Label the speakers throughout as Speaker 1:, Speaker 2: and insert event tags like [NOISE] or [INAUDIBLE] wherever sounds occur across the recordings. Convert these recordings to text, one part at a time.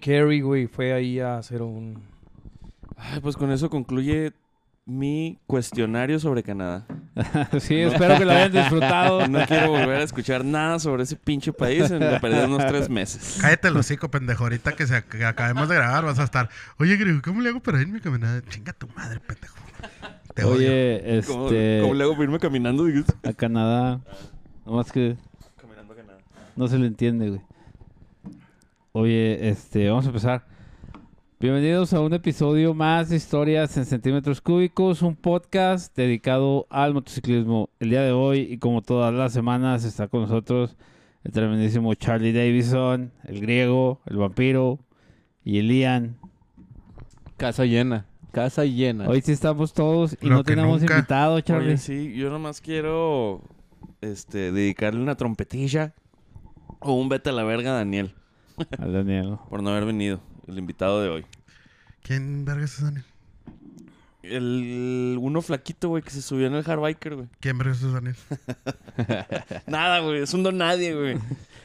Speaker 1: Carrey, güey, fue ahí a hacer un...
Speaker 2: Ay, pues con eso concluye mi cuestionario sobre Canadá.
Speaker 3: [LAUGHS]
Speaker 1: sí, espero que lo hayan disfrutado.
Speaker 2: No quiero volver a escuchar nada sobre ese pinche país en me perdí unos tres meses.
Speaker 4: Cállate el hocico, pendejo. Ahorita que, se, ac- que acabemos de grabar vas a estar. Oye, Griego, ¿cómo le hago para irme a caminar? Chinga tu madre, pendejo. [LAUGHS] Te odio.
Speaker 3: Oye,
Speaker 2: Como,
Speaker 3: este.
Speaker 2: como luego irme caminando. digo,
Speaker 3: A Canadá. Nomás que
Speaker 2: Caminando a Canadá.
Speaker 3: no se le entiende, güey. Oye, este. Vamos a empezar. Bienvenidos a un episodio más de Historias en Centímetros Cúbicos, un podcast dedicado al motociclismo. El día de hoy, y como todas las semanas, está con nosotros el tremendísimo Charlie Davison, el griego, el vampiro y el Ian.
Speaker 5: Casa llena. Casa llena.
Speaker 3: Hoy sí estamos todos y
Speaker 4: Lo
Speaker 3: no
Speaker 4: que
Speaker 3: tenemos
Speaker 4: nunca.
Speaker 3: invitado, Charlie.
Speaker 2: Oye, sí, yo nomás quiero este, dedicarle una trompetilla o un vete a la verga a Daniel
Speaker 3: Al Daniel.
Speaker 2: por no haber venido, el invitado de hoy.
Speaker 4: ¿Quién vergas es Daniel?
Speaker 2: El uno flaquito, güey, que se subió en el hardbiker, güey.
Speaker 4: ¿Quién vergas es Daniel?
Speaker 2: Nada, güey, es un don nadie, güey.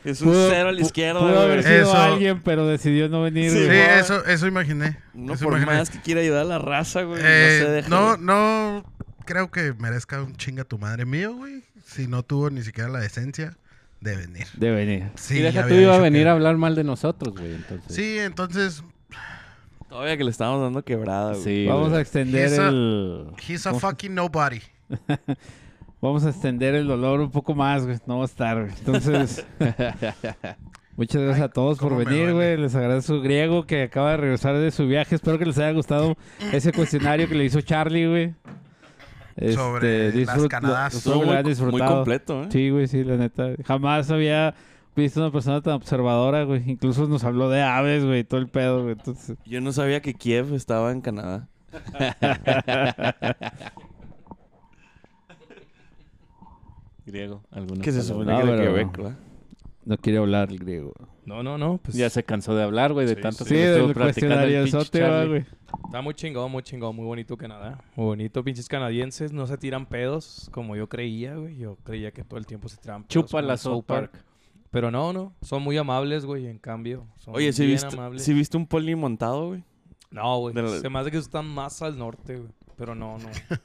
Speaker 2: Es un
Speaker 3: Pudo-
Speaker 2: cero a la
Speaker 3: pu-
Speaker 2: izquierda,
Speaker 3: Pudo haber
Speaker 2: güey.
Speaker 4: Eh,
Speaker 3: sido
Speaker 4: Eso-
Speaker 3: alguien, pero decidió no venir.
Speaker 4: Sí,
Speaker 3: güey.
Speaker 2: güey.
Speaker 4: eso, eso imaginé.
Speaker 2: No
Speaker 4: Eso
Speaker 2: por
Speaker 4: imaginé.
Speaker 2: más que quiera ayudar a la raza, güey.
Speaker 4: Eh,
Speaker 2: no se deja.
Speaker 4: no,
Speaker 2: güey.
Speaker 4: no creo que merezca un chinga tu madre mío, güey. Si no tuvo ni siquiera la decencia de venir.
Speaker 3: De venir.
Speaker 4: Sí,
Speaker 5: y
Speaker 4: ya
Speaker 5: deja tú
Speaker 4: había
Speaker 5: iba a
Speaker 4: dicho
Speaker 5: venir
Speaker 4: que-
Speaker 5: a hablar mal de nosotros, güey. Entonces.
Speaker 4: Sí, entonces,
Speaker 2: Todavía que le estábamos dando quebrada, güey.
Speaker 5: Sí,
Speaker 3: Vamos
Speaker 5: güey.
Speaker 3: a extender
Speaker 4: Esa-
Speaker 3: el.
Speaker 4: he's a fucking nobody.
Speaker 3: Vamos a extender el dolor un poco más, güey. No va a estar, güey.
Speaker 4: [LAUGHS]
Speaker 3: Entonces. Muchas gracias
Speaker 4: Ay,
Speaker 3: a todos por
Speaker 4: cómo me
Speaker 3: venir,
Speaker 4: duele.
Speaker 3: güey. Les agradezco griego que acaba de regresar de su viaje. Espero que les haya gustado ese cuestionario que le hizo Charlie, güey.
Speaker 4: Sobre las Canadás.
Speaker 3: espero
Speaker 2: Estuvo
Speaker 3: que lo
Speaker 2: muy,
Speaker 3: hayan
Speaker 2: muy
Speaker 3: disfrutado.
Speaker 2: completo, ¿eh?
Speaker 3: Sí, güey, sí, la neta. Jamás había visto una persona tan observadora, güey. Incluso nos habló de aves, güey, todo el pedo, güey. Entonces,
Speaker 2: Yo no sabía que Kiev estaba en Canadá.
Speaker 3: [LAUGHS]
Speaker 5: Griego, alguna.
Speaker 2: Que se
Speaker 5: palabra.
Speaker 2: supone que
Speaker 3: No,
Speaker 2: era
Speaker 3: pero-
Speaker 2: Quebec, ¿verdad?
Speaker 3: no quería hablar el griego.
Speaker 6: No, no, no. Pues
Speaker 5: Ya se cansó de hablar, güey, de
Speaker 6: Sí,
Speaker 5: tanto
Speaker 3: Sí,
Speaker 5: que estuvo
Speaker 3: del
Speaker 5: platicando
Speaker 3: cuestionario
Speaker 5: el pinche Charlie.
Speaker 3: güey.
Speaker 6: Está muy chingón, muy chingón. Muy bonito Canadá. Muy bonito. Pinches canadienses no se tiran pedos como yo creía, güey. Yo creía que todo el tiempo se tiran pedos.
Speaker 5: Chupa
Speaker 6: como
Speaker 5: la
Speaker 6: en
Speaker 5: South Park.
Speaker 6: Pero no, no. Son muy amables, güey, en cambio. Son
Speaker 2: Oye, ¿sí
Speaker 6: bien
Speaker 2: viste,
Speaker 6: amables.
Speaker 2: sí viste un poli montado, güey?
Speaker 6: No, güey.
Speaker 2: de la-
Speaker 6: Se me hace que están más al norte, güey. Pero no,
Speaker 2: [LAUGHS]
Speaker 6: no.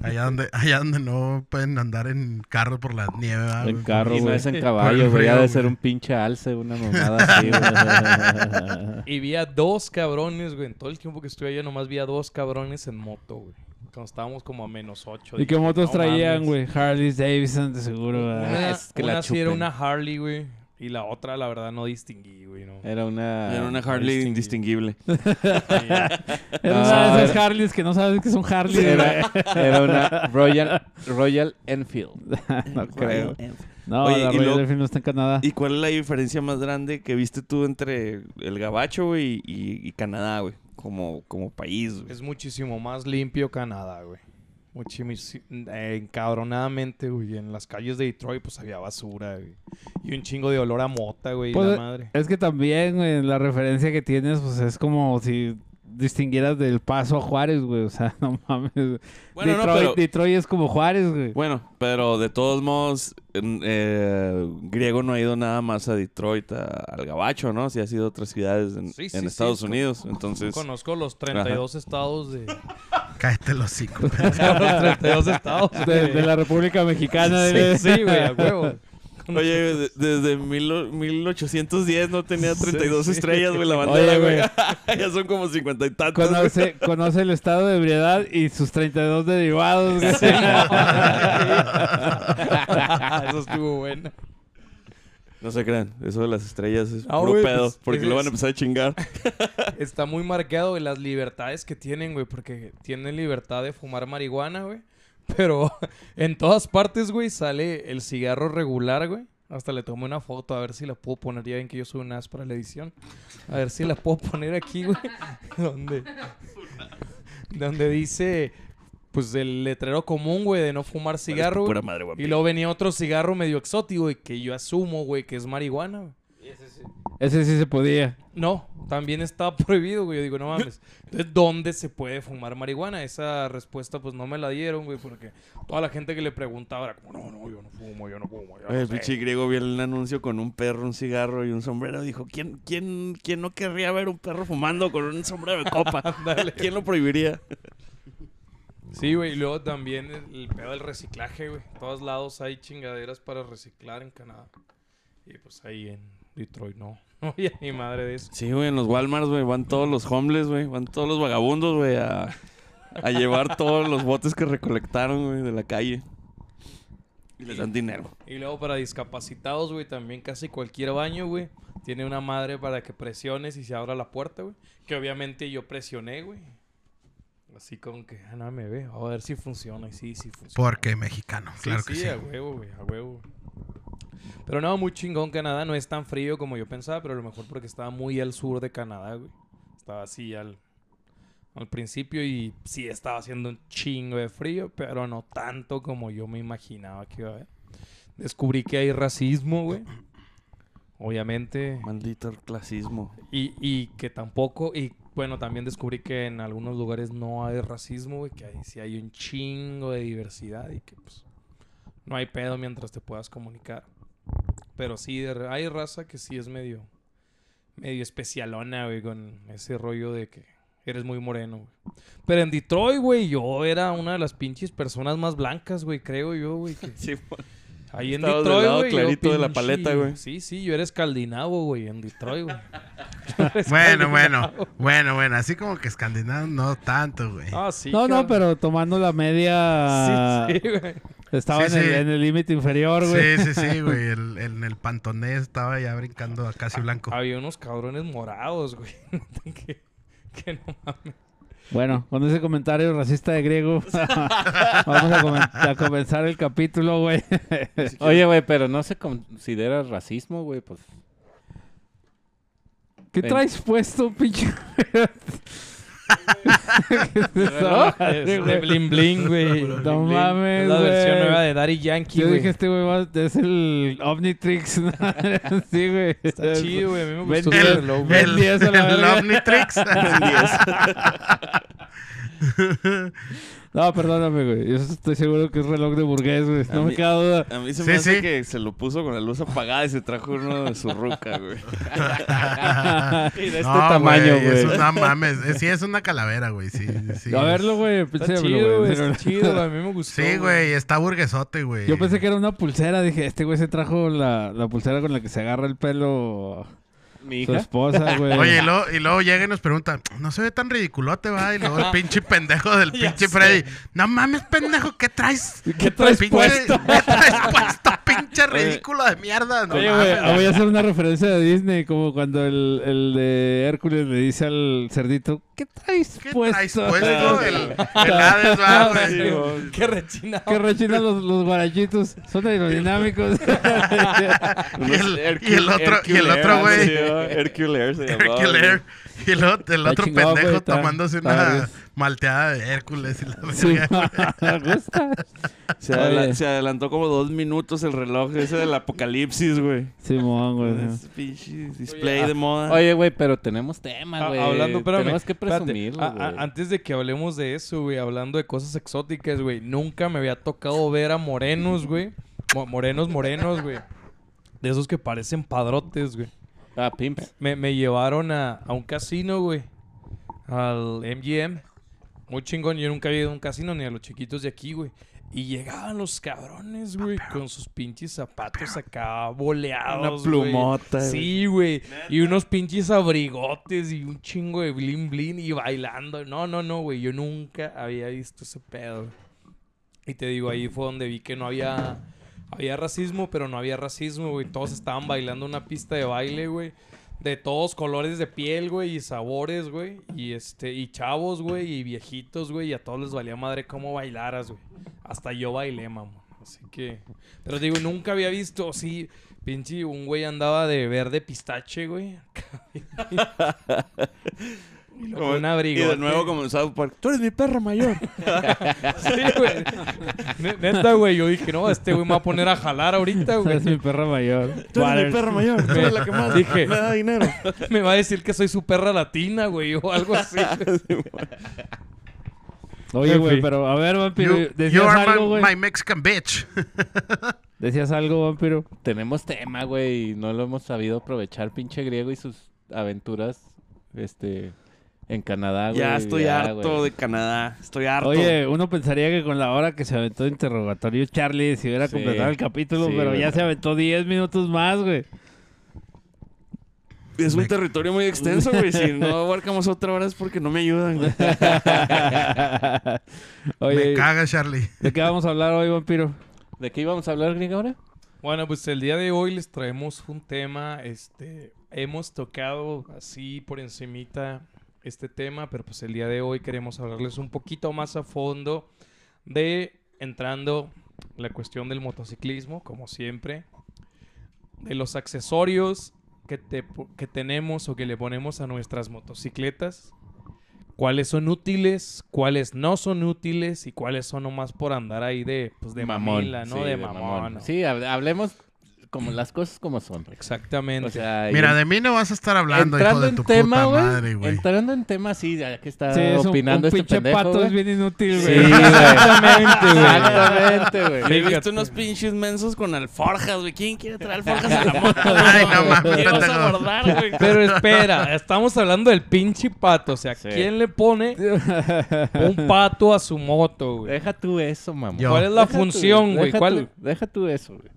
Speaker 4: Allá donde, allá donde no pueden andar en carro por la nieve. ¿verdad,
Speaker 3: En
Speaker 4: güey?
Speaker 3: carro,
Speaker 5: Y no
Speaker 3: güey.
Speaker 5: es en
Speaker 4: Por el
Speaker 5: caballo, güey. Ya
Speaker 4: frío,
Speaker 5: debe ser
Speaker 4: güey.
Speaker 5: un pinche alce, una mamada así,
Speaker 3: [LAUGHS]
Speaker 5: güey.
Speaker 6: Y vi a dos cabrones, güey. En todo el tiempo que estuve allá, nomás vi a dos cabrones en moto, güey. Cuando estábamos como a menos ocho. [LAUGHS]
Speaker 3: ¿Y
Speaker 6: dije,
Speaker 3: qué motos
Speaker 6: "No
Speaker 3: traían,
Speaker 6: mames".
Speaker 3: güey? Harley Davidson, de seguro, güey.
Speaker 6: Una,
Speaker 5: es que la
Speaker 6: una sí era
Speaker 5: chupen.
Speaker 6: una Harley, güey. Y la otra, la verdad, no distinguí, güey. No.
Speaker 5: Era
Speaker 3: Ah,
Speaker 5: una...
Speaker 2: Era una Harley indistinguible.
Speaker 3: Era una de esas Harleys que no sabes que son Harley, güey. [LAUGHS]
Speaker 5: [LAUGHS] Era, era una Royal, Royal Enfield.
Speaker 3: No creo. No,
Speaker 2: Oye,
Speaker 3: la
Speaker 2: y
Speaker 3: Royal
Speaker 2: luego-
Speaker 3: Enfield no está en Canadá.
Speaker 2: ¿Y cuál es la diferencia más grande que viste tú entre el gabacho, güey, y, y Canadá, güey? Como, como país, güey.
Speaker 6: Es muchísimo más limpio Canadá, güey. Muchísimo, encabronadamente, güey. En las calles de Detroit, pues había basura, güey. Y un chingo de olor a mota, güey. y
Speaker 3: Pues,
Speaker 6: la
Speaker 3: eh,
Speaker 6: madre.
Speaker 3: Es que también, güey, la referencia que tienes, pues es como si distinguieras del paso a Juárez, güey. O sea, [LAUGHS] no mames. güey.
Speaker 2: Bueno, no,
Speaker 3: Detroit,
Speaker 2: pero-
Speaker 3: Detroit es como Juárez, güey.
Speaker 2: Bueno, pero de todos modos, en- eh, Griego no ha ido nada más a Detroit, a- al gabacho, ¿no? Si ha sido a otras ciudades en,
Speaker 6: Sí,
Speaker 2: en
Speaker 6: sí, sí,
Speaker 2: Estados
Speaker 6: co-
Speaker 2: Unidos. Entonces,
Speaker 6: Conozco los 32 estados de... [LAUGHS]
Speaker 4: Cállate el hocico. pendejo.
Speaker 6: los 32 estados [LAUGHS]
Speaker 3: De, de la República Mexicana.
Speaker 6: Sí,
Speaker 3: güey.
Speaker 6: sí, güey, a huevo.
Speaker 2: oye, de- desde mil o- 1810 no [LAUGHS] tenía 32
Speaker 6: sí.
Speaker 2: estrellas, güey, la bandera,
Speaker 3: Oye,
Speaker 2: güey.
Speaker 3: güey.
Speaker 2: [LAUGHS] ya son como 50 y tantas. güey.
Speaker 3: Conoce, conoce el estado de ebriedad y sus 32 derivados,
Speaker 6: [LAUGHS]
Speaker 3: güey.
Speaker 6: Eso estuvo bueno.
Speaker 2: No se crean, eso de las estrellas es
Speaker 6: Ah,
Speaker 2: puro
Speaker 6: güey,
Speaker 2: pedo,
Speaker 6: pues,
Speaker 2: porque
Speaker 6: es-
Speaker 2: lo van
Speaker 6: es-
Speaker 2: a empezar a chingar.
Speaker 6: Está muy marcado, güey, las libertades que tienen, güey, porque tienen libertad de fumar marihuana, güey. Pero [LAUGHS] en todas partes, güey, sale el cigarro regular, güey. Hasta le tomé una foto a ver si la puedo poner. Ya ven que yo soy un as para la edición. A ver si la puedo poner aquí, güey. [LAUGHS] Donde, donde dice, pues, el letrero común, güey, de no fumar cigarro. güey.
Speaker 2: [LAUGHS] Pura madre, güey.
Speaker 6: Y luego venía otro cigarro medio exótico, güey, que yo asumo, güey, que es marihuana, güey.
Speaker 3: Ese sí se podía.
Speaker 6: No, también está [LAUGHS] prohibido, güey. Yo digo, no mames. Entonces, ¿dónde se puede fumar marihuana? Esa respuesta, pues, no me la dieron, güey, porque toda la gente que le preguntaba era como, no, no, yo no fumo, yo no fumo, yo no
Speaker 2: Oye, El
Speaker 6: sé".
Speaker 2: Eh, pinche griego vio el anuncio con un perro, un cigarro y un sombrero. Dijo, ¿quién, quién, quién no querría ver un perro fumando con un sombrero de [LAUGHS] copa? ¿Quién lo prohibiría?
Speaker 6: Sí, güey. Y luego también el, el pedo del reciclaje, güey. En todos lados hay chingaderas para reciclar en Canadá. Y pues ahí en Detroit, no. [LAUGHS] No había ni madre de eso.
Speaker 2: Sí, güey, en los Walmarts, güey, van todos los homeless, güey. Van todos los vagabundos, güey, a, a llevar todos los botes que recolectaron, güey, de la calle. Y les dan dinero.
Speaker 6: Y luego para discapacitados, güey, también casi cualquier baño, güey, tiene una madre para que presiones y se abra la puerta, güey. Que obviamente yo presioné, güey. Así como que, ah, no me ve. A ver si funciona. Y sí, sí funciona.
Speaker 4: Porque mexicano,
Speaker 6: Sí,
Speaker 4: claro
Speaker 6: sí,
Speaker 4: que sí.
Speaker 6: a huevo, güey, a huevo. Pero no, muy chingón Canadá. No es tan frío como yo pensaba, pero a lo mejor porque estaba muy al sur de Canadá, güey. Estaba así al, al principio y sí estaba haciendo un chingo de frío, pero no tanto como yo me imaginaba que iba a haber. Descubrí que hay racismo, güey. Obviamente.
Speaker 2: Maldito el clasismo.
Speaker 6: Y, y que tampoco, y bueno, también descubrí que en algunos lugares no hay racismo, güey, que ahí sí hay un chingo de diversidad y que pues no hay pedo mientras te puedas comunicar. Pero sí, de re- hay raza que sí es medio, medio especialona, güey, con ese rollo de que eres muy moreno, güey. Pero en Detroit, güey, yo era una de las pinches personas más blancas, güey, creo yo, güey.
Speaker 2: [LAUGHS]
Speaker 6: que-
Speaker 2: Sí,
Speaker 6: Ahí en
Speaker 2: Estabas del
Speaker 6: Detroit,
Speaker 2: lado
Speaker 6: güey. yo
Speaker 2: clarito de la
Speaker 6: pinche-
Speaker 2: paleta, güey.
Speaker 6: Sí, sí, yo era escaldinavo, güey, en Detroit, güey.
Speaker 4: [LAUGHS] [LAUGHS] Bueno, bueno, bueno, bueno. Así como que escandinavo no tanto, güey.
Speaker 6: Ah, sí.
Speaker 3: [LAUGHS] No, no,
Speaker 6: cabrón.
Speaker 3: pero ah, tomando la media.
Speaker 6: Sí, sí, güey.
Speaker 3: Estaba
Speaker 4: Sí,
Speaker 3: en el-
Speaker 4: sí.
Speaker 3: en el límite inferior, güey.
Speaker 4: Sí, sí, sí, güey. El, el- en el pantonés estaba ya brincando a casi blanco.
Speaker 6: Había unos cabrones morados, güey. [LAUGHS] que, que no
Speaker 3: [LAUGHS]
Speaker 6: mames.
Speaker 3: Bueno, con ese comentario racista de griego, [LAUGHS] vamos a, comen- a comenzar el capítulo, güey.
Speaker 5: Oye, güey, pero no se considera racismo, güey, pues.
Speaker 3: ¿Qué
Speaker 5: Ven.
Speaker 3: traes puesto, pinche? ¿Qué es [LAUGHS] esa
Speaker 5: ¿Reloj?
Speaker 3: madre,
Speaker 6: Es
Speaker 3: güey?
Speaker 6: de Bling Bling, güey.
Speaker 3: No
Speaker 6: Bling Bling.
Speaker 3: mames,
Speaker 6: Es la versión
Speaker 3: güey.
Speaker 6: nueva de Daddy Yankee,
Speaker 3: Yo
Speaker 6: güey.
Speaker 3: dije, este güey va- es el Omnitrix. ¿no? [LAUGHS] sí, güey.
Speaker 6: Está chido, güey. A mí me
Speaker 3: Ven
Speaker 6: gustó
Speaker 3: diez.
Speaker 6: ese
Speaker 4: El,
Speaker 6: reloj,
Speaker 4: el,
Speaker 6: güey.
Speaker 3: Ben 10 a la
Speaker 4: el
Speaker 3: verga.
Speaker 4: Omnitrix.
Speaker 3: No, perdóname, güey. Yo estoy seguro que es reloj de burgués, güey.
Speaker 2: A
Speaker 3: No
Speaker 2: mí-
Speaker 3: me queda duda.
Speaker 2: A mí se
Speaker 4: Sí,
Speaker 2: me hace
Speaker 4: sí.
Speaker 2: que se lo puso con la luz apagada y se trajo uno de su ruca, güey.
Speaker 5: Y de
Speaker 4: [LAUGHS]
Speaker 5: este
Speaker 4: No,
Speaker 5: tamaño,
Speaker 4: güey,
Speaker 5: güey.
Speaker 4: Eso no mames. Eh, Sí, es una calavera, güey. Sí, sí.
Speaker 3: A verlo, güey.
Speaker 6: Está
Speaker 3: Piénsamelo,
Speaker 6: chido, güey.
Speaker 3: pero-
Speaker 6: Está chido, güey. A mí me gustó.
Speaker 4: Sí, güey. Está burguesote,
Speaker 3: [LAUGHS]
Speaker 4: güey.
Speaker 3: Yo pensé que era una pulsera. Dije, este güey se trajo la, la pulsera con la que se agarra el pelo
Speaker 5: Mi
Speaker 3: su
Speaker 5: hija.
Speaker 3: esposa, güey.
Speaker 4: Oye, y luego, y luego llega y nos pregunta, no se ve tan ridiculote, va. Y luego el pinche pendejo del pinche Freddy, no mames, pendejo, ¿qué traes?
Speaker 3: ¿Qué traes
Speaker 4: Pinche-
Speaker 3: puesto?
Speaker 4: ¿Qué traes puesto, pinche ridículo de mierda? No
Speaker 3: Oye, güey,
Speaker 4: mames.
Speaker 3: ah, voy a hacer una referencia de Disney, como cuando el, el de Hércules le dice al cerdito, ¿qué traes
Speaker 4: ¿Qué
Speaker 3: puesto?
Speaker 4: traes puesto? El,
Speaker 3: [LAUGHS]
Speaker 4: el Hades, va, güey.
Speaker 6: Sí, güey. Qué rechinado.
Speaker 3: Que rechina los, los guarachitos, son aerodinámicos.
Speaker 4: Y el- y el otro- y el otro, [LAUGHS] güey.
Speaker 2: Herculear se llamaba. güey.
Speaker 4: Hércules. Y lo- el otro
Speaker 3: chingón,
Speaker 4: pendejo
Speaker 3: güey, está-
Speaker 4: tomándose
Speaker 3: está
Speaker 4: una
Speaker 3: vergas.
Speaker 4: malteada de Hércules y la
Speaker 3: Sí,
Speaker 4: verga.
Speaker 3: me [LAUGHS] gusta.
Speaker 2: Se, adela-
Speaker 3: Oye.
Speaker 2: se adelantó como dos minutos el reloj ese del apocalipsis, güey.
Speaker 3: Simón, güey.
Speaker 2: Ese pinche display de moda.
Speaker 5: Oye, güey, pero tenemos tema,
Speaker 6: Ah,
Speaker 5: güey.
Speaker 6: hablando, espérame,
Speaker 5: Tenemos que
Speaker 6: espérate. Ah,
Speaker 5: presumirlo,
Speaker 6: A- a-
Speaker 5: güey.
Speaker 6: Antes de que hablemos de eso, güey, hablando de cosas exóticas, güey, nunca me había tocado ver a morenos, güey. Mo- morenos, morenos, güey. De esos que parecen padrotes, güey.
Speaker 5: Ah, pimps.
Speaker 6: Me, me llevaron a, a un casino, güey. Al MGM. Muy chingón. Yo nunca había ido a un casino ni a los chiquitos de aquí, güey. Y llegaban los cabrones, güey, con sus pinches zapatos acá boleados.
Speaker 2: Una
Speaker 6: güey.
Speaker 2: plumota, güey.
Speaker 6: Sí, güey. Y unos pinches abrigotes y un chingo de blin blin y bailando. No, no, no, güey. Yo nunca había visto ese pedo. güey. Y te digo, ahí fue donde vi que no había. Había racismo, pero no había racismo, güey. Todos estaban bailando una pista de baile, güey. De todos colores de piel, güey, y sabores, güey. Y este, y chavos, güey, y viejitos, güey. Y a todos les valía madre cómo bailaras, güey. Hasta yo bailé, mamón. Así que. Pero digo, nunca había visto, sí. Pinche, un güey andaba de verde pistache, güey. [LAUGHS] Y luego
Speaker 2: Como-
Speaker 6: un abrigo.
Speaker 2: Y de nuevo como en South Park. Tú eres mi perro mayor.
Speaker 6: [LAUGHS] Sí, güey. Ne- Neta, güey, yo dije, no, este güey me va a poner a jalar ahorita, güey.
Speaker 3: [LAUGHS] Es mi perra mayor.
Speaker 2: Tú eres mi perro mayor. Tú eres la que más
Speaker 6: Dije.
Speaker 2: me da dinero.
Speaker 6: Me va a decir que soy su perra latina, güey, o algo así.
Speaker 3: Oye,
Speaker 6: En
Speaker 3: güey,
Speaker 6: fin.
Speaker 3: pero a ver, vampiro.
Speaker 4: You, you
Speaker 3: decías
Speaker 4: are
Speaker 3: algo,
Speaker 4: my,
Speaker 3: güey.
Speaker 4: my Mexican bitch.
Speaker 3: Decías algo, vampiro.
Speaker 5: Tenemos tema, güey, y no lo hemos sabido aprovechar, pinche griego y sus aventuras, este, en Canadá, Ah, güey.
Speaker 2: Ya estoy harto
Speaker 5: güey.
Speaker 2: de Canadá. Estoy harto.
Speaker 3: Oye, uno pensaría que con la hora que se aventó de interrogatorio Charlie se hubiera
Speaker 5: Sí.
Speaker 3: completado el capítulo,
Speaker 5: Sí,
Speaker 3: pero ya
Speaker 5: güey.
Speaker 3: se aventó 10 minutos más, güey.
Speaker 2: Es un territorio muy extenso, güey. Si no abarcamos otra hora es porque no me ayudan, güey.
Speaker 3: Oye,
Speaker 4: Me caga, Charlie.
Speaker 3: ¿de qué vamos a hablar hoy, vampiro?
Speaker 5: ¿De qué íbamos a hablar, griego, ahora?
Speaker 6: Bueno, pues el día de hoy les traemos un tema, este, hemos tocado así por encimita este tema, pero pues el día de hoy queremos hablarles un poquito más a fondo de entrando la cuestión del motociclismo, como siempre, de los accesorios que, te po- que tenemos o que le ponemos a nuestras motocicletas, cuáles son útiles, cuáles no son útiles y cuáles son nomás por andar ahí de, pues de mamila, ¿no?
Speaker 5: sí,
Speaker 6: de, mamón. ¿no?
Speaker 5: Sí, hab- hablemos como las cosas como son.
Speaker 6: Exactamente.
Speaker 5: O sea, y
Speaker 4: Mira,
Speaker 5: en-
Speaker 4: de mí no vas a estar hablando, hijo
Speaker 5: entrando
Speaker 4: de
Speaker 5: en
Speaker 4: tu puta
Speaker 5: tema, güey.
Speaker 4: madre, güey.
Speaker 5: Entrando en tema, sí, ya que está
Speaker 3: Sí, es un,
Speaker 5: opinando
Speaker 3: un
Speaker 5: este
Speaker 3: pinche
Speaker 5: pendejo,
Speaker 3: pato
Speaker 5: güey. [LAUGHS]
Speaker 3: es bien inútil,
Speaker 5: Sí,
Speaker 3: güey.
Speaker 5: güey.
Speaker 6: Exactamente, güey.
Speaker 5: Exactamente, güey.
Speaker 2: He
Speaker 6: Fíjate.
Speaker 2: visto unos pinches mensos con alforjas, güey. ¿Quién quiere traer alforjas a la
Speaker 4: [LAUGHS]
Speaker 2: moto?
Speaker 3: [LAUGHS]
Speaker 4: Ay, no mames,
Speaker 2: ¿Qué vas a
Speaker 4: pendejo.
Speaker 2: abordar, güey?
Speaker 6: Pero espera, estamos hablando del pinche pato. O sea,
Speaker 5: Sí.
Speaker 6: ¿quién le pone un
Speaker 5: [LAUGHS]
Speaker 6: pato a su moto, güey?
Speaker 5: Deja tú eso, mamá.
Speaker 4: Yo.
Speaker 6: ¿Cuál es la función, güey? ¿Cuál?
Speaker 5: Deja tú eso, güey.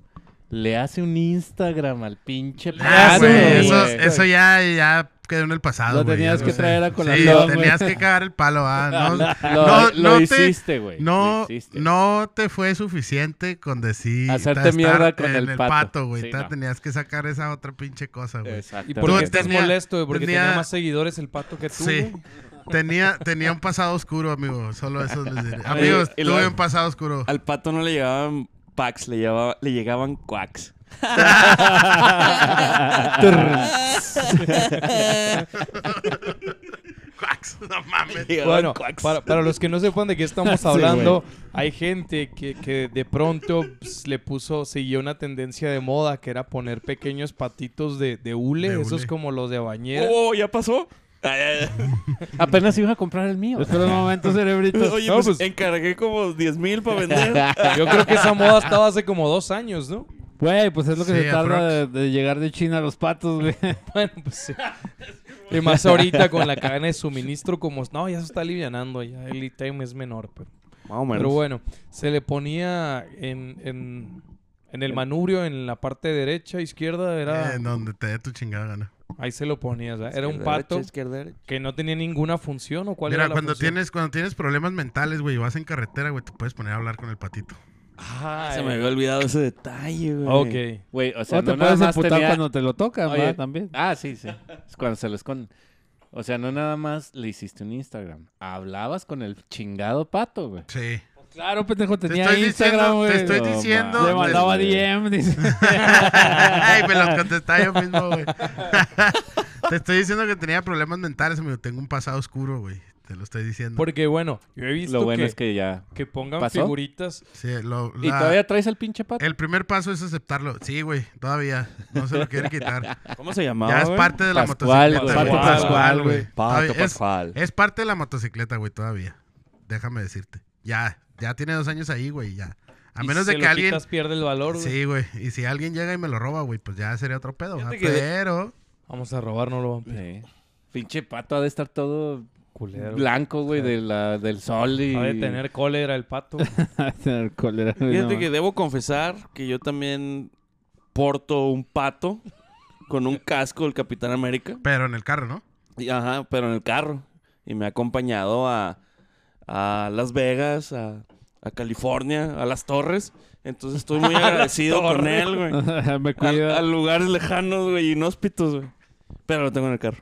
Speaker 5: Le hace un Instagram al pinche
Speaker 4: Ah,
Speaker 5: pato,
Speaker 4: güey,
Speaker 5: güey.
Speaker 4: eso, eso ya, ya quedó en el pasado,
Speaker 3: Lo
Speaker 4: güey,
Speaker 3: tenías
Speaker 4: ya
Speaker 3: que
Speaker 4: sé.
Speaker 3: traer a
Speaker 4: Sí,
Speaker 3: colación, güey.
Speaker 4: tenías que cagar el palo, ah.
Speaker 5: [LAUGHS]
Speaker 4: No,
Speaker 5: Lo,
Speaker 4: no,
Speaker 5: lo
Speaker 4: no te,
Speaker 5: hiciste, güey. lo
Speaker 4: no,
Speaker 5: hiciste.
Speaker 4: no te fue suficiente con decir...
Speaker 5: Hacerte
Speaker 4: estar
Speaker 5: mierda con
Speaker 4: en
Speaker 5: el
Speaker 4: el
Speaker 5: pato.
Speaker 4: pato, güey.
Speaker 5: Sí,
Speaker 4: Te-
Speaker 5: no.
Speaker 4: Tenías que sacar esa otra pinche cosa, güey.
Speaker 5: Exactamente.
Speaker 6: ¿Y por qué
Speaker 4: Tú
Speaker 6: estás
Speaker 4: tenía-
Speaker 6: molesto, güey? Porque
Speaker 4: tenía-
Speaker 6: tenía más seguidores el pato que tú,
Speaker 5: [LAUGHS]
Speaker 4: Sí.
Speaker 6: güey.
Speaker 4: Tenía, tenía un pasado oscuro, amigo. Solo eso les
Speaker 5: [LAUGHS]
Speaker 4: diré. Amigos,
Speaker 2: y
Speaker 4: tuve
Speaker 2: lo-
Speaker 4: un pasado oscuro. [LAUGHS]
Speaker 2: Al pato no le llegaban packs, le, llevaba- le llegaban quacks.
Speaker 4: Cuax, no mames.
Speaker 2: Le llegaban
Speaker 6: Bueno,
Speaker 2: quacks.
Speaker 6: para, para los que no sepan de qué estamos hablando, hay gente que, que de pronto pues, le puso, siguió una tendencia de moda que era poner pequeños patitos de, de hule,
Speaker 4: De
Speaker 6: esos
Speaker 4: hule.
Speaker 6: como los de bañera.
Speaker 2: Oh, ¿ya pasó? Ay, ay, ay.
Speaker 5: Apenas iba a comprar el mío.
Speaker 3: Espera un momento, cerebrito.
Speaker 2: Oye,
Speaker 6: No,
Speaker 2: pues,
Speaker 6: pues-
Speaker 2: encargué como 10 mil para vender.
Speaker 6: Yo creo que esa moda estaba hace como dos años, ¿no? [LAUGHS]
Speaker 3: Güey, pues es lo que
Speaker 4: Sí,
Speaker 3: se tarda de,
Speaker 4: aprox.
Speaker 3: de llegar de China a los patos, güey.
Speaker 6: Bueno, pues sí. Y más ahorita con la cadena de suministro, como no, ya se está alivianando, ya el ítem es menor. Pero,
Speaker 2: Más o
Speaker 6: pero bueno, se le ponía en, en, en el manubrio, en la parte derecha, izquierda, era
Speaker 4: Eh, donde te dé tu chingada gana.
Speaker 6: ahí se lo ponía, o sea, era un pato que no tenía ninguna función o cuál
Speaker 4: Mira,
Speaker 6: era la
Speaker 4: cuando
Speaker 6: función?
Speaker 4: tienes, cuando tienes problemas mentales, güey, y vas en carretera, güey, te puedes poner a hablar con el patito.
Speaker 6: Ah,
Speaker 2: Se
Speaker 6: eh,
Speaker 2: me había olvidado ese detalle, güey.
Speaker 6: Ah, Ok.
Speaker 5: Güey, o sea,
Speaker 3: O te
Speaker 5: no nada
Speaker 3: puedes
Speaker 5: más
Speaker 3: emputar
Speaker 5: tenía...
Speaker 3: cuando te lo tocan,
Speaker 5: Oye.
Speaker 3: ¿verdad? También.
Speaker 5: Ah, sí, sí. Es cuando se lo esconden. O sea, no nada más le hiciste un Instagram. Hablabas con el chingado pato, güey.
Speaker 4: Sí.
Speaker 3: Claro, pendejo,
Speaker 4: Te
Speaker 3: tenía
Speaker 4: estoy
Speaker 3: Instagram,
Speaker 4: diciendo,
Speaker 3: güey.
Speaker 4: te estoy
Speaker 5: No,
Speaker 4: diciendo. este,
Speaker 5: mames.
Speaker 3: Le
Speaker 4: te-
Speaker 3: mandaba
Speaker 5: güey.
Speaker 3: DM, dice.
Speaker 4: [LAUGHS]
Speaker 3: [LAUGHS]
Speaker 4: Ay, me los contestaba yo mismo, güey. [LAUGHS] te estoy diciendo que tenía problemas mentales, amigo. Tengo un pasado oscuro, güey. Te lo estoy diciendo.
Speaker 6: Porque bueno, yo he visto
Speaker 5: Lo bueno
Speaker 6: que,
Speaker 5: es que ya...
Speaker 6: que pongan
Speaker 5: ¿Pasó?
Speaker 6: figuritas.
Speaker 4: Sí, lo-
Speaker 5: ¿Y
Speaker 4: la-
Speaker 5: todavía traes el pinche pato?
Speaker 4: El primer paso es aceptarlo. Sí, güey, todavía. No se lo quieren quitar.
Speaker 2: ¿Cómo se llamaba?
Speaker 4: ya es
Speaker 2: güey?
Speaker 4: parte de la
Speaker 5: Pascual,
Speaker 4: motocicleta.
Speaker 5: güey.
Speaker 4: güey.
Speaker 5: Pato
Speaker 4: Pascual, güey.
Speaker 5: Pascual, güey.
Speaker 4: Todavía- es-
Speaker 5: Pato Pascual.
Speaker 4: Es parte de la motocicleta, güey, todavía. Déjame decirte. Ya, ya tiene dos años ahí, güey, ya. A
Speaker 6: y
Speaker 4: menos
Speaker 6: si
Speaker 4: de
Speaker 6: se
Speaker 4: que
Speaker 6: lo
Speaker 4: alguien...
Speaker 6: quitas, pierde el valor, güey.
Speaker 4: Sí, güey. Y si alguien llega y me lo roba, güey, pues ya sería otro pedo.
Speaker 2: Fíjate que
Speaker 4: ¿verdad?
Speaker 2: de-
Speaker 4: Pero...
Speaker 6: Vamos a robárnoslo,
Speaker 5: Sí. Pinche pato ha de estar todo
Speaker 6: culero.
Speaker 5: blanco, güey, de la, del sol y...
Speaker 6: Ha de tener cólera el pato.
Speaker 3: Tener cólera, güey,
Speaker 2: Fíjate
Speaker 3: no
Speaker 2: que debo confesar que yo también porto un pato con un casco del Capitán América.
Speaker 4: Pero en el carro, ¿no?
Speaker 2: Y- ajá, pero en el carro. Y me ha acompañado a, a Las Vegas, a, a California, a Las Torres. Entonces estoy [LAUGHS] muy agradecido con él, güey.
Speaker 3: mames. [LAUGHS] Me
Speaker 2: A,
Speaker 3: cuida.
Speaker 2: a lugares lejanos, güey, inhóspitos, güey. Pero lo tengo en el carro.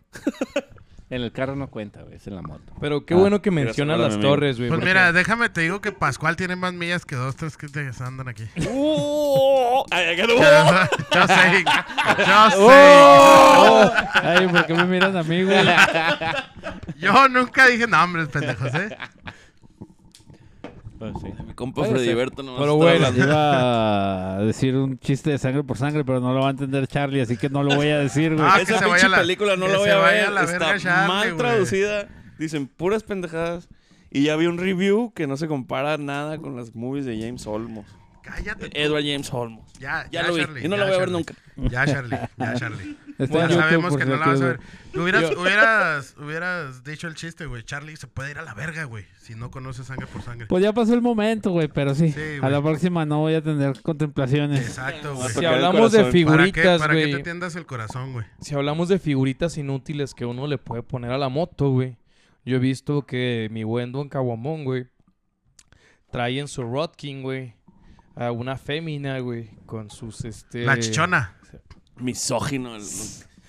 Speaker 5: En el carro no cuenta, güey, es en la moto.
Speaker 6: Pero qué
Speaker 2: Ah,
Speaker 6: bueno que
Speaker 2: gracias,
Speaker 6: mencionas
Speaker 2: ahora,
Speaker 6: las
Speaker 2: mi amigo.
Speaker 6: torres, güey.
Speaker 4: Pues
Speaker 6: porque-
Speaker 4: mira, déjame, te digo que Pascual tiene más millas que dos, tres que te andan aquí.
Speaker 6: [LAUGHS]
Speaker 2: ¡Oh! Ay, ay, ay,
Speaker 4: Yo, sé.
Speaker 6: [LAUGHS]
Speaker 4: Yo sé.
Speaker 6: ¡Oh!
Speaker 3: Ay, ¿por qué me miran a mí, güey?
Speaker 4: Yo nunca dije nombres, pendejos, ¿eh?
Speaker 5: Pues sí.
Speaker 2: Mi compa
Speaker 5: Puede
Speaker 2: Freddy
Speaker 5: ser.
Speaker 2: Berto nomás
Speaker 6: Pero
Speaker 2: está
Speaker 6: bueno.
Speaker 2: hablando.
Speaker 3: Iba a decir un chiste de sangre por sangre, pero no lo va a entender Charlie, así que no lo voy a decir, güey.
Speaker 4: Ah, que
Speaker 2: Esa
Speaker 4: se vaya
Speaker 2: pinche
Speaker 4: la-
Speaker 2: película no
Speaker 4: que
Speaker 2: la voy
Speaker 4: se
Speaker 2: a
Speaker 4: vaya
Speaker 2: ver.
Speaker 4: la verga
Speaker 2: Está
Speaker 4: Charlie,
Speaker 2: mal
Speaker 4: güey.
Speaker 2: traducida. Dicen puras pendejadas. Y ya vi un review que no se compara nada con las movies de James Olmos.
Speaker 4: Cállate.
Speaker 2: Edward James Olmos.
Speaker 4: Ya,
Speaker 2: Ya, lo vi.
Speaker 4: Charlie,
Speaker 2: y no
Speaker 4: ya,
Speaker 2: lo voy a ver
Speaker 4: Charlie.
Speaker 2: nunca.
Speaker 4: Ya, Charlie, ya,
Speaker 3: [LAUGHS]
Speaker 4: Charlie.
Speaker 3: Está en
Speaker 4: Ya
Speaker 3: YouTube,
Speaker 4: sabemos
Speaker 3: Este por
Speaker 4: que
Speaker 3: si
Speaker 4: no la vas a
Speaker 3: acaso,
Speaker 4: ver. Tú hubieras, hubieras, hubieras dicho el chiste, güey. Charlie se puede ir a la verga, güey. Si no conoce sangre por sangre.
Speaker 3: Pues ya pasó el momento, güey, pero sí.
Speaker 4: Sí,
Speaker 3: a
Speaker 4: güey.
Speaker 3: la próxima no voy a tener contemplaciones.
Speaker 4: Exacto,
Speaker 2: Vas
Speaker 3: pues,
Speaker 4: güey.
Speaker 2: a
Speaker 6: Si
Speaker 2: tocar el
Speaker 6: hablamos de
Speaker 2: corazón.
Speaker 4: ¿Para qué,
Speaker 6: figuritas,
Speaker 4: para qué te
Speaker 6: güey.
Speaker 4: tiendas el corazón, güey?
Speaker 6: Si hablamos de figuritas inútiles que uno le puede poner a la moto, güey. Yo he visto que mi buen Don Caguamón, güey, trae en su Rodkin, güey, a una fémina, güey, con sus, este...
Speaker 4: La chichona.
Speaker 2: Misógino. el-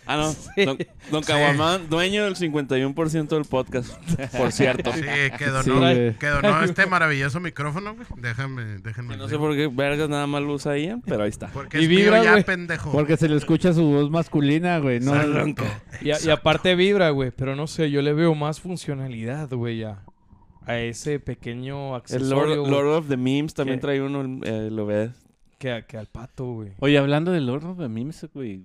Speaker 2: Ah, no.
Speaker 6: Sí.
Speaker 2: Don, don Caguamán, dueño del 51% del podcast. Por cierto.
Speaker 4: Sí, que donó,
Speaker 3: Sí, güey. [LAUGHS]
Speaker 4: que donó este maravilloso micrófono, güey. Déjame,
Speaker 2: [LAUGHS]
Speaker 4: déjenme.
Speaker 2: No sé por qué vergas nada más lo usa Ian, pero ahí está.
Speaker 4: Porque
Speaker 6: Y
Speaker 4: es
Speaker 6: vibra,
Speaker 4: mío ya,
Speaker 6: güey.
Speaker 4: pendejo.
Speaker 3: Porque se le escucha su voz masculina, güey. No,
Speaker 4: Exacto.
Speaker 6: Y, a- y aparte vibra, güey, pero no sé, yo le veo más funcionalidad, güey, a, a ese pequeño
Speaker 2: El
Speaker 6: accesorio
Speaker 2: Lord,
Speaker 6: güey,
Speaker 2: Lord of the Memes también
Speaker 6: ¿Qué?
Speaker 2: trae uno, el- eh, lo ves.
Speaker 6: Que, a- que al pato, güey.
Speaker 5: Oye, hablando del horno de memes, güey.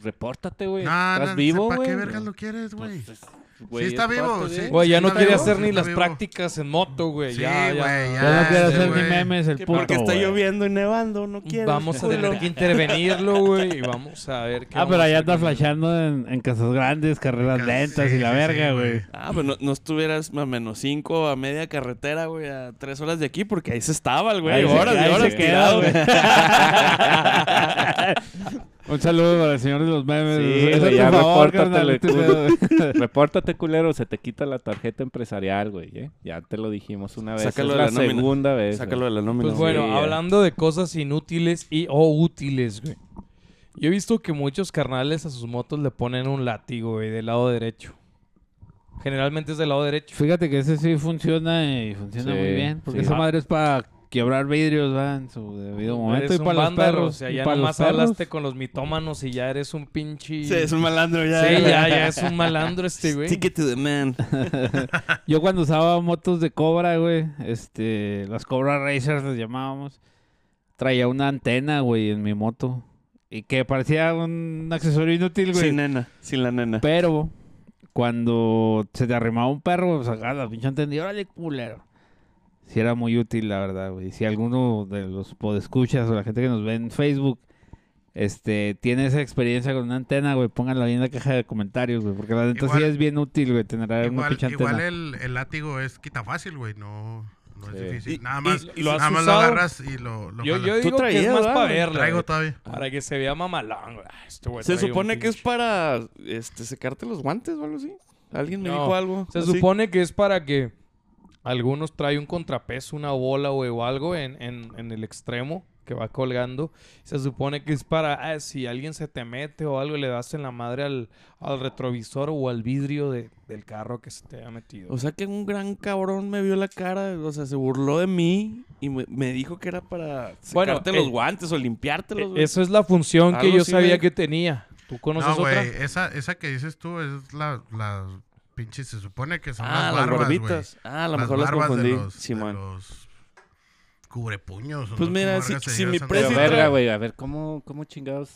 Speaker 5: Repórtate, güey.
Speaker 4: No,
Speaker 5: ¿Estás
Speaker 4: no,
Speaker 5: vivo,
Speaker 4: ¿Para
Speaker 5: güey?
Speaker 4: qué vergas lo quieres, güey?
Speaker 5: Pues, es- güey,
Speaker 4: Sí está
Speaker 5: es
Speaker 4: vivo,
Speaker 5: parte
Speaker 4: sí.
Speaker 5: de-
Speaker 6: Güey, ya no
Speaker 4: está
Speaker 6: quiere
Speaker 4: vivo,
Speaker 6: hacer ni
Speaker 4: está
Speaker 6: las
Speaker 4: vivo.
Speaker 6: prácticas en moto, güey.
Speaker 4: Sí,
Speaker 6: ya, ya.
Speaker 4: güey,
Speaker 3: Ya no quiero
Speaker 4: ese
Speaker 3: hacer ni
Speaker 4: güey.
Speaker 3: memes el puto,
Speaker 2: Porque está
Speaker 3: güey.
Speaker 2: lloviendo y nevando, no quiero.
Speaker 6: Vamos a
Speaker 2: culo.
Speaker 6: tener que intervenirlo, güey, y vamos a ver qué
Speaker 3: Ah,
Speaker 6: vamos
Speaker 3: pero
Speaker 6: a
Speaker 3: allá
Speaker 6: hacer
Speaker 3: anda
Speaker 6: con él.
Speaker 3: flasheando en, en casas grandes, carreras
Speaker 4: Cas-
Speaker 3: lentas
Speaker 4: sí,
Speaker 3: y la
Speaker 4: sí,
Speaker 3: verga,
Speaker 4: sí,
Speaker 3: güey.
Speaker 2: Ah, pues no, no estuvieras a menos cinco a media carretera, güey, a tres horas de aquí, porque ahí se estaba el güey.
Speaker 3: Ahí se-
Speaker 2: horas
Speaker 3: ahí
Speaker 2: y
Speaker 3: se
Speaker 2: horas
Speaker 3: queda,
Speaker 2: tirado,
Speaker 3: güey.
Speaker 2: güey.
Speaker 5: [LAUGHS]
Speaker 3: Un saludo para el señor de los memes.
Speaker 5: Sí,
Speaker 3: Hazte
Speaker 5: güey,
Speaker 3: tu
Speaker 5: ya
Speaker 3: favor,
Speaker 5: repórtatele,
Speaker 3: carnal, este
Speaker 5: tú.
Speaker 3: pedo, güey.
Speaker 5: [LAUGHS] Repórtate, culero, se te quita la tarjeta empresarial, güey. ¿eh? Ya te lo dijimos una vez.
Speaker 2: Sácalo
Speaker 5: es
Speaker 2: de
Speaker 5: la,
Speaker 2: la nómina.
Speaker 5: segunda vez.
Speaker 2: Sácalo
Speaker 5: güey.
Speaker 2: de la nómina.
Speaker 6: Pues bueno,
Speaker 5: Sí, ya.
Speaker 6: hablando de cosas inútiles y o útiles, güey. Yo he visto que muchos carnales a sus motos le ponen un látigo, güey, del lado derecho. Generalmente es del lado derecho.
Speaker 3: [LAUGHS] Fíjate que ese sí funciona y funciona
Speaker 5: Sí,
Speaker 3: muy bien. Porque
Speaker 5: sí.
Speaker 3: esa
Speaker 5: Ah.
Speaker 3: madre es para quebrar vidrios, ¿va? En su debido momento.
Speaker 6: Eres
Speaker 3: Y
Speaker 6: un
Speaker 3: para los
Speaker 6: vándalo,
Speaker 3: perros.
Speaker 6: O sea,
Speaker 3: y
Speaker 6: ya
Speaker 3: para los
Speaker 6: nomás
Speaker 3: perros.
Speaker 6: hablaste con los mitómanos y ya eres un pinche...
Speaker 2: [LAUGHS] Sí, es un malandro ya.
Speaker 6: Sí,
Speaker 2: güey.
Speaker 6: ya, ya es un malandro este, güey.
Speaker 2: Ticket to the [LAUGHS] man.
Speaker 3: Yo cuando usaba motos de Cobra, güey, este, las Cobra Racers las llamábamos, traía una antena, güey, en mi moto. Y que parecía un accesorio inútil, güey.
Speaker 2: Sin nena, sin la nena.
Speaker 3: Pero cuando se te arrimaba un perro, pues acá la pinche antena y órale, culero. Sí era muy útil, la verdad, güey. Si alguno de los podescuchas o la gente que nos ve en Facebook, este, tiene esa experiencia con una antena, güey, pónganlo ahí en la caja de comentarios, güey. Porque la neta
Speaker 4: Igual-
Speaker 3: sí es bien útil, güey, tener una
Speaker 4: Igual,
Speaker 3: pinche antena.
Speaker 4: igual el, el látigo es quita fácil, güey. No, no es
Speaker 5: Sí.
Speaker 4: difícil.
Speaker 2: Y-
Speaker 4: nada
Speaker 2: y-
Speaker 4: más,
Speaker 6: y lo has
Speaker 4: nada más lo
Speaker 6: usado.
Speaker 4: agarras y lo, lo
Speaker 6: Yo,
Speaker 4: jalas.
Speaker 6: yo
Speaker 2: Tú
Speaker 6: digo que es
Speaker 2: traías,
Speaker 6: más
Speaker 2: ¿verdad?
Speaker 6: para verla,
Speaker 4: Traigo
Speaker 6: güey,
Speaker 4: todavía.
Speaker 6: Para que se vea mamalón, güey. Ah, este güey
Speaker 2: Se
Speaker 6: trae un
Speaker 2: supone que es
Speaker 6: pinche-
Speaker 2: para este, secarte los guantes o algo así. Alguien me
Speaker 6: No,
Speaker 2: dijo algo.
Speaker 6: Se
Speaker 2: así.
Speaker 6: supone que es para que algunos trae un contrapeso, una bola güey, o algo en, en- en el extremo que va colgando. Se supone que es para ah, si alguien se te mete o algo, le das en la madre al, al retrovisor o al vidrio de- del carro que se te ha metido.
Speaker 2: O sea que un gran cabrón me vio la cara, o sea, se burló de mí y me, me dijo que era para
Speaker 6: Bueno,
Speaker 2: secarte
Speaker 6: eh,
Speaker 2: los guantes o limpiártelos.
Speaker 6: E-
Speaker 2: güey.
Speaker 6: Esa es la función que
Speaker 2: Algo
Speaker 6: yo
Speaker 2: sí
Speaker 6: sabía
Speaker 2: me-
Speaker 6: que tenía. ¿Tú conoces
Speaker 4: No,
Speaker 6: otra?
Speaker 4: güey. Esa, esa que dices tú es la, las pinches. Se supone que son
Speaker 2: Ah, las
Speaker 4: las barbas, güey.
Speaker 2: barbitas. Ah, a lo
Speaker 4: Las
Speaker 2: mejor las
Speaker 4: barbas
Speaker 2: confundí.
Speaker 4: De los, de
Speaker 2: Simón.
Speaker 4: los cubrepuños. o
Speaker 2: Pues
Speaker 4: no sé
Speaker 2: mira,
Speaker 4: cómo
Speaker 2: si-
Speaker 4: verga se
Speaker 2: si
Speaker 4: diga
Speaker 2: mi
Speaker 4: esa
Speaker 2: presi-
Speaker 5: Pero
Speaker 2: sí
Speaker 4: madre,
Speaker 5: verga,
Speaker 2: trae-
Speaker 5: güey, a ver, ¿cómo, cómo chingados?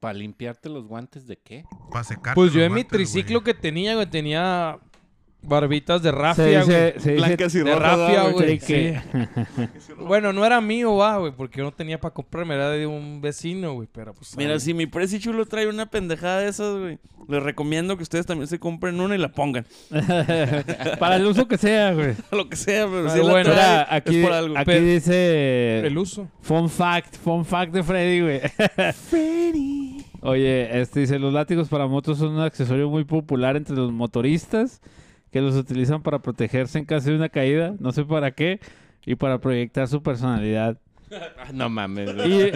Speaker 5: ¿Para limpiarte los guantes de qué?
Speaker 4: pa' secarte
Speaker 6: Pues yo
Speaker 4: los
Speaker 6: en mi
Speaker 4: guantes, güey.
Speaker 6: triciclo que tenía, güey, tenía barbitas de
Speaker 3: Se
Speaker 6: rafia, güey.
Speaker 3: dice- se dice
Speaker 2: Blancas y
Speaker 6: de
Speaker 2: rojas,
Speaker 6: rafia,
Speaker 2: ah,
Speaker 6: güey.
Speaker 3: [LAUGHS] trique.
Speaker 6: Bueno, no era mío, va, güey, porque yo no tenía para comprarme, era de un vecino, güey, pero pues...
Speaker 2: Mira,
Speaker 6: ahí-
Speaker 2: si mi presi chulo trae una pendejada de esas, güey, les recomiendo que ustedes también se compren una y la pongan. [LAUGHS]
Speaker 3: Para el uso que sea, güey.
Speaker 2: lo que sea, pero
Speaker 6: Ah,
Speaker 2: si
Speaker 6: bueno,
Speaker 2: la trae,
Speaker 3: Mira, aquí,
Speaker 2: es por algo.
Speaker 3: aquí
Speaker 6: Pe-
Speaker 2: eh,
Speaker 3: dice
Speaker 6: El uso.
Speaker 3: fun fact, fun fact de Freddy, güey.
Speaker 2: Freddy.
Speaker 3: Oye, este dice, los látigos para motos son un accesorio muy popular entre los motoristas que los utilizan para protegerse en caso de una caída, no sé para qué, y para proyectar su personalidad.
Speaker 5: Ah, no mames,
Speaker 3: Y,
Speaker 5: güey.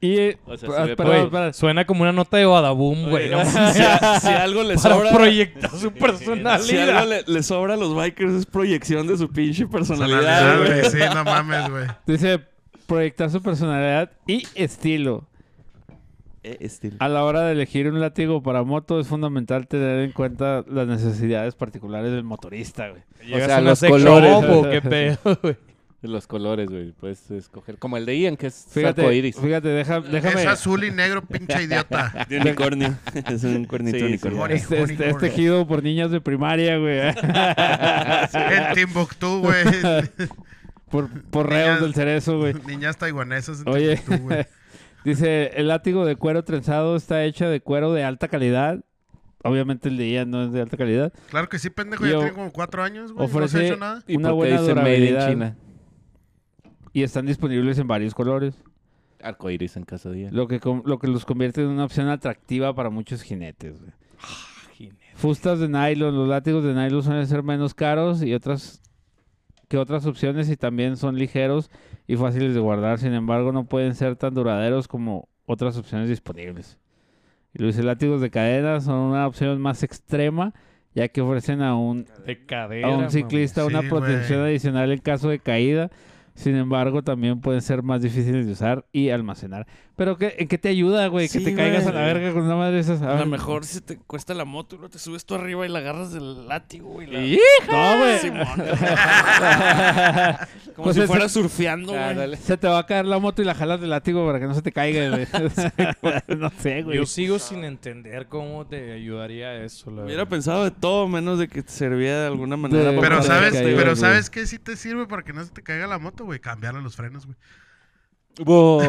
Speaker 3: y
Speaker 5: O sea,
Speaker 3: ah,
Speaker 5: se ve
Speaker 3: perdón,
Speaker 6: Güey,
Speaker 3: espera.
Speaker 6: Suena como una nota de Badaboom, güey. no [LAUGHS] mames.
Speaker 2: [LAUGHS] si, a- si algo le
Speaker 6: para
Speaker 2: sobra...
Speaker 6: proyectar
Speaker 2: [LAUGHS]
Speaker 6: su
Speaker 2: Si algo
Speaker 6: personalidad.
Speaker 2: le, le sobra a los bikers es proyección de su pinche
Speaker 4: Personalidad,
Speaker 2: personalidad,
Speaker 4: güey.
Speaker 2: güey.
Speaker 4: Sí, no mames, güey.
Speaker 3: Dice proyectar su personalidad y estilo.
Speaker 2: eh, Steel.
Speaker 3: A la hora de elegir un látigo para moto es fundamental tener en cuenta las necesidades particulares del motorista, güey.
Speaker 6: O sea, los colores.
Speaker 2: [LAUGHS]
Speaker 6: qué pedo, güey.
Speaker 5: Los colores, güey. Puedes escoger. Como el de Ian, que es
Speaker 3: Fíjate,
Speaker 5: arcoíris.
Speaker 3: fíjate, deja- déjame. este,
Speaker 4: Es azul y negro, pinche
Speaker 2: [LAUGHS]
Speaker 4: idiota.
Speaker 2: De unicornio. es un cuernito
Speaker 5: Sí,
Speaker 2: de
Speaker 5: sí.
Speaker 2: unicornio.
Speaker 4: Ore-
Speaker 3: Este, este, es tejido por niñas de primaria, güey. ¿eh?
Speaker 4: En Timbuktu, güey.
Speaker 3: por, por reos del cerezo, güey.
Speaker 4: [LAUGHS] Niñas taiwanesas en
Speaker 3: Oye, [LAUGHS]
Speaker 4: Timbuktu, güey.
Speaker 3: dice, el látigo de cuero trenzado está hecho de cuero de alta calidad. Obviamente el de ella no es de alta calidad.
Speaker 4: Claro que sí, pendejo. Ya
Speaker 3: Yo-
Speaker 4: tiene como cuatro años, güey. No se ha
Speaker 3: ofrece
Speaker 4: hecho nada.
Speaker 5: ¿Y
Speaker 3: una
Speaker 5: por qué
Speaker 3: buena
Speaker 5: dice Made in
Speaker 3: durabilidad.
Speaker 5: China?
Speaker 3: Y están disponibles en varios colores,
Speaker 5: Arcoíris en caso de Ian.
Speaker 3: lo que, com- lo que los convierte en una opción atractiva para muchos jinetes. güey. Fustas de nylon, los látigos de nylon suelen ser menos caros y otras que otras opciones y también son ligeros y fáciles de guardar, sin embargo no pueden ser tan duraderos como otras opciones disponibles. Y los látigos de cadena son una opción más extrema, ya que ofrecen a un
Speaker 6: De cadera.
Speaker 3: a un ciclista
Speaker 4: mamón.
Speaker 3: una
Speaker 4: Sí,
Speaker 3: protección
Speaker 4: güey.
Speaker 3: adicional en caso de caída. Sin embargo, también pueden ser más difíciles de usar y almacenar. Pero ¿qué, ¿en qué te ayuda, güey?
Speaker 2: Sí,
Speaker 3: que te caigas a
Speaker 2: güey.
Speaker 3: la verga con una madre de esas.
Speaker 2: A
Speaker 3: Ah,
Speaker 2: lo mejor si te cuesta la moto y luego te subes tú arriba y la agarras del látigo, güey. la-
Speaker 3: No, güey.
Speaker 2: Simón.
Speaker 3: [LAUGHS]
Speaker 2: Como
Speaker 3: Pues
Speaker 2: si
Speaker 3: es-
Speaker 2: fuera surfeando,
Speaker 5: Ah,
Speaker 2: güey.
Speaker 5: dale.
Speaker 3: Se te va a caer la moto y la jalas del látigo para que no se te caiga, güey. [LAUGHS] no sé, güey.
Speaker 6: Yo sigo sin entender cómo te ayudaría eso, la
Speaker 2: Hubiera
Speaker 6: verdad.
Speaker 2: pensado de todo menos de que te servía de alguna manera.
Speaker 3: De-
Speaker 2: para
Speaker 4: Pero
Speaker 3: Porque
Speaker 4: sabes,
Speaker 3: te cayó,
Speaker 4: pero
Speaker 3: güey.
Speaker 4: sabes que sí te sirve para que no se te caiga la moto, güey. Cambiarle los frenos, güey.
Speaker 2: Wow.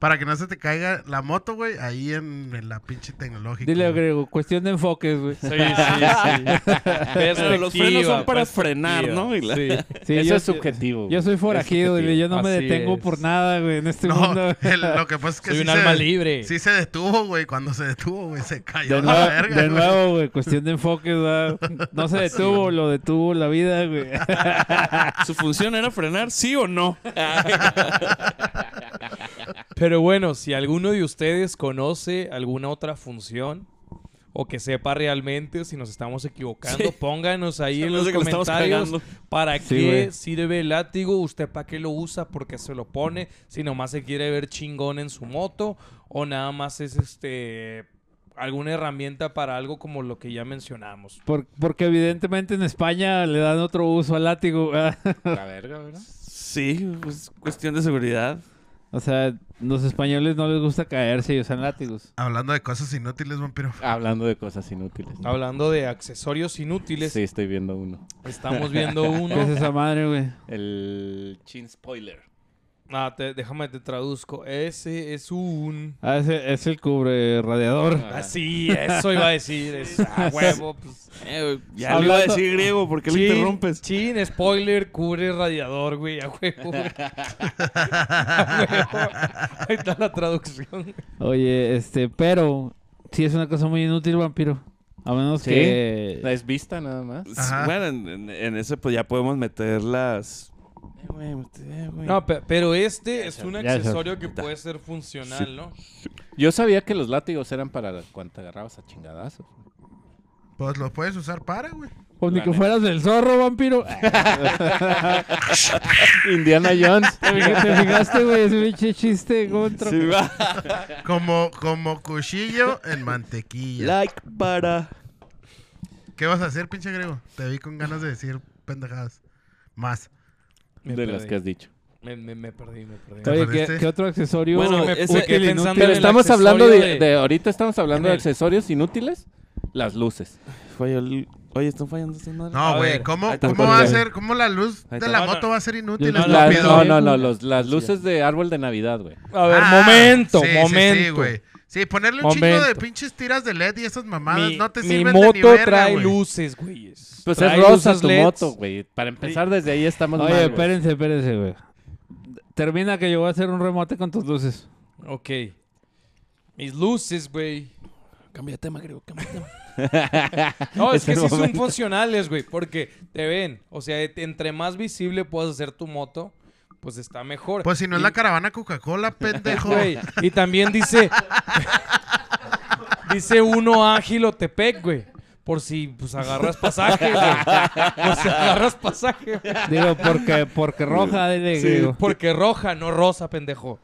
Speaker 4: Para que no se te caiga la moto, güey. Ahí en, en la pinche tecnológica.
Speaker 3: Dile,
Speaker 4: güey.
Speaker 3: Grego, cuestión de enfoques, güey.
Speaker 6: Sí, [LAUGHS] sí, sí.
Speaker 2: [LAUGHS] Pero los frenos son para frenar,
Speaker 6: perspectiva.
Speaker 2: ¿no? Y la-
Speaker 6: pues, Sí.
Speaker 3: Sí,
Speaker 5: Eso
Speaker 3: yo,
Speaker 5: es subjetivo.
Speaker 3: Yo soy forajido, dile, yo no me
Speaker 6: Así
Speaker 3: detengo
Speaker 6: es.
Speaker 3: por nada, güey, en este mundo.
Speaker 4: No, [LAUGHS] el- lo que pasa es que
Speaker 6: Soy
Speaker 4: sí
Speaker 6: un
Speaker 4: se-
Speaker 6: alma libre.
Speaker 4: Sí se detuvo, güey. Cuando se detuvo, güey, se
Speaker 3: De,
Speaker 4: cayó a la
Speaker 3: nuevo-
Speaker 4: verga,
Speaker 3: de
Speaker 4: güey.
Speaker 3: nuevo, güey, cuestión de enfoques, ¿verdad? No se detuvo, lo detuvo la vida, güey. [LAUGHS]
Speaker 2: ¿Su función era frenar, sí o no?
Speaker 6: Pero bueno, si alguno de ustedes conoce alguna otra función o que sepa realmente si nos estamos equivocando,
Speaker 2: Sí.
Speaker 6: pónganos ahí
Speaker 2: Se
Speaker 6: en
Speaker 2: me
Speaker 6: los
Speaker 2: hace que lo estamos
Speaker 6: comentarios para
Speaker 3: Sí,
Speaker 6: qué
Speaker 3: güey.
Speaker 6: sirve el látigo, usted para qué lo usa, porque se lo pone, si nomás se quiere ver chingón en su moto o nada más es este alguna herramienta para algo como lo que ya mencionamos.
Speaker 3: Por- porque evidentemente en España le dan otro uso al látigo, ¿verdad? [LAUGHS]
Speaker 5: La verga, ¿verdad?
Speaker 2: Sí, pues cuestión de seguridad.
Speaker 3: O sea, los españoles no les gusta caerse y usan látigos.
Speaker 4: Hablando de cosas inútiles, vampiro.
Speaker 5: Hablando de cosas inútiles.
Speaker 6: Hablando de accesorios inútiles,
Speaker 5: Sí, estoy viendo uno.
Speaker 6: estamos
Speaker 3: [LAUGHS]
Speaker 6: viendo uno.
Speaker 3: ¿Qué es esa madre, güey?
Speaker 5: El chin spoiler.
Speaker 6: Ah, te- déjame te traduzco. Ese es un
Speaker 3: Ah, ese- es el cubre radiador.
Speaker 5: Ah,
Speaker 6: Así, eso iba a decir. Es a huevo,
Speaker 4: [LAUGHS]
Speaker 6: pues.
Speaker 2: Eh, ya
Speaker 3: Hablando-
Speaker 2: le iba a decir griego, ¿por qué lo
Speaker 6: Chin,
Speaker 2: interrumpes?
Speaker 6: Chin, spoiler, cubre radiador, güey, a huevo.
Speaker 3: [LAUGHS]
Speaker 6: güey. A huevo. Ahí está la traducción.
Speaker 3: Oye, este, pero sí es una cosa muy inútil, vampiro. A menos
Speaker 5: Sí.
Speaker 3: que...
Speaker 5: Es vista nada más.
Speaker 4: Ajá.
Speaker 2: pues, Bueno, en, en- en ese pues ya podemos meter las... Eh, güey, mete- eh, güey.
Speaker 6: No, pe- pero este es un
Speaker 3: ya, ya.
Speaker 6: accesorio que puede ser funcional, ¿no?
Speaker 5: Yo sabía que los látigos eran para cuando te agarrabas a chingadazos. [LAUGHS]
Speaker 4: Pues lo puedes usar para, güey.
Speaker 3: O ni
Speaker 5: La
Speaker 3: que
Speaker 5: neta.
Speaker 3: fueras del
Speaker 2: [LAUGHS]
Speaker 3: zorro, vampiro.
Speaker 5: Indiana Jones.
Speaker 3: ¿Te fijaste, güey? Ese pinche chiste contra...
Speaker 2: Sí, va.
Speaker 4: [LAUGHS] Como, como cuchillo en mantequilla.
Speaker 2: Like para...
Speaker 4: ¿Qué vas a hacer, pinche grego? Te vi con ganas de decir pendejadas. Más.
Speaker 6: Me
Speaker 5: de
Speaker 6: perdí.
Speaker 5: las que has dicho.
Speaker 6: Me, me- me perdí, me perdí.
Speaker 3: Oye, ¿qué,
Speaker 4: perdiste?
Speaker 3: qué otro accesorio?
Speaker 2: Bueno,
Speaker 6: me
Speaker 2: ese-
Speaker 6: me quedé
Speaker 2: Pero
Speaker 6: pensando en
Speaker 5: Pero
Speaker 6: el
Speaker 5: estamos hablando de,
Speaker 6: accesorio
Speaker 5: de- ahorita estamos hablando
Speaker 6: en
Speaker 5: de
Speaker 6: el-
Speaker 5: accesorios inútiles. Las luces.
Speaker 2: Falló el- Oye, ¿están fallando estas madres?
Speaker 4: No,
Speaker 6: A
Speaker 4: güey.
Speaker 6: ver,
Speaker 4: ¿Cómo,
Speaker 2: ahí te
Speaker 4: cómo
Speaker 2: lo
Speaker 4: va a
Speaker 2: pongo.
Speaker 4: ser? ¿Cómo la luz
Speaker 2: Ahí
Speaker 4: de
Speaker 2: te-
Speaker 4: la
Speaker 2: No,
Speaker 4: moto va a ser inútil?
Speaker 3: Yo no-
Speaker 5: Las-
Speaker 4: estúpido?
Speaker 5: no, no, no, los- las luces de árbol de Navidad, güey.
Speaker 6: A ver,
Speaker 4: Ah,
Speaker 6: momento,
Speaker 4: sí, sí,
Speaker 6: momento.
Speaker 4: Sí, güey. Sí, ponerle un chingo de
Speaker 6: Momento.
Speaker 4: pinches tiras de LED y esas mamadas
Speaker 6: mi
Speaker 4: no te
Speaker 6: mi
Speaker 4: sirven de
Speaker 6: moto
Speaker 4: ni verga,
Speaker 6: trae
Speaker 4: güey.
Speaker 6: luces, güey.
Speaker 5: Pues
Speaker 6: Trae
Speaker 5: es rosa
Speaker 6: luces E
Speaker 5: tu
Speaker 6: LEDs.
Speaker 5: moto, güey. Para empezar, desde ahí estamos
Speaker 3: E Oye,
Speaker 5: mal, güey.
Speaker 3: espérense, espérense, güey. Termina que yo voy a hacer un remote con tus luces.
Speaker 6: Ok. Mis luces, güey.
Speaker 2: Cambia de tema, creo. Cambia de tema.
Speaker 6: [LAUGHS] No, es,
Speaker 5: Es
Speaker 4: Este
Speaker 6: que
Speaker 5: el
Speaker 6: sí son
Speaker 5: momento.
Speaker 6: funcionales, güey, porque te ven. O sea, et- entre más visible puedas hacer tu moto, pues está mejor.
Speaker 4: Pues si no es
Speaker 6: Y-
Speaker 4: la caravana Coca-Cola,
Speaker 6: [LAUGHS]
Speaker 4: pendejo.
Speaker 6: Güey, y también dice... [LAUGHS] dice uno ágil o tepec, güey. Por si, pues, agarras pasaje, güey. Por si agarras pasaje, güey.
Speaker 3: Digo, porque, porque roja, dile,
Speaker 6: [LAUGHS] Sí,
Speaker 3: digo.
Speaker 6: porque roja, no rosa, pendejo.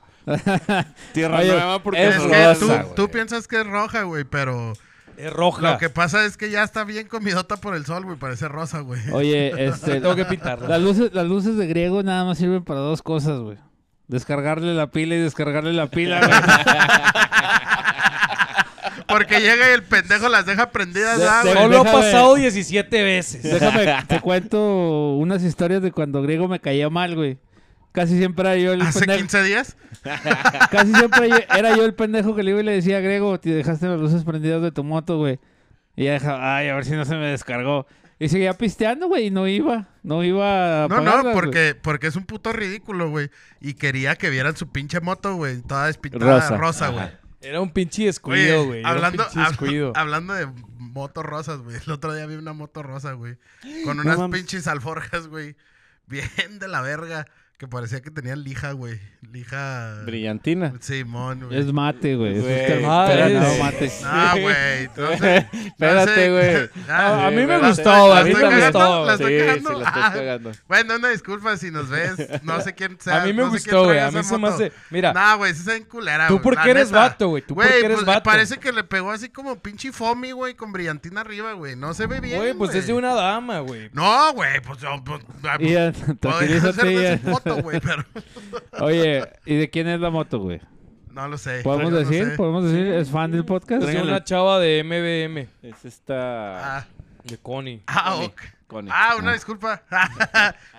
Speaker 2: Tierra
Speaker 3: Oye,
Speaker 2: Nueva porque
Speaker 5: es
Speaker 2: nos
Speaker 4: Es
Speaker 2: roba-
Speaker 4: que tú,
Speaker 5: rosa,
Speaker 4: tú
Speaker 5: güey.
Speaker 4: piensas que es roja, güey, pero
Speaker 6: Es roja.
Speaker 4: lo que pasa es que ya está bien comidota por el sol, güey. Parece rosa,
Speaker 6: [LAUGHS]
Speaker 4: güey.
Speaker 3: Oye, este,
Speaker 6: Tengo que pintarla.
Speaker 3: las, luces, las luces de griego nada más sirven para dos cosas, güey. Descargarle la pila y descargarle la pila,
Speaker 6: [LAUGHS]
Speaker 3: güey.
Speaker 4: Porque llega y el pendejo las deja prendidas,
Speaker 3: De-
Speaker 4: ah,
Speaker 3: de-
Speaker 4: güey.
Speaker 6: Solo ha
Speaker 3: Déjame-
Speaker 6: pasado 17 veces.
Speaker 3: Déjame, te cuento unas historias de cuando griego me caía mal, güey. Casi siempre era yo el
Speaker 6: Ah,
Speaker 4: Hace
Speaker 3: pendejo.
Speaker 4: 15 días.
Speaker 3: Casi siempre yo- era yo el pendejo que le iba y le decía, Grego, te dejaste las luces prendidas de tu moto, güey. Y ya dejaba, ay, a ver si no se me descargó. Y seguía pisteando, güey, y no iba. No iba a
Speaker 4: No, no,
Speaker 3: apagarlas, güey.
Speaker 4: porque, porque es un puto ridículo, güey. Y quería que vieran su pinche moto, güey. Toda despintada
Speaker 5: Rosa.
Speaker 4: rosa, güey.
Speaker 6: Era un pinche
Speaker 4: Oye,
Speaker 6: descuido, güey. Era un
Speaker 4: hablando,
Speaker 6: pinche
Speaker 4: hab-
Speaker 6: descuido.
Speaker 4: [LAUGHS] hablando de motos rosas, güey. El otro día vi una moto rosa, güey. Con unas
Speaker 2: mames.
Speaker 4: pinches alforjas, güey. [LAUGHS] Bien de la verga. Que parecía que tenían lija, güey. Lija.
Speaker 5: Brillantina.
Speaker 4: Simón, güey.
Speaker 3: Es mate, güey. Eso está-
Speaker 5: Güey,
Speaker 3: Pero no,
Speaker 6: madres.
Speaker 3: mate.
Speaker 4: Ah,
Speaker 6: [LAUGHS]
Speaker 4: güey. Entonces.
Speaker 5: Espérate, güey.
Speaker 4: [LAUGHS] Ah,
Speaker 6: A mí me
Speaker 4: la-
Speaker 6: gustó,
Speaker 4: la
Speaker 6: a mí
Speaker 4: estoy
Speaker 6: me
Speaker 4: cagando,
Speaker 6: gustó.
Speaker 4: la
Speaker 5: Sí,
Speaker 4: estoy
Speaker 5: sí, la
Speaker 4: cagando.
Speaker 5: estás
Speaker 4: Ah,
Speaker 5: cagando.
Speaker 4: Bueno, una disculpa si nos ves. No sé quién sea.
Speaker 6: A mí me
Speaker 4: no sé quién
Speaker 6: gustó, güey.
Speaker 4: traiga
Speaker 6: A mí
Speaker 4: esa
Speaker 6: se me
Speaker 4: moto.
Speaker 6: hace. Mira,
Speaker 4: Nah, güey, sí se ven culera,
Speaker 6: tú
Speaker 4: güey, la
Speaker 6: porque eres
Speaker 4: neta.
Speaker 6: vato, güey. Tú porque eres
Speaker 4: pues,
Speaker 6: vato.
Speaker 4: parece que le pegó así como pinche foamy, güey, con brillantina arriba, güey. No se ve bien,
Speaker 6: Güey, pues es de una dama, güey.
Speaker 4: No, güey, pues... yo- pues, ah, pues,
Speaker 3: Ian,
Speaker 4: [LAUGHS] Podría
Speaker 3: tranquilízate,
Speaker 4: ser de
Speaker 3: Ian.
Speaker 4: su foto, güey, pero...
Speaker 3: [LAUGHS]
Speaker 4: [LAUGHS]
Speaker 3: Oye, ¿y de quién es la moto, güey?
Speaker 4: No lo sé.
Speaker 3: ¿Podemos
Speaker 4: yo no
Speaker 3: decir?
Speaker 4: sé.
Speaker 3: ¿Podemos decir? ¿Es fan del podcast?
Speaker 6: Es de una chava de MBM,
Speaker 5: Es esta.
Speaker 4: Ah,
Speaker 6: de Connie.
Speaker 4: ah,
Speaker 5: Connie,
Speaker 4: ok.
Speaker 5: Connie.
Speaker 4: Ah, una disculpa. [LAUGHS]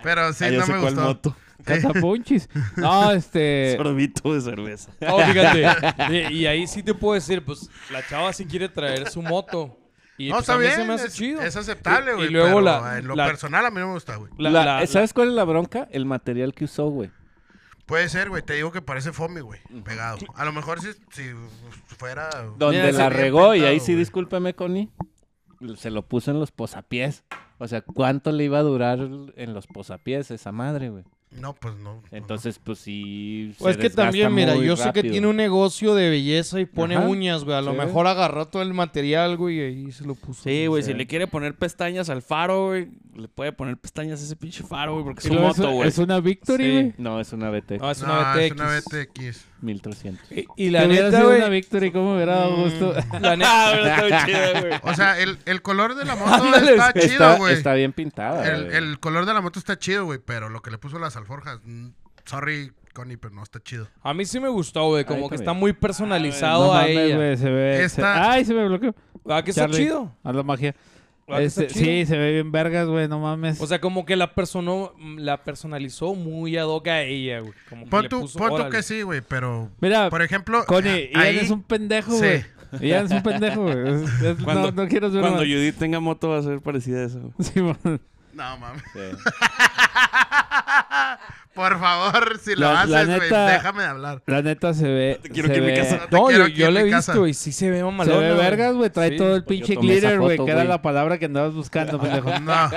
Speaker 4: pero sí,
Speaker 2: Ah, ya
Speaker 4: no
Speaker 2: sé
Speaker 4: me
Speaker 2: cuál
Speaker 4: gustó. Eh.
Speaker 2: moto.
Speaker 3: Catapunchis. No, este...
Speaker 2: Sorbito de cerveza.
Speaker 6: No, Oh, fíjate. Y, y ahí sí te puedo decir, pues la chava sí quiere traer su moto. Y
Speaker 4: no,
Speaker 6: pues,
Speaker 4: está
Speaker 6: a mí
Speaker 4: bien.
Speaker 6: se me hace
Speaker 4: es,
Speaker 6: chido.
Speaker 4: es aceptable,
Speaker 6: Y-
Speaker 4: güey.
Speaker 6: Y, luego
Speaker 4: pero
Speaker 6: la,
Speaker 4: En lo
Speaker 6: la-
Speaker 4: personal a mí no me gusta, güey.
Speaker 6: la-
Speaker 5: La-
Speaker 6: la-
Speaker 5: ¿Sabes cuál es la bronca? El material que usó, güey.
Speaker 4: Puede ser, güey. Te digo que parece foamy, güey. Pegado. A lo mejor si, si fuera...
Speaker 5: Donde
Speaker 4: Mira, se
Speaker 5: la
Speaker 4: ve
Speaker 5: regó, y ahí
Speaker 4: pintado,
Speaker 5: sí,
Speaker 4: güey.
Speaker 5: discúlpeme, Connie. Se lo puso en los posapiés. O sea, ¿cuánto le iba a durar en los posapiés esa madre, güey?
Speaker 4: No, pues no. pues no.
Speaker 5: Entonces, pues sí.
Speaker 6: Pues es
Speaker 5: se
Speaker 6: que
Speaker 5: desgasta
Speaker 6: también, mira,
Speaker 5: muy
Speaker 6: yo sé que
Speaker 5: rápido.
Speaker 6: tiene un negocio de belleza y pone
Speaker 5: Ajá.
Speaker 6: uñas, güey. A lo
Speaker 5: Sí.
Speaker 6: mejor agarró todo el material, güey, y ahí se lo puso.
Speaker 2: Sí, güey, si le quiere poner pestañas al faro, güey, le puede poner pestañas a ese pinche faro, güey, porque es
Speaker 3: y
Speaker 2: su
Speaker 3: luego
Speaker 2: moto, güey.
Speaker 3: es,
Speaker 2: [LAUGHS]
Speaker 3: es una Victory, güey.
Speaker 5: No, es una BT.
Speaker 6: No, es una
Speaker 4: No,
Speaker 6: BTX.
Speaker 4: es una BTX.
Speaker 5: 1300.
Speaker 6: Y, y
Speaker 3: Si
Speaker 6: la
Speaker 3: hubiera
Speaker 6: neta,
Speaker 3: sido una
Speaker 6: güey.
Speaker 3: Victory, ¿cómo me hubiera dado gusto?
Speaker 4: [LAUGHS]
Speaker 6: La
Speaker 2: Ah,
Speaker 6: neta.
Speaker 4: O sea, el, el color de la
Speaker 6: [LAUGHS]
Speaker 4: moto
Speaker 6: Ándale,
Speaker 4: está Ah, chido,
Speaker 5: Está,
Speaker 4: güey.
Speaker 5: está bien pintada.
Speaker 4: El,
Speaker 5: güey. [LAUGHS]
Speaker 4: el color de la moto está chido, güey, pero lo que le puso las alforjas, mm, sorry, Connie, pero no está chido.
Speaker 6: A mí sí me gustó, güey. Como
Speaker 5: Ahí
Speaker 6: que
Speaker 5: también.
Speaker 6: está muy personalizado
Speaker 3: No
Speaker 6: a
Speaker 3: mames,
Speaker 6: ella.
Speaker 3: güey, se ve... se-
Speaker 4: Esta-
Speaker 3: Ay, se me bloqueó.
Speaker 6: ¿A que está
Speaker 3: Charlie,
Speaker 6: chido?
Speaker 3: Haz la magia.
Speaker 4: Ah,
Speaker 6: ¿A que está
Speaker 3: Este,
Speaker 6: chido?
Speaker 3: sí, se ve bien vergas, güey, no mames.
Speaker 6: O sea, como que la personó, la personalizó muy ad hoc a ella, güey. Como que
Speaker 4: Pon
Speaker 6: le
Speaker 4: tu,
Speaker 6: puso,
Speaker 4: pon tu
Speaker 6: órale.
Speaker 4: que sí, güey, pero...
Speaker 3: Mira,
Speaker 4: Por ejemplo,
Speaker 3: Ah,
Speaker 4: eh,
Speaker 3: Connie, Ian
Speaker 4: ahí,
Speaker 3: es un pendejo,
Speaker 4: sí.
Speaker 3: güey. Ian es un pendejo, güey. Es- es- No,
Speaker 2: Cuando-
Speaker 3: no quiero ser
Speaker 2: Cuando
Speaker 3: [LAUGHS] más.
Speaker 2: Judith tenga moto va a ser parecida a eso, güey.
Speaker 3: Simón.
Speaker 4: No, mames.
Speaker 5: Sí.
Speaker 4: [LAUGHS] Por favor, si lo
Speaker 3: La- la
Speaker 4: haces, güey,
Speaker 3: neta-
Speaker 4: déjame de hablar.
Speaker 3: La neta se ve.
Speaker 2: Te quiero
Speaker 3: se
Speaker 2: que en mi
Speaker 3: ve-
Speaker 2: casa-
Speaker 4: te
Speaker 6: No,
Speaker 4: quiero
Speaker 6: yo,
Speaker 4: aquí
Speaker 6: yo
Speaker 4: en
Speaker 6: la he
Speaker 4: mi
Speaker 6: visto
Speaker 4: casa.
Speaker 6: y sí se ve
Speaker 3: Se
Speaker 6: mamalona.
Speaker 3: ve
Speaker 6: güey.
Speaker 3: vergas, güey. Trae
Speaker 6: Sí.
Speaker 3: todo el
Speaker 5: pues yo
Speaker 3: pinche
Speaker 5: tomé esa
Speaker 3: glitter, güey.
Speaker 5: foto,
Speaker 3: Que era
Speaker 5: güey.
Speaker 3: la palabra que andabas buscando,
Speaker 4: [LAUGHS]
Speaker 3: pendejo.
Speaker 4: No,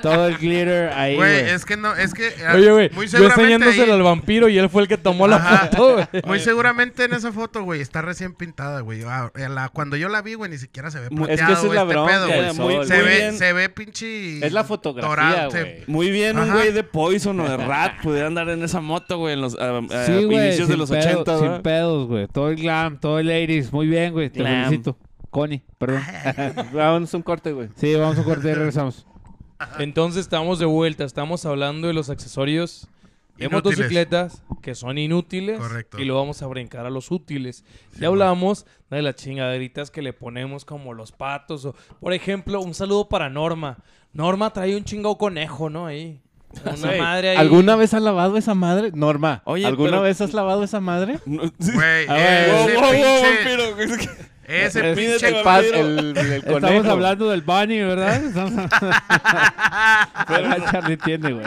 Speaker 3: Todo el glitter ahí,
Speaker 4: güey,
Speaker 3: güey.
Speaker 4: es que no, es que... eh,
Speaker 6: Oye, güey,
Speaker 4: muy
Speaker 6: yo
Speaker 4: seguramente ahí-
Speaker 6: enseñándosela al vampiro y él fue el que tomó la
Speaker 4: Ajá.
Speaker 6: foto,
Speaker 4: [LAUGHS]
Speaker 6: güey.
Speaker 4: Muy seguramente en esa foto, güey, está recién pintada, güey. Ah, la- Cuando yo la vi, güey, ni siquiera se ve
Speaker 2: Mu-
Speaker 4: plateado,
Speaker 5: Es que esa es
Speaker 4: güey,
Speaker 5: la
Speaker 4: este
Speaker 5: bronca.
Speaker 4: pedo, güey.
Speaker 5: del
Speaker 2: Muy-
Speaker 5: sol,
Speaker 4: Se
Speaker 5: güey.
Speaker 4: ve,
Speaker 2: bien.
Speaker 4: se ve pinche...
Speaker 5: Es la
Speaker 4: dorado,
Speaker 5: fotografía,
Speaker 4: se-
Speaker 5: güey.
Speaker 2: Muy bien, un
Speaker 4: Ajá.
Speaker 2: güey de Poison o de Rat pudiera andar en esa moto, güey, en los ah, ah,
Speaker 3: Sí, güey.
Speaker 2: inicios de
Speaker 3: sin
Speaker 2: los
Speaker 3: pedo-
Speaker 2: 80,
Speaker 3: Sin
Speaker 2: ¿verdad?
Speaker 3: pedos, güey. Todo el glam, todo el ladies. Muy bien, güey. Te
Speaker 2: Glam.
Speaker 3: felicito. Connie, perdón.
Speaker 5: Vámonos Ah, un corte, güey.
Speaker 3: Sí, vamos a cortar y regresamos.
Speaker 6: Entonces estamos de vuelta, estamos hablando de los accesorios de
Speaker 4: Inútiles.
Speaker 6: motocicletas que son inútiles
Speaker 4: Correcto.
Speaker 6: y lo vamos a brincar a los útiles. ya hablamos de las chingaderitas que le ponemos como los patos o por ejemplo, un saludo para Norma. Norma trae un chingado conejo, ¿no? Ahí. Una
Speaker 5: Güey,
Speaker 6: madre ahí.
Speaker 5: ¿Alguna vez has lavado esa madre? Norma,
Speaker 2: Oye,
Speaker 5: ¿alguna
Speaker 2: pero-
Speaker 5: vez has lavado esa madre?
Speaker 2: No, [LAUGHS]
Speaker 4: Güey,
Speaker 5: A ver.
Speaker 2: Wow,
Speaker 4: ese
Speaker 2: wow, wow,
Speaker 4: pinche...
Speaker 2: vampiro, güey.
Speaker 4: Ese
Speaker 5: Es-
Speaker 4: pinche...
Speaker 5: el, pa- el- el
Speaker 3: Estamos
Speaker 5: conejo.
Speaker 3: hablando del bunny,
Speaker 4: [LAUGHS]
Speaker 3: ¿verdad? Estamos hablando... Charlie tiene, güey.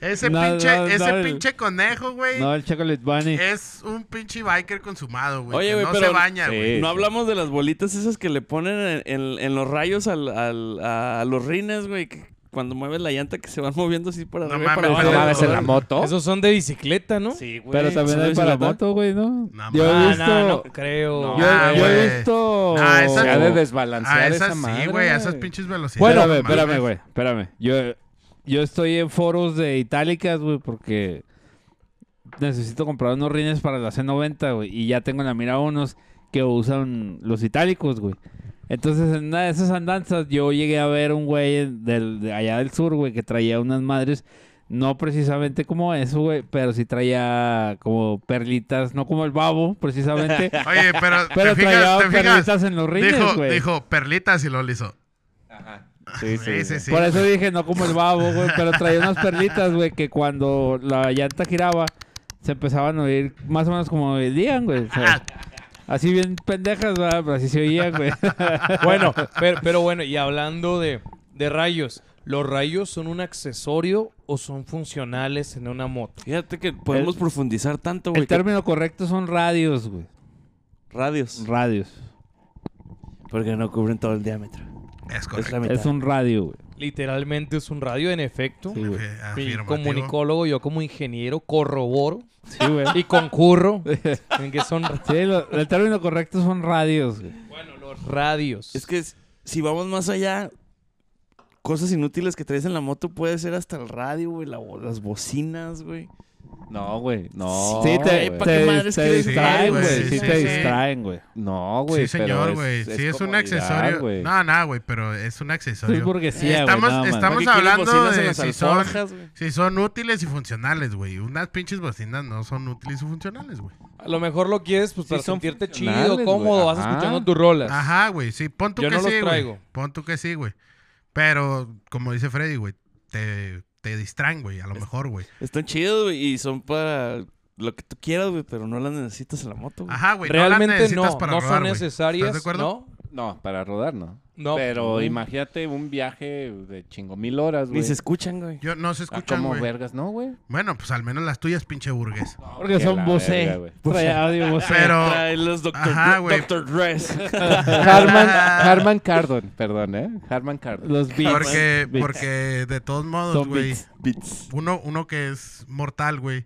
Speaker 4: Ese
Speaker 3: No,
Speaker 4: pinche,
Speaker 3: no,
Speaker 4: ese
Speaker 3: no, el-
Speaker 4: pinche conejo, güey.
Speaker 3: No, el chocolate bunny.
Speaker 4: Es un pinche biker consumado, güey.
Speaker 2: Oye,
Speaker 4: que
Speaker 2: güey,
Speaker 4: no
Speaker 2: pero-
Speaker 4: se baña,
Speaker 5: Sí.
Speaker 4: güey.
Speaker 2: No hablamos de las bolitas esas que le ponen en, en- en los rayos al- al- a, a los rines, güey. que Cuando mueves la llanta que se van [LAUGHS] moviendo así para
Speaker 4: No
Speaker 2: arriba y para
Speaker 4: mames,
Speaker 5: No
Speaker 2: abajo.
Speaker 5: mames, en la moto.
Speaker 6: Esos son de bicicleta, ¿no?
Speaker 2: Sí, güey.
Speaker 3: Pero también
Speaker 2: ¿Son
Speaker 3: hay
Speaker 2: de
Speaker 3: para
Speaker 2: bicicleta?
Speaker 3: moto, güey, ¿no?
Speaker 4: No,
Speaker 3: Yo he
Speaker 4: mames.
Speaker 6: Ah,
Speaker 3: visto...
Speaker 6: no, no creo.
Speaker 3: Yo,
Speaker 4: Ah,
Speaker 3: yo
Speaker 4: güey.
Speaker 3: he visto...
Speaker 4: Ah, esa-
Speaker 5: Se ha de
Speaker 4: Ah,
Speaker 5: desbalancear
Speaker 4: esas
Speaker 5: esa madre.
Speaker 4: sí, güey. a Esas pinches velocidades.
Speaker 3: Bueno,
Speaker 4: no
Speaker 3: espérame,
Speaker 4: mames.
Speaker 3: espérame, güey. Espérame. Yo, yo estoy en foros de itálicas, güey, porque necesito comprar unos rines para la C90, güey. Y ya tengo en la mira unos que usan los itálicos, güey. Entonces, en una de esas andanzas, yo llegué a ver un güey del- de allá del sur, güey, que traía unas madres. No precisamente como eso, güey, pero sí traía como perlitas, no como el babo,
Speaker 4: [LAUGHS]
Speaker 3: precisamente.
Speaker 4: Oye, pero,
Speaker 3: Pero
Speaker 4: te fijas,
Speaker 3: traía
Speaker 4: te fijas.
Speaker 3: perlitas en los
Speaker 4: Dijo,
Speaker 3: rines, güey.
Speaker 4: dijo perlitas y lo liso.
Speaker 2: Sí,
Speaker 4: Sí, sí, sí.
Speaker 3: Por eso
Speaker 4: güey.
Speaker 3: dije, no como el babo, güey, pero traía unas perlitas, güey, que cuando la llanta giraba, se empezaban a oír más o menos como oían, güey. o sea, así bien pendejas, ¿verdad? pero así se oían, güey.
Speaker 6: Bueno, pero, pero bueno, y hablando de, de rayos, ¿los rayos son un accesorio o son funcionales en una moto?
Speaker 2: Fíjate que podemos profundizar tanto, güey.
Speaker 3: El
Speaker 2: que-
Speaker 3: término correcto son radios, güey.
Speaker 2: Radios.
Speaker 3: Radios.
Speaker 2: Porque no cubren todo el diámetro.
Speaker 4: Es
Speaker 2: Es la
Speaker 4: correcto.
Speaker 2: mitad.
Speaker 3: Es un radio, güey.
Speaker 6: Literalmente es un radio, en efecto.
Speaker 3: Sí, güey.
Speaker 4: Afirmativo.
Speaker 6: Y como unicólogo, yo como ingeniero corroboro
Speaker 3: Sí, güey.
Speaker 6: y concurro en que son ra-
Speaker 3: [LAUGHS] Sí, lo- el término correcto son radios, güey.
Speaker 6: radios.
Speaker 2: Es que es- si vamos más allá, cosas inútiles que traes en la moto puede ser hasta el radio, güey, la bo- las bocinas, güey.
Speaker 5: No, güey. No.
Speaker 3: Sí,
Speaker 5: güey.
Speaker 3: te,
Speaker 2: ¿pa'
Speaker 3: te-
Speaker 2: qué madres
Speaker 3: te
Speaker 2: quieres
Speaker 3: distraen,
Speaker 2: radios,
Speaker 3: güey.
Speaker 2: güey?
Speaker 3: Sí,
Speaker 4: Sí,
Speaker 3: te
Speaker 4: sí.
Speaker 3: distraen, güey.
Speaker 5: No, güey.
Speaker 4: Sí, señor, güey. Sí, es un
Speaker 5: comodidad,
Speaker 4: accesorio.
Speaker 5: güey.
Speaker 4: No, nada, güey, pero es un accesorio.
Speaker 3: Es burguesía, güey.
Speaker 4: Estamos-
Speaker 3: nada más.
Speaker 4: estamos-
Speaker 2: ¿Para qué quieres
Speaker 4: hablando
Speaker 2: bocinas en
Speaker 4: de
Speaker 2: las
Speaker 4: si son-
Speaker 2: alforjas, güey?
Speaker 4: Sí, son útiles y funcionales, güey. Unas pinches bocinas no son útiles y funcionales, güey.
Speaker 6: A lo mejor lo quieres pues,
Speaker 5: Sí,
Speaker 6: para
Speaker 5: son
Speaker 6: sentirte
Speaker 5: funcionales,
Speaker 6: chido,
Speaker 5: güey.
Speaker 6: cómodo, vas
Speaker 5: Ajá.
Speaker 6: escuchando tus rolas.
Speaker 4: Ajá, güey. Sí, pon tú
Speaker 6: Yo
Speaker 4: que
Speaker 6: no los
Speaker 4: sí, güey.
Speaker 6: traigo.
Speaker 4: Pon tú que sí, güey. Pero, como dice Freddy, güey, te, te distraen, güey. A lo mejor, güey.
Speaker 2: Están chidos, güey, y son para lo que tú quieras, güey, pero no las necesitas en la moto, güey.
Speaker 4: Ajá, güey. no, las
Speaker 6: Realmente
Speaker 4: necesitas
Speaker 6: no,
Speaker 4: para
Speaker 6: no
Speaker 4: rodar,
Speaker 6: son
Speaker 4: güey.
Speaker 6: necesarias,
Speaker 4: ¿Estás de acuerdo?
Speaker 6: ¿no?
Speaker 5: No, para rodar, no.
Speaker 6: No.
Speaker 5: Pero
Speaker 6: Mm.
Speaker 5: imagínate un viaje de chingo mil horas,
Speaker 2: Ni
Speaker 5: güey.
Speaker 2: se escuchan, güey.
Speaker 4: Yo no se
Speaker 5: Ah,
Speaker 4: escuchan,
Speaker 5: como
Speaker 4: güey.
Speaker 5: vergas, no, güey.
Speaker 4: Bueno, pues al menos las tuyas, pinche
Speaker 2: [LAUGHS]
Speaker 4: burgués.
Speaker 3: Porque
Speaker 5: Que
Speaker 3: son
Speaker 5: la verga,
Speaker 3: vocé.
Speaker 5: güey.
Speaker 3: Trae audio vocé.
Speaker 4: [LAUGHS] Pero,
Speaker 2: Trae los Dr.
Speaker 4: Ajá,
Speaker 2: Dre-
Speaker 4: güey.
Speaker 2: Dr. Dress.
Speaker 5: Harman, Harman Kardon, perdón, ¿eh? Harman Kardon.
Speaker 3: Los beats.
Speaker 4: porque,
Speaker 3: Beats.
Speaker 4: porque de todos modos,
Speaker 3: Son
Speaker 4: güey.
Speaker 3: beats.
Speaker 2: Beats.
Speaker 4: Uno, uno que es mortal, güey.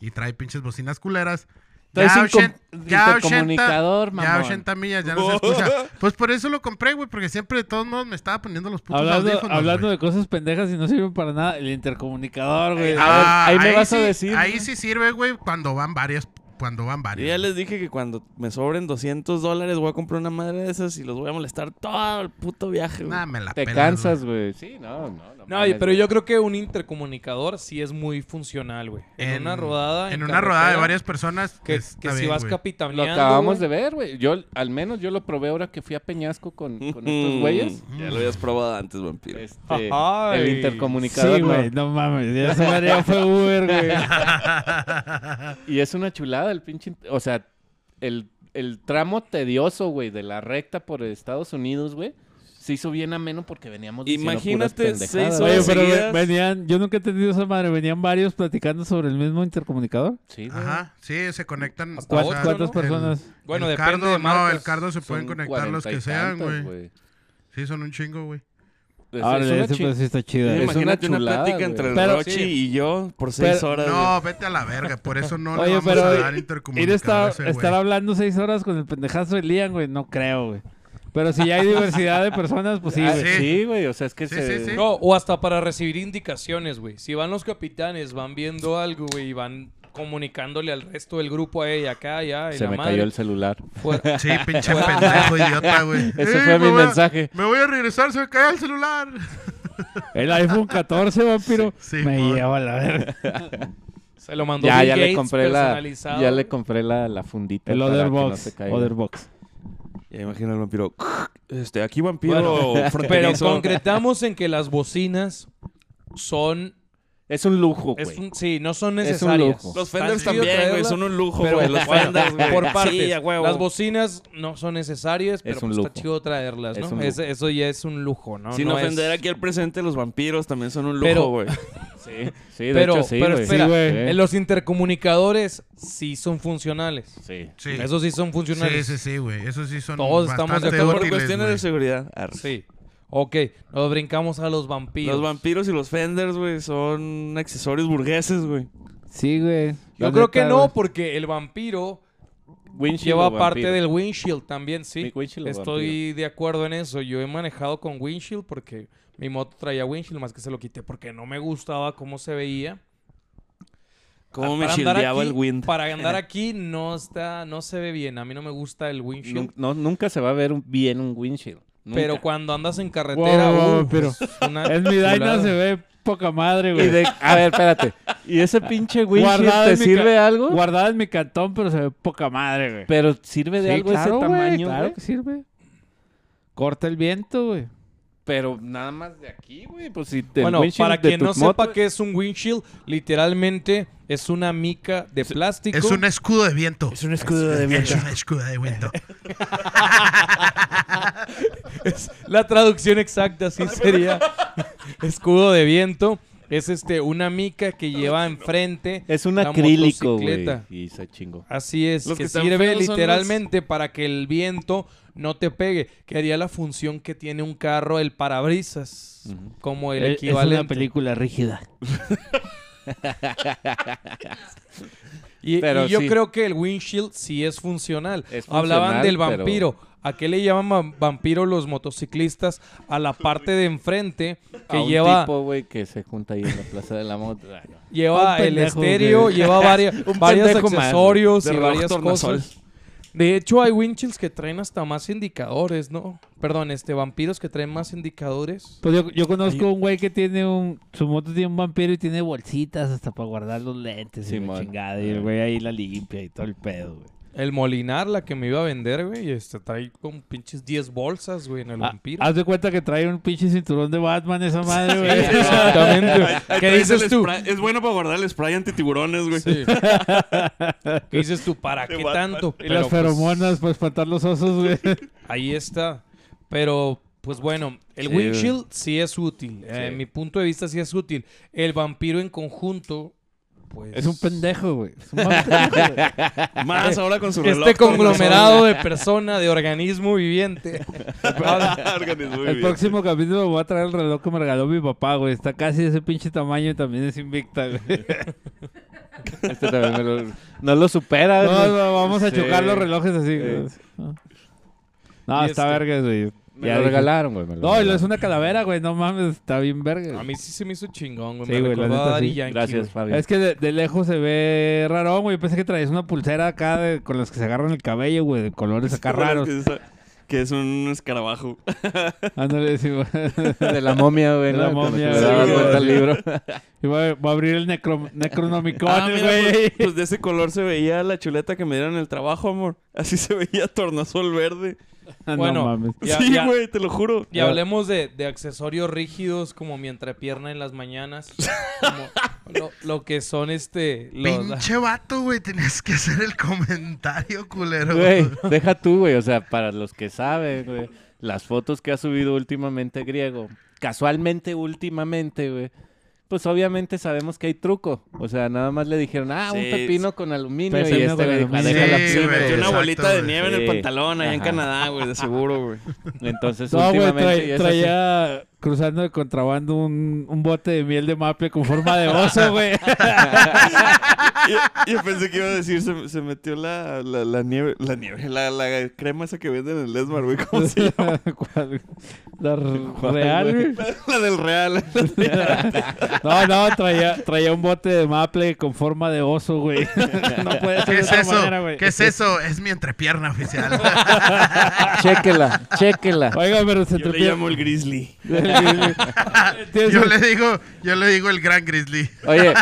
Speaker 4: Y trae pinches bocinas culeras.
Speaker 5: Trae
Speaker 4: Ya
Speaker 5: cinco-
Speaker 4: 80 ya 80
Speaker 5: intercomunicador,
Speaker 4: Ya
Speaker 5: mamón.
Speaker 4: 80 millas, ya no
Speaker 6: [LAUGHS]
Speaker 4: se escucha. Pues por eso lo compré, güey, porque siempre de todos modos me estaba poniendo los putos
Speaker 3: Hablando,
Speaker 4: audífonos,
Speaker 3: hablando de
Speaker 4: güey.
Speaker 3: cosas pendejas y no sirven para nada, el intercomunicador, güey.
Speaker 4: Ah,
Speaker 5: ahí me vas a decir,
Speaker 4: Ahí
Speaker 5: güey.
Speaker 4: sí sirve, güey, cuando van varias, cuando van
Speaker 2: Yo
Speaker 4: varias.
Speaker 2: ya les dije que cuando me sobren 200 dólares voy a comprar una madre de esas y los voy a molestar todo el puto viaje, güey.
Speaker 4: Nah, me la
Speaker 5: Te
Speaker 4: pelas,
Speaker 5: cansas,
Speaker 4: güey.
Speaker 5: güey. Sí, no, no. No,
Speaker 6: No,
Speaker 5: mames,
Speaker 6: y- pero
Speaker 5: güey.
Speaker 6: yo creo que un intercomunicador sí es muy funcional, güey. En,
Speaker 4: En-
Speaker 6: una rodada.
Speaker 4: En una rodada de
Speaker 6: carretera,
Speaker 4: varias personas pues,
Speaker 6: Que,
Speaker 4: está
Speaker 6: que si
Speaker 4: bien,
Speaker 6: vas
Speaker 4: güey.
Speaker 5: Lo
Speaker 6: capitaneando.
Speaker 5: acabamos
Speaker 6: güey.
Speaker 5: de ver, güey. Yo, al menos yo lo probé ahora que fui a Peñasco con,
Speaker 3: [LAUGHS]
Speaker 5: con
Speaker 2: [LAUGHS]
Speaker 5: estos güeyes.
Speaker 2: Mm. Ya lo habías probado antes, vampiro.
Speaker 5: Este,
Speaker 6: Ay.
Speaker 5: el intercomunicador,
Speaker 3: sí,
Speaker 5: no.
Speaker 3: güey, no. mames. [LAUGHS] Ya esa madre ya fue Uber, [LAUGHS] güey.
Speaker 5: Y es una chulada el pinche... O sea, el, el tramo tedioso, güey, de la recta por Estados Unidos, güey, se hizo bien ameno porque veníamos diciendo puras
Speaker 2: Imagínate
Speaker 5: pendejadas,
Speaker 2: seis
Speaker 5: güey.
Speaker 3: Oye,
Speaker 2: horas
Speaker 3: pero ve-
Speaker 2: seguidas.
Speaker 3: venían, yo nunca he entendido esa madre, venían varios platicando sobre el mismo intercomunicador.
Speaker 5: Sí, güey.
Speaker 4: Ajá, sí, se conectan.
Speaker 6: Hasta
Speaker 3: ¿Cuán-
Speaker 6: ocho,
Speaker 4: sea,
Speaker 3: ¿Cuántas
Speaker 6: ¿no?
Speaker 3: personas?
Speaker 4: el
Speaker 6: Bueno, depende
Speaker 4: cardo,
Speaker 6: de
Speaker 4: No,
Speaker 6: marcas.
Speaker 4: el cardo se
Speaker 5: Son
Speaker 4: pueden conectar los
Speaker 5: cuarenta
Speaker 4: que
Speaker 5: y
Speaker 4: sean,
Speaker 5: tantos,
Speaker 4: güey.
Speaker 6: Ah,
Speaker 4: Sí, son un chingo, güey.
Speaker 5: Es-
Speaker 3: Ahora,
Speaker 5: es una
Speaker 3: ese
Speaker 5: chi-
Speaker 3: pues sí está chido.
Speaker 5: Es
Speaker 3: eh.
Speaker 5: una
Speaker 2: Imagínate una,
Speaker 5: chulada,
Speaker 2: plática
Speaker 5: güey.
Speaker 2: entre el
Speaker 3: Pero-
Speaker 2: Rochi
Speaker 6: sí.
Speaker 2: y yo por seis
Speaker 3: Pero-
Speaker 2: horas. güey.
Speaker 4: No, vete a la verga, por eso no
Speaker 3: Oye,
Speaker 4: le vamos
Speaker 3: pero
Speaker 4: a dar
Speaker 3: Ir a
Speaker 4: intercomunicador a
Speaker 3: estar,
Speaker 4: ese güey.
Speaker 3: estar hablando seis horas con el pendejazo de Lian, güey, no creo, güey. Pero si ya hay diversidad de personas, pues sí,
Speaker 5: Ah,
Speaker 3: güey.
Speaker 4: sí.
Speaker 5: Sí, güey, o sea, es que
Speaker 4: Sí,
Speaker 5: se...
Speaker 4: sí, sí.
Speaker 6: No, o hasta para recibir indicaciones, güey. Si van los capitanes, van viendo algo, güey, y van comunicándole al resto del grupo, ahí, acá, allá, y
Speaker 5: Se
Speaker 6: la
Speaker 5: me
Speaker 6: madre.
Speaker 5: cayó el celular. [LAUGHS]
Speaker 6: Fuera-
Speaker 4: Sí, pinche pendejo idiota, güey.
Speaker 5: Ese
Speaker 4: Eh, me
Speaker 5: fue mi
Speaker 4: voy a-
Speaker 5: mensaje.
Speaker 4: Me voy a regresar, se me cae el celular.
Speaker 3: El iPhone 14, vampiro,
Speaker 4: Sí, sí,
Speaker 3: me
Speaker 4: por-
Speaker 3: lleva a la verga.
Speaker 6: Se lo mandó
Speaker 5: Ya,
Speaker 6: Bill
Speaker 5: ya le
Speaker 6: Gates
Speaker 5: compré la...
Speaker 6: personalizado.
Speaker 5: Ya le compré la, la fundita
Speaker 3: El
Speaker 5: para
Speaker 3: Other
Speaker 5: que no
Speaker 3: Box,
Speaker 5: se caiga.
Speaker 3: Other Box.
Speaker 2: Ya imagino al vampiro. Este, aquí vampiro.
Speaker 6: Pero
Speaker 2: [LAUGHS] fronterizo.
Speaker 6: concretamos en que las bocinas son...
Speaker 5: Es un lujo, güey.
Speaker 6: es un- sí, no son
Speaker 5: Es un
Speaker 6: necesarias.
Speaker 5: lujo.
Speaker 2: Los Fenders
Speaker 6: Tan chido
Speaker 2: también, güey.
Speaker 6: traerla,
Speaker 5: [LAUGHS]
Speaker 2: Son un lujo,
Speaker 6: Pero
Speaker 2: güey.
Speaker 6: [LAUGHS]
Speaker 2: Los
Speaker 6: bueno,
Speaker 2: Fenders, güey.
Speaker 6: por partes.
Speaker 2: Sí, a huevo.
Speaker 6: Las bocinas no son necesarias, pero
Speaker 5: Es un
Speaker 6: pues está
Speaker 5: lujo.
Speaker 6: chido traerlas,
Speaker 5: Es
Speaker 6: ¿no?
Speaker 5: un lujo.
Speaker 6: Es- eso ya es un lujo, ¿no?
Speaker 2: Sin
Speaker 6: No es-
Speaker 2: ofender aquí al presente, los vampiros también son un
Speaker 6: Pero-
Speaker 2: lujo, güey.
Speaker 5: Sí, sí, de
Speaker 6: Pero-
Speaker 5: hecho sí,
Speaker 6: pero
Speaker 5: güey.
Speaker 6: espera,
Speaker 5: Sí, güey.
Speaker 6: en los intercomunicadores sí son funcionales.
Speaker 5: Sí.
Speaker 4: Sí.
Speaker 6: Esos sí son
Speaker 4: Sí,
Speaker 6: funcionales.
Speaker 4: sí, sí, güey. Eso sí son
Speaker 6: Todos estamos de
Speaker 4: bastante
Speaker 6: acuerdo.
Speaker 2: Por
Speaker 4: útiles,
Speaker 2: cuestiones
Speaker 4: güey.
Speaker 2: de seguridad. Ah, arre.
Speaker 6: Sí. Ok, nos brincamos a los vampiros.
Speaker 2: Los vampiros y los Fenders, güey, son accesorios burgueses, güey.
Speaker 3: Sí, güey.
Speaker 6: Yo
Speaker 3: La
Speaker 6: creo
Speaker 3: neta,
Speaker 6: que
Speaker 3: güey.
Speaker 6: no, porque el vampiro
Speaker 5: Windshield
Speaker 6: lleva
Speaker 5: o
Speaker 6: parte
Speaker 5: vampiro.
Speaker 6: del windshield también, sí.
Speaker 5: Mi windshield o vampiro.
Speaker 6: Estoy de acuerdo en eso. Yo he manejado con windshield porque mi moto traía windshield, más que se lo quité porque no me gustaba cómo se veía.
Speaker 2: ¿Cómo me
Speaker 6: para andar
Speaker 2: childeaba
Speaker 6: aquí-
Speaker 2: el wind?
Speaker 6: Para
Speaker 5: [LAUGHS]
Speaker 6: andar aquí no está, no se ve bien. A mí no me gusta el windshield.
Speaker 5: Nun- no, nunca se va a ver un- bien un windshield. Nunca.
Speaker 6: Pero cuando andas en carretera,
Speaker 3: Wow, wow,
Speaker 6: uh,
Speaker 3: pero
Speaker 6: es una
Speaker 3: En mi Daina
Speaker 6: chulada.
Speaker 3: se ve poca madre,
Speaker 5: Y
Speaker 3: güey.
Speaker 5: de- a ver, espérate. ¿Y ese pinche windshield
Speaker 3: Guardado
Speaker 5: te
Speaker 3: en mi
Speaker 5: sirve
Speaker 3: ca-
Speaker 5: algo?
Speaker 3: Guardada en mi cantón, pero se ve poca madre, güey.
Speaker 5: Pero sirve de
Speaker 3: Sí,
Speaker 5: algo
Speaker 3: claro,
Speaker 5: ese
Speaker 3: güey,
Speaker 5: tamaño,
Speaker 3: Claro
Speaker 5: güey?
Speaker 3: que sirve. Corta el viento, güey.
Speaker 5: Pero nada más de aquí, güey. Pues si te
Speaker 6: Bueno,
Speaker 5: windshield
Speaker 6: para
Speaker 5: de
Speaker 6: quien
Speaker 5: tu
Speaker 6: no
Speaker 5: moto-
Speaker 6: sepa qué es un windshield, literalmente es una mica de plástico.
Speaker 4: Es un escudo de viento.
Speaker 5: Es un escudo de
Speaker 4: Es un escudo de viento.
Speaker 6: Es la traducción exacta sí sería escudo de viento. Es este una mica que lleva enfrente.
Speaker 5: Es un
Speaker 6: la
Speaker 5: acrílico, güey.
Speaker 6: motocicleta.
Speaker 5: Y se chingó.
Speaker 6: Así es,
Speaker 2: Los
Speaker 6: que,
Speaker 2: que están
Speaker 6: sirve
Speaker 2: feos son
Speaker 6: literalmente para que el viento no te pegue, que haría la función que tiene un carro el parabrisas,
Speaker 5: Ujú.
Speaker 6: como el
Speaker 3: Es-
Speaker 6: equivalente.
Speaker 3: Es una película rígida.
Speaker 6: Y, y
Speaker 5: Pero
Speaker 6: yo
Speaker 5: sí.
Speaker 6: creo que el windshield sí es funcional.
Speaker 5: Es
Speaker 6: Hablaban
Speaker 5: funcional,
Speaker 6: del
Speaker 5: pero-
Speaker 6: vampiro. ¿A qué le llaman vam- vampiro los motociclistas? A la parte de enfrente que
Speaker 5: A un
Speaker 6: lleva,
Speaker 5: tipo, güey, que se junta ahí en la plaza de la moto. Ah, no.
Speaker 6: lleva
Speaker 3: A un
Speaker 6: el
Speaker 3: pendejo
Speaker 6: estéreo,
Speaker 3: que-
Speaker 6: lleva varias,
Speaker 5: [LAUGHS] Un
Speaker 6: varios
Speaker 5: pendejo más,
Speaker 6: accesorios
Speaker 2: de
Speaker 6: y
Speaker 2: reloj
Speaker 6: varias
Speaker 2: tornasol.
Speaker 6: cosas. De hecho, hay windshields que traen hasta más indicadores, ¿no? Perdón, este, vampiros que traen más indicadores.
Speaker 3: Pues yo, yo conozco un güey que tiene un. Su moto tiene un vampiro y tiene bolsitas hasta para guardar los lentes y la
Speaker 5: Simón.
Speaker 3: chingada.
Speaker 6: Ah.
Speaker 3: Y el güey ahí la limpia y todo el pedo, güey.
Speaker 6: El Molinar, la que me iba a vender, güey, este, trae con pinches 10 bolsas, güey, en el
Speaker 3: Ah,
Speaker 6: vampiro.
Speaker 3: Haz de cuenta que trae un pinche cinturón de Batman esa madre,
Speaker 2: [LAUGHS]
Speaker 3: güey. [LAUGHS]
Speaker 2: Ahí-
Speaker 6: [LAUGHS] Exactamente.
Speaker 2: ahí
Speaker 6: ¿Qué
Speaker 2: traes el
Speaker 6: dices tú?
Speaker 2: spray- Es bueno para guardar el spray antitiburones, güey.
Speaker 6: Sí. [LAUGHS] ¿Qué dices tú? ¿Para
Speaker 2: De
Speaker 6: qué
Speaker 2: Batman.
Speaker 6: tanto?
Speaker 3: y las
Speaker 6: Pero, pues,
Speaker 3: feromonas para espantar los osos,
Speaker 6: [LAUGHS]
Speaker 3: güey.
Speaker 6: ahí está. Pero, pues bueno, el
Speaker 2: Sí,
Speaker 6: windshield sí es útil. Eh,
Speaker 5: Sí.
Speaker 6: En mi punto de vista sí es útil. El vampiro en conjunto, pues...
Speaker 3: Es un pendejo, güey. Es un vampiro, güey.
Speaker 2: Más ahora con su reloj.
Speaker 6: Este
Speaker 2: [LAUGHS]
Speaker 6: conglomerado de persona, de organismo
Speaker 3: [LAUGHS]
Speaker 6: viviente. Ah, Ahora,
Speaker 3: El próximo capítulo voy a traer el reloj que me regaló mi papá, güey. Está casi de ese pinche tamaño y también es invicta, güey.
Speaker 5: Este también me lo- no lo supera.
Speaker 3: No,
Speaker 5: güey.
Speaker 3: no, vamos a
Speaker 5: Sí.
Speaker 3: chocar los relojes así, güey. No,
Speaker 6: Y
Speaker 3: está
Speaker 6: este-
Speaker 3: vergas, güey.
Speaker 5: Me
Speaker 3: Ya
Speaker 5: lo
Speaker 3: dije.
Speaker 5: regalaron, güey. me lo
Speaker 3: No, y lo- es
Speaker 5: regalaron.
Speaker 3: una calavera, güey. No mames, está bien verga.
Speaker 6: a mí sí se me hizo chingón, güey.
Speaker 3: Sí,
Speaker 6: me
Speaker 3: güey, la
Speaker 6: recordaba a
Speaker 3: neta
Speaker 6: Daddy
Speaker 3: sí.
Speaker 6: Yankee,
Speaker 5: Gracias,
Speaker 6: güey.
Speaker 5: Fabio.
Speaker 3: Es que de, de lejos se ve raro, güey. Yo pensé que traías una pulsera acá de- con las que se agarran el cabello, güey, de colores acá raros.
Speaker 2: Que es, que es un escarabajo.
Speaker 3: Ándale, sí, güey. [LAUGHS]
Speaker 5: De la momia, güey.
Speaker 3: De la
Speaker 5: ¿no? Cuando
Speaker 3: momia,
Speaker 5: te
Speaker 3: sí,
Speaker 5: dabas
Speaker 2: güey.
Speaker 5: vuelta al libro.
Speaker 3: Y voy a, voy a abrir el necro, Necronomicon,
Speaker 2: Ah,
Speaker 3: güey.
Speaker 2: mira, pues, pues de ese color se veía la chuleta que me dieron en el trabajo, amor. Así se veía tornasol verde.
Speaker 3: [LAUGHS] Ah,
Speaker 6: Bueno,
Speaker 3: no mames.
Speaker 6: Ya,
Speaker 2: sí,
Speaker 6: ya.
Speaker 2: güey, te lo juro.
Speaker 6: Y hablemos de, de accesorios rígidos como mi entrepierna en las
Speaker 3: [LAUGHS]
Speaker 6: mañanas. como lo, lo que son este. [LAUGHS] Los,
Speaker 4: Pinche vato, güey. Tenías que hacer el comentario, culero.
Speaker 3: [LAUGHS]
Speaker 5: Güey, deja tú, güey. O sea, para los que saben, güey. Las fotos que ha subido últimamente Griego. Casualmente, últimamente, güey. Pues obviamente sabemos que hay truco. O sea, nada más le dijeron, ah, un
Speaker 2: Sí,
Speaker 5: pepino con aluminio.
Speaker 3: Pepino
Speaker 5: y
Speaker 3: con
Speaker 5: este le dijo, "Ah,
Speaker 3: aluminio".
Speaker 5: déjala,
Speaker 4: Sí,
Speaker 5: sí,
Speaker 2: Se
Speaker 4: güey.
Speaker 2: metió una
Speaker 4: exacto,
Speaker 2: bolita de
Speaker 4: güey.
Speaker 2: nieve en el
Speaker 5: Sí.
Speaker 2: pantalón allá en
Speaker 5: Ajá.
Speaker 2: Canadá, güey, de seguro, güey.
Speaker 5: Entonces,
Speaker 3: No, güey,
Speaker 5: últimamente.
Speaker 3: tra-
Speaker 5: ya es así.
Speaker 3: traía cruzando de contrabando un, un bote de miel de maple con forma de oso, güey.
Speaker 2: Yo, yo pensé que iba a decir, se, se metió la, la, la nieve, la nieve, la, la crema esa que venden en el Esmar, güey. ¿Cómo
Speaker 6: [LAUGHS]
Speaker 2: se llama?
Speaker 3: [LAUGHS] ¿Cuál? La r-
Speaker 5: ¿Cuál,
Speaker 3: real,
Speaker 5: güey?
Speaker 3: güey.
Speaker 2: La del Real.
Speaker 3: No, no, traía, traía un bote de maple con forma de oso, güey. [LAUGHS] No puede ser
Speaker 4: ¿Qué
Speaker 3: de
Speaker 4: es
Speaker 3: otra
Speaker 4: eso?
Speaker 3: manera, güey.
Speaker 4: ¿Qué es eso? Es mi entrepierna oficial.
Speaker 5: [LAUGHS] Chéquela, chéquela.
Speaker 3: Oiga, pero
Speaker 2: Yo
Speaker 3: se
Speaker 2: le
Speaker 3: entrepierde.
Speaker 2: llamo
Speaker 3: [LAUGHS]
Speaker 2: el Grizzly.
Speaker 4: yo le digo, yo le digo el gran grizzly.
Speaker 5: Oye,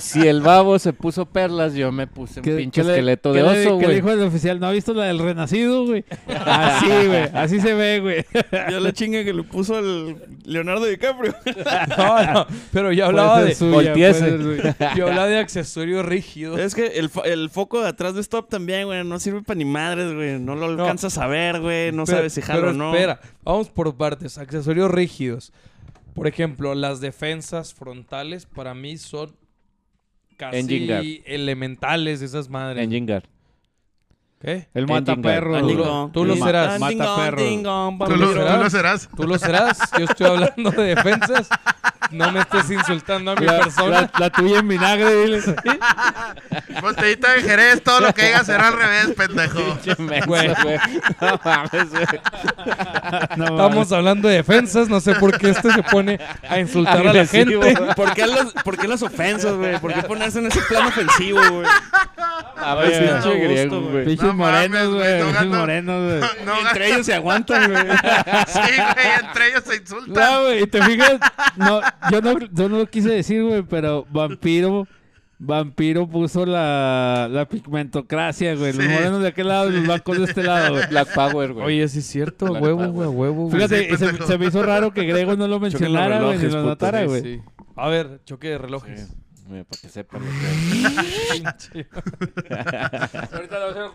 Speaker 5: si el babo se puso perlas, yo me puse un pinche esqueleto de oso,
Speaker 3: Que le
Speaker 5: güey.
Speaker 3: dijo el oficial, ¿no ha visto la del renacido, güey? Así, güey. Así se ve, güey.
Speaker 2: Ya la chinga que le puso al Leonardo DiCaprio.
Speaker 6: [LAUGHS] No, no, pero yo hablaba
Speaker 3: Puede
Speaker 6: de.
Speaker 3: ser suya,
Speaker 5: volteese.
Speaker 3: puede ser suya.
Speaker 6: Yo hablaba de accesorios rígidos.
Speaker 2: Es que el, fo- el foco de atrás de Stop también, güey, no sirve para ni madres, güey. No lo alcanzas a ver, güey. No
Speaker 6: Pero-
Speaker 2: sabes si jalo o
Speaker 6: pero
Speaker 2: no.
Speaker 6: Espera, vamos por partes. Accesorios rígidos. Por ejemplo, las defensas frontales para mí son
Speaker 5: Engine guard.
Speaker 6: casi elementales de esas madres.
Speaker 5: En Jingar.
Speaker 6: ¿Qué?
Speaker 3: El
Speaker 5: Engine
Speaker 3: mataperro.
Speaker 5: Guard.
Speaker 3: güey.
Speaker 2: Dingong.
Speaker 6: Tú lo
Speaker 2: Sí.
Speaker 6: serás.
Speaker 2: Dingong,
Speaker 3: Mataperro.
Speaker 2: dingong,
Speaker 4: ¿Tú lo, tú lo serás?
Speaker 6: Tú lo serás. Yo estoy hablando de defensas. no me estés insultando a mi
Speaker 3: La,
Speaker 6: persona.
Speaker 3: la- la tuya en vinagre, dile.
Speaker 4: Botellita de Jerez, todo lo que digas será al revés, pendejo.
Speaker 5: Pinche menso, güey. No mames, güey.
Speaker 3: No,
Speaker 6: Estamos hablando de defensas, no sé por qué este se pone a
Speaker 5: [LAUGHS]
Speaker 6: insultar a la
Speaker 5: Agresivo.
Speaker 6: gente.
Speaker 2: [LAUGHS] ¿Por qué, las, ¿Por qué las ofensas, güey? ¿Por qué ponerse en ese plan ofensivo, güey?
Speaker 5: Mames,
Speaker 2: Oye,
Speaker 5: pinche
Speaker 2: a gusto,
Speaker 5: griego,
Speaker 2: güey.
Speaker 5: güey.
Speaker 3: Pinches
Speaker 4: No mames,
Speaker 3: morenos,
Speaker 4: güey,
Speaker 3: güey.
Speaker 4: no
Speaker 3: Pinches
Speaker 4: gato.
Speaker 3: morenos,
Speaker 4: [LAUGHS]
Speaker 3: güey.
Speaker 4: [LAUGHS] No,
Speaker 2: Y entre ellos se aguantan, güey.
Speaker 4: [LAUGHS] sí, güey, entre ellos se insultan.
Speaker 3: No, güey, y te fijas, no, yo no, yo no lo quise decir, güey, pero Vampiro, Vampiro puso la, la pigmentocracia, güey. Los
Speaker 4: Sí.
Speaker 3: morenos de aquel lado y los blancos de este lado,
Speaker 4: [LAUGHS]
Speaker 3: güey.
Speaker 5: [LAUGHS] Black Power, güey.
Speaker 6: Oye, sí es cierto,
Speaker 5: La
Speaker 6: huevo,
Speaker 5: neta,
Speaker 6: güey, huevo. güey.
Speaker 3: Fíjate,
Speaker 4: Sí,
Speaker 3: y se,
Speaker 4: pendejo.
Speaker 3: se me hizo raro que Grego no lo mencionara, güey, ni
Speaker 2: relojes,
Speaker 3: lo
Speaker 2: puto,
Speaker 3: notara,
Speaker 2: sí,
Speaker 3: güey.
Speaker 6: Sí. A ver, choque de relojes.
Speaker 5: Mira, para que sepan lo que
Speaker 4: [LAUGHS]
Speaker 6: [LAUGHS]
Speaker 1: Ahorita lo hacemos.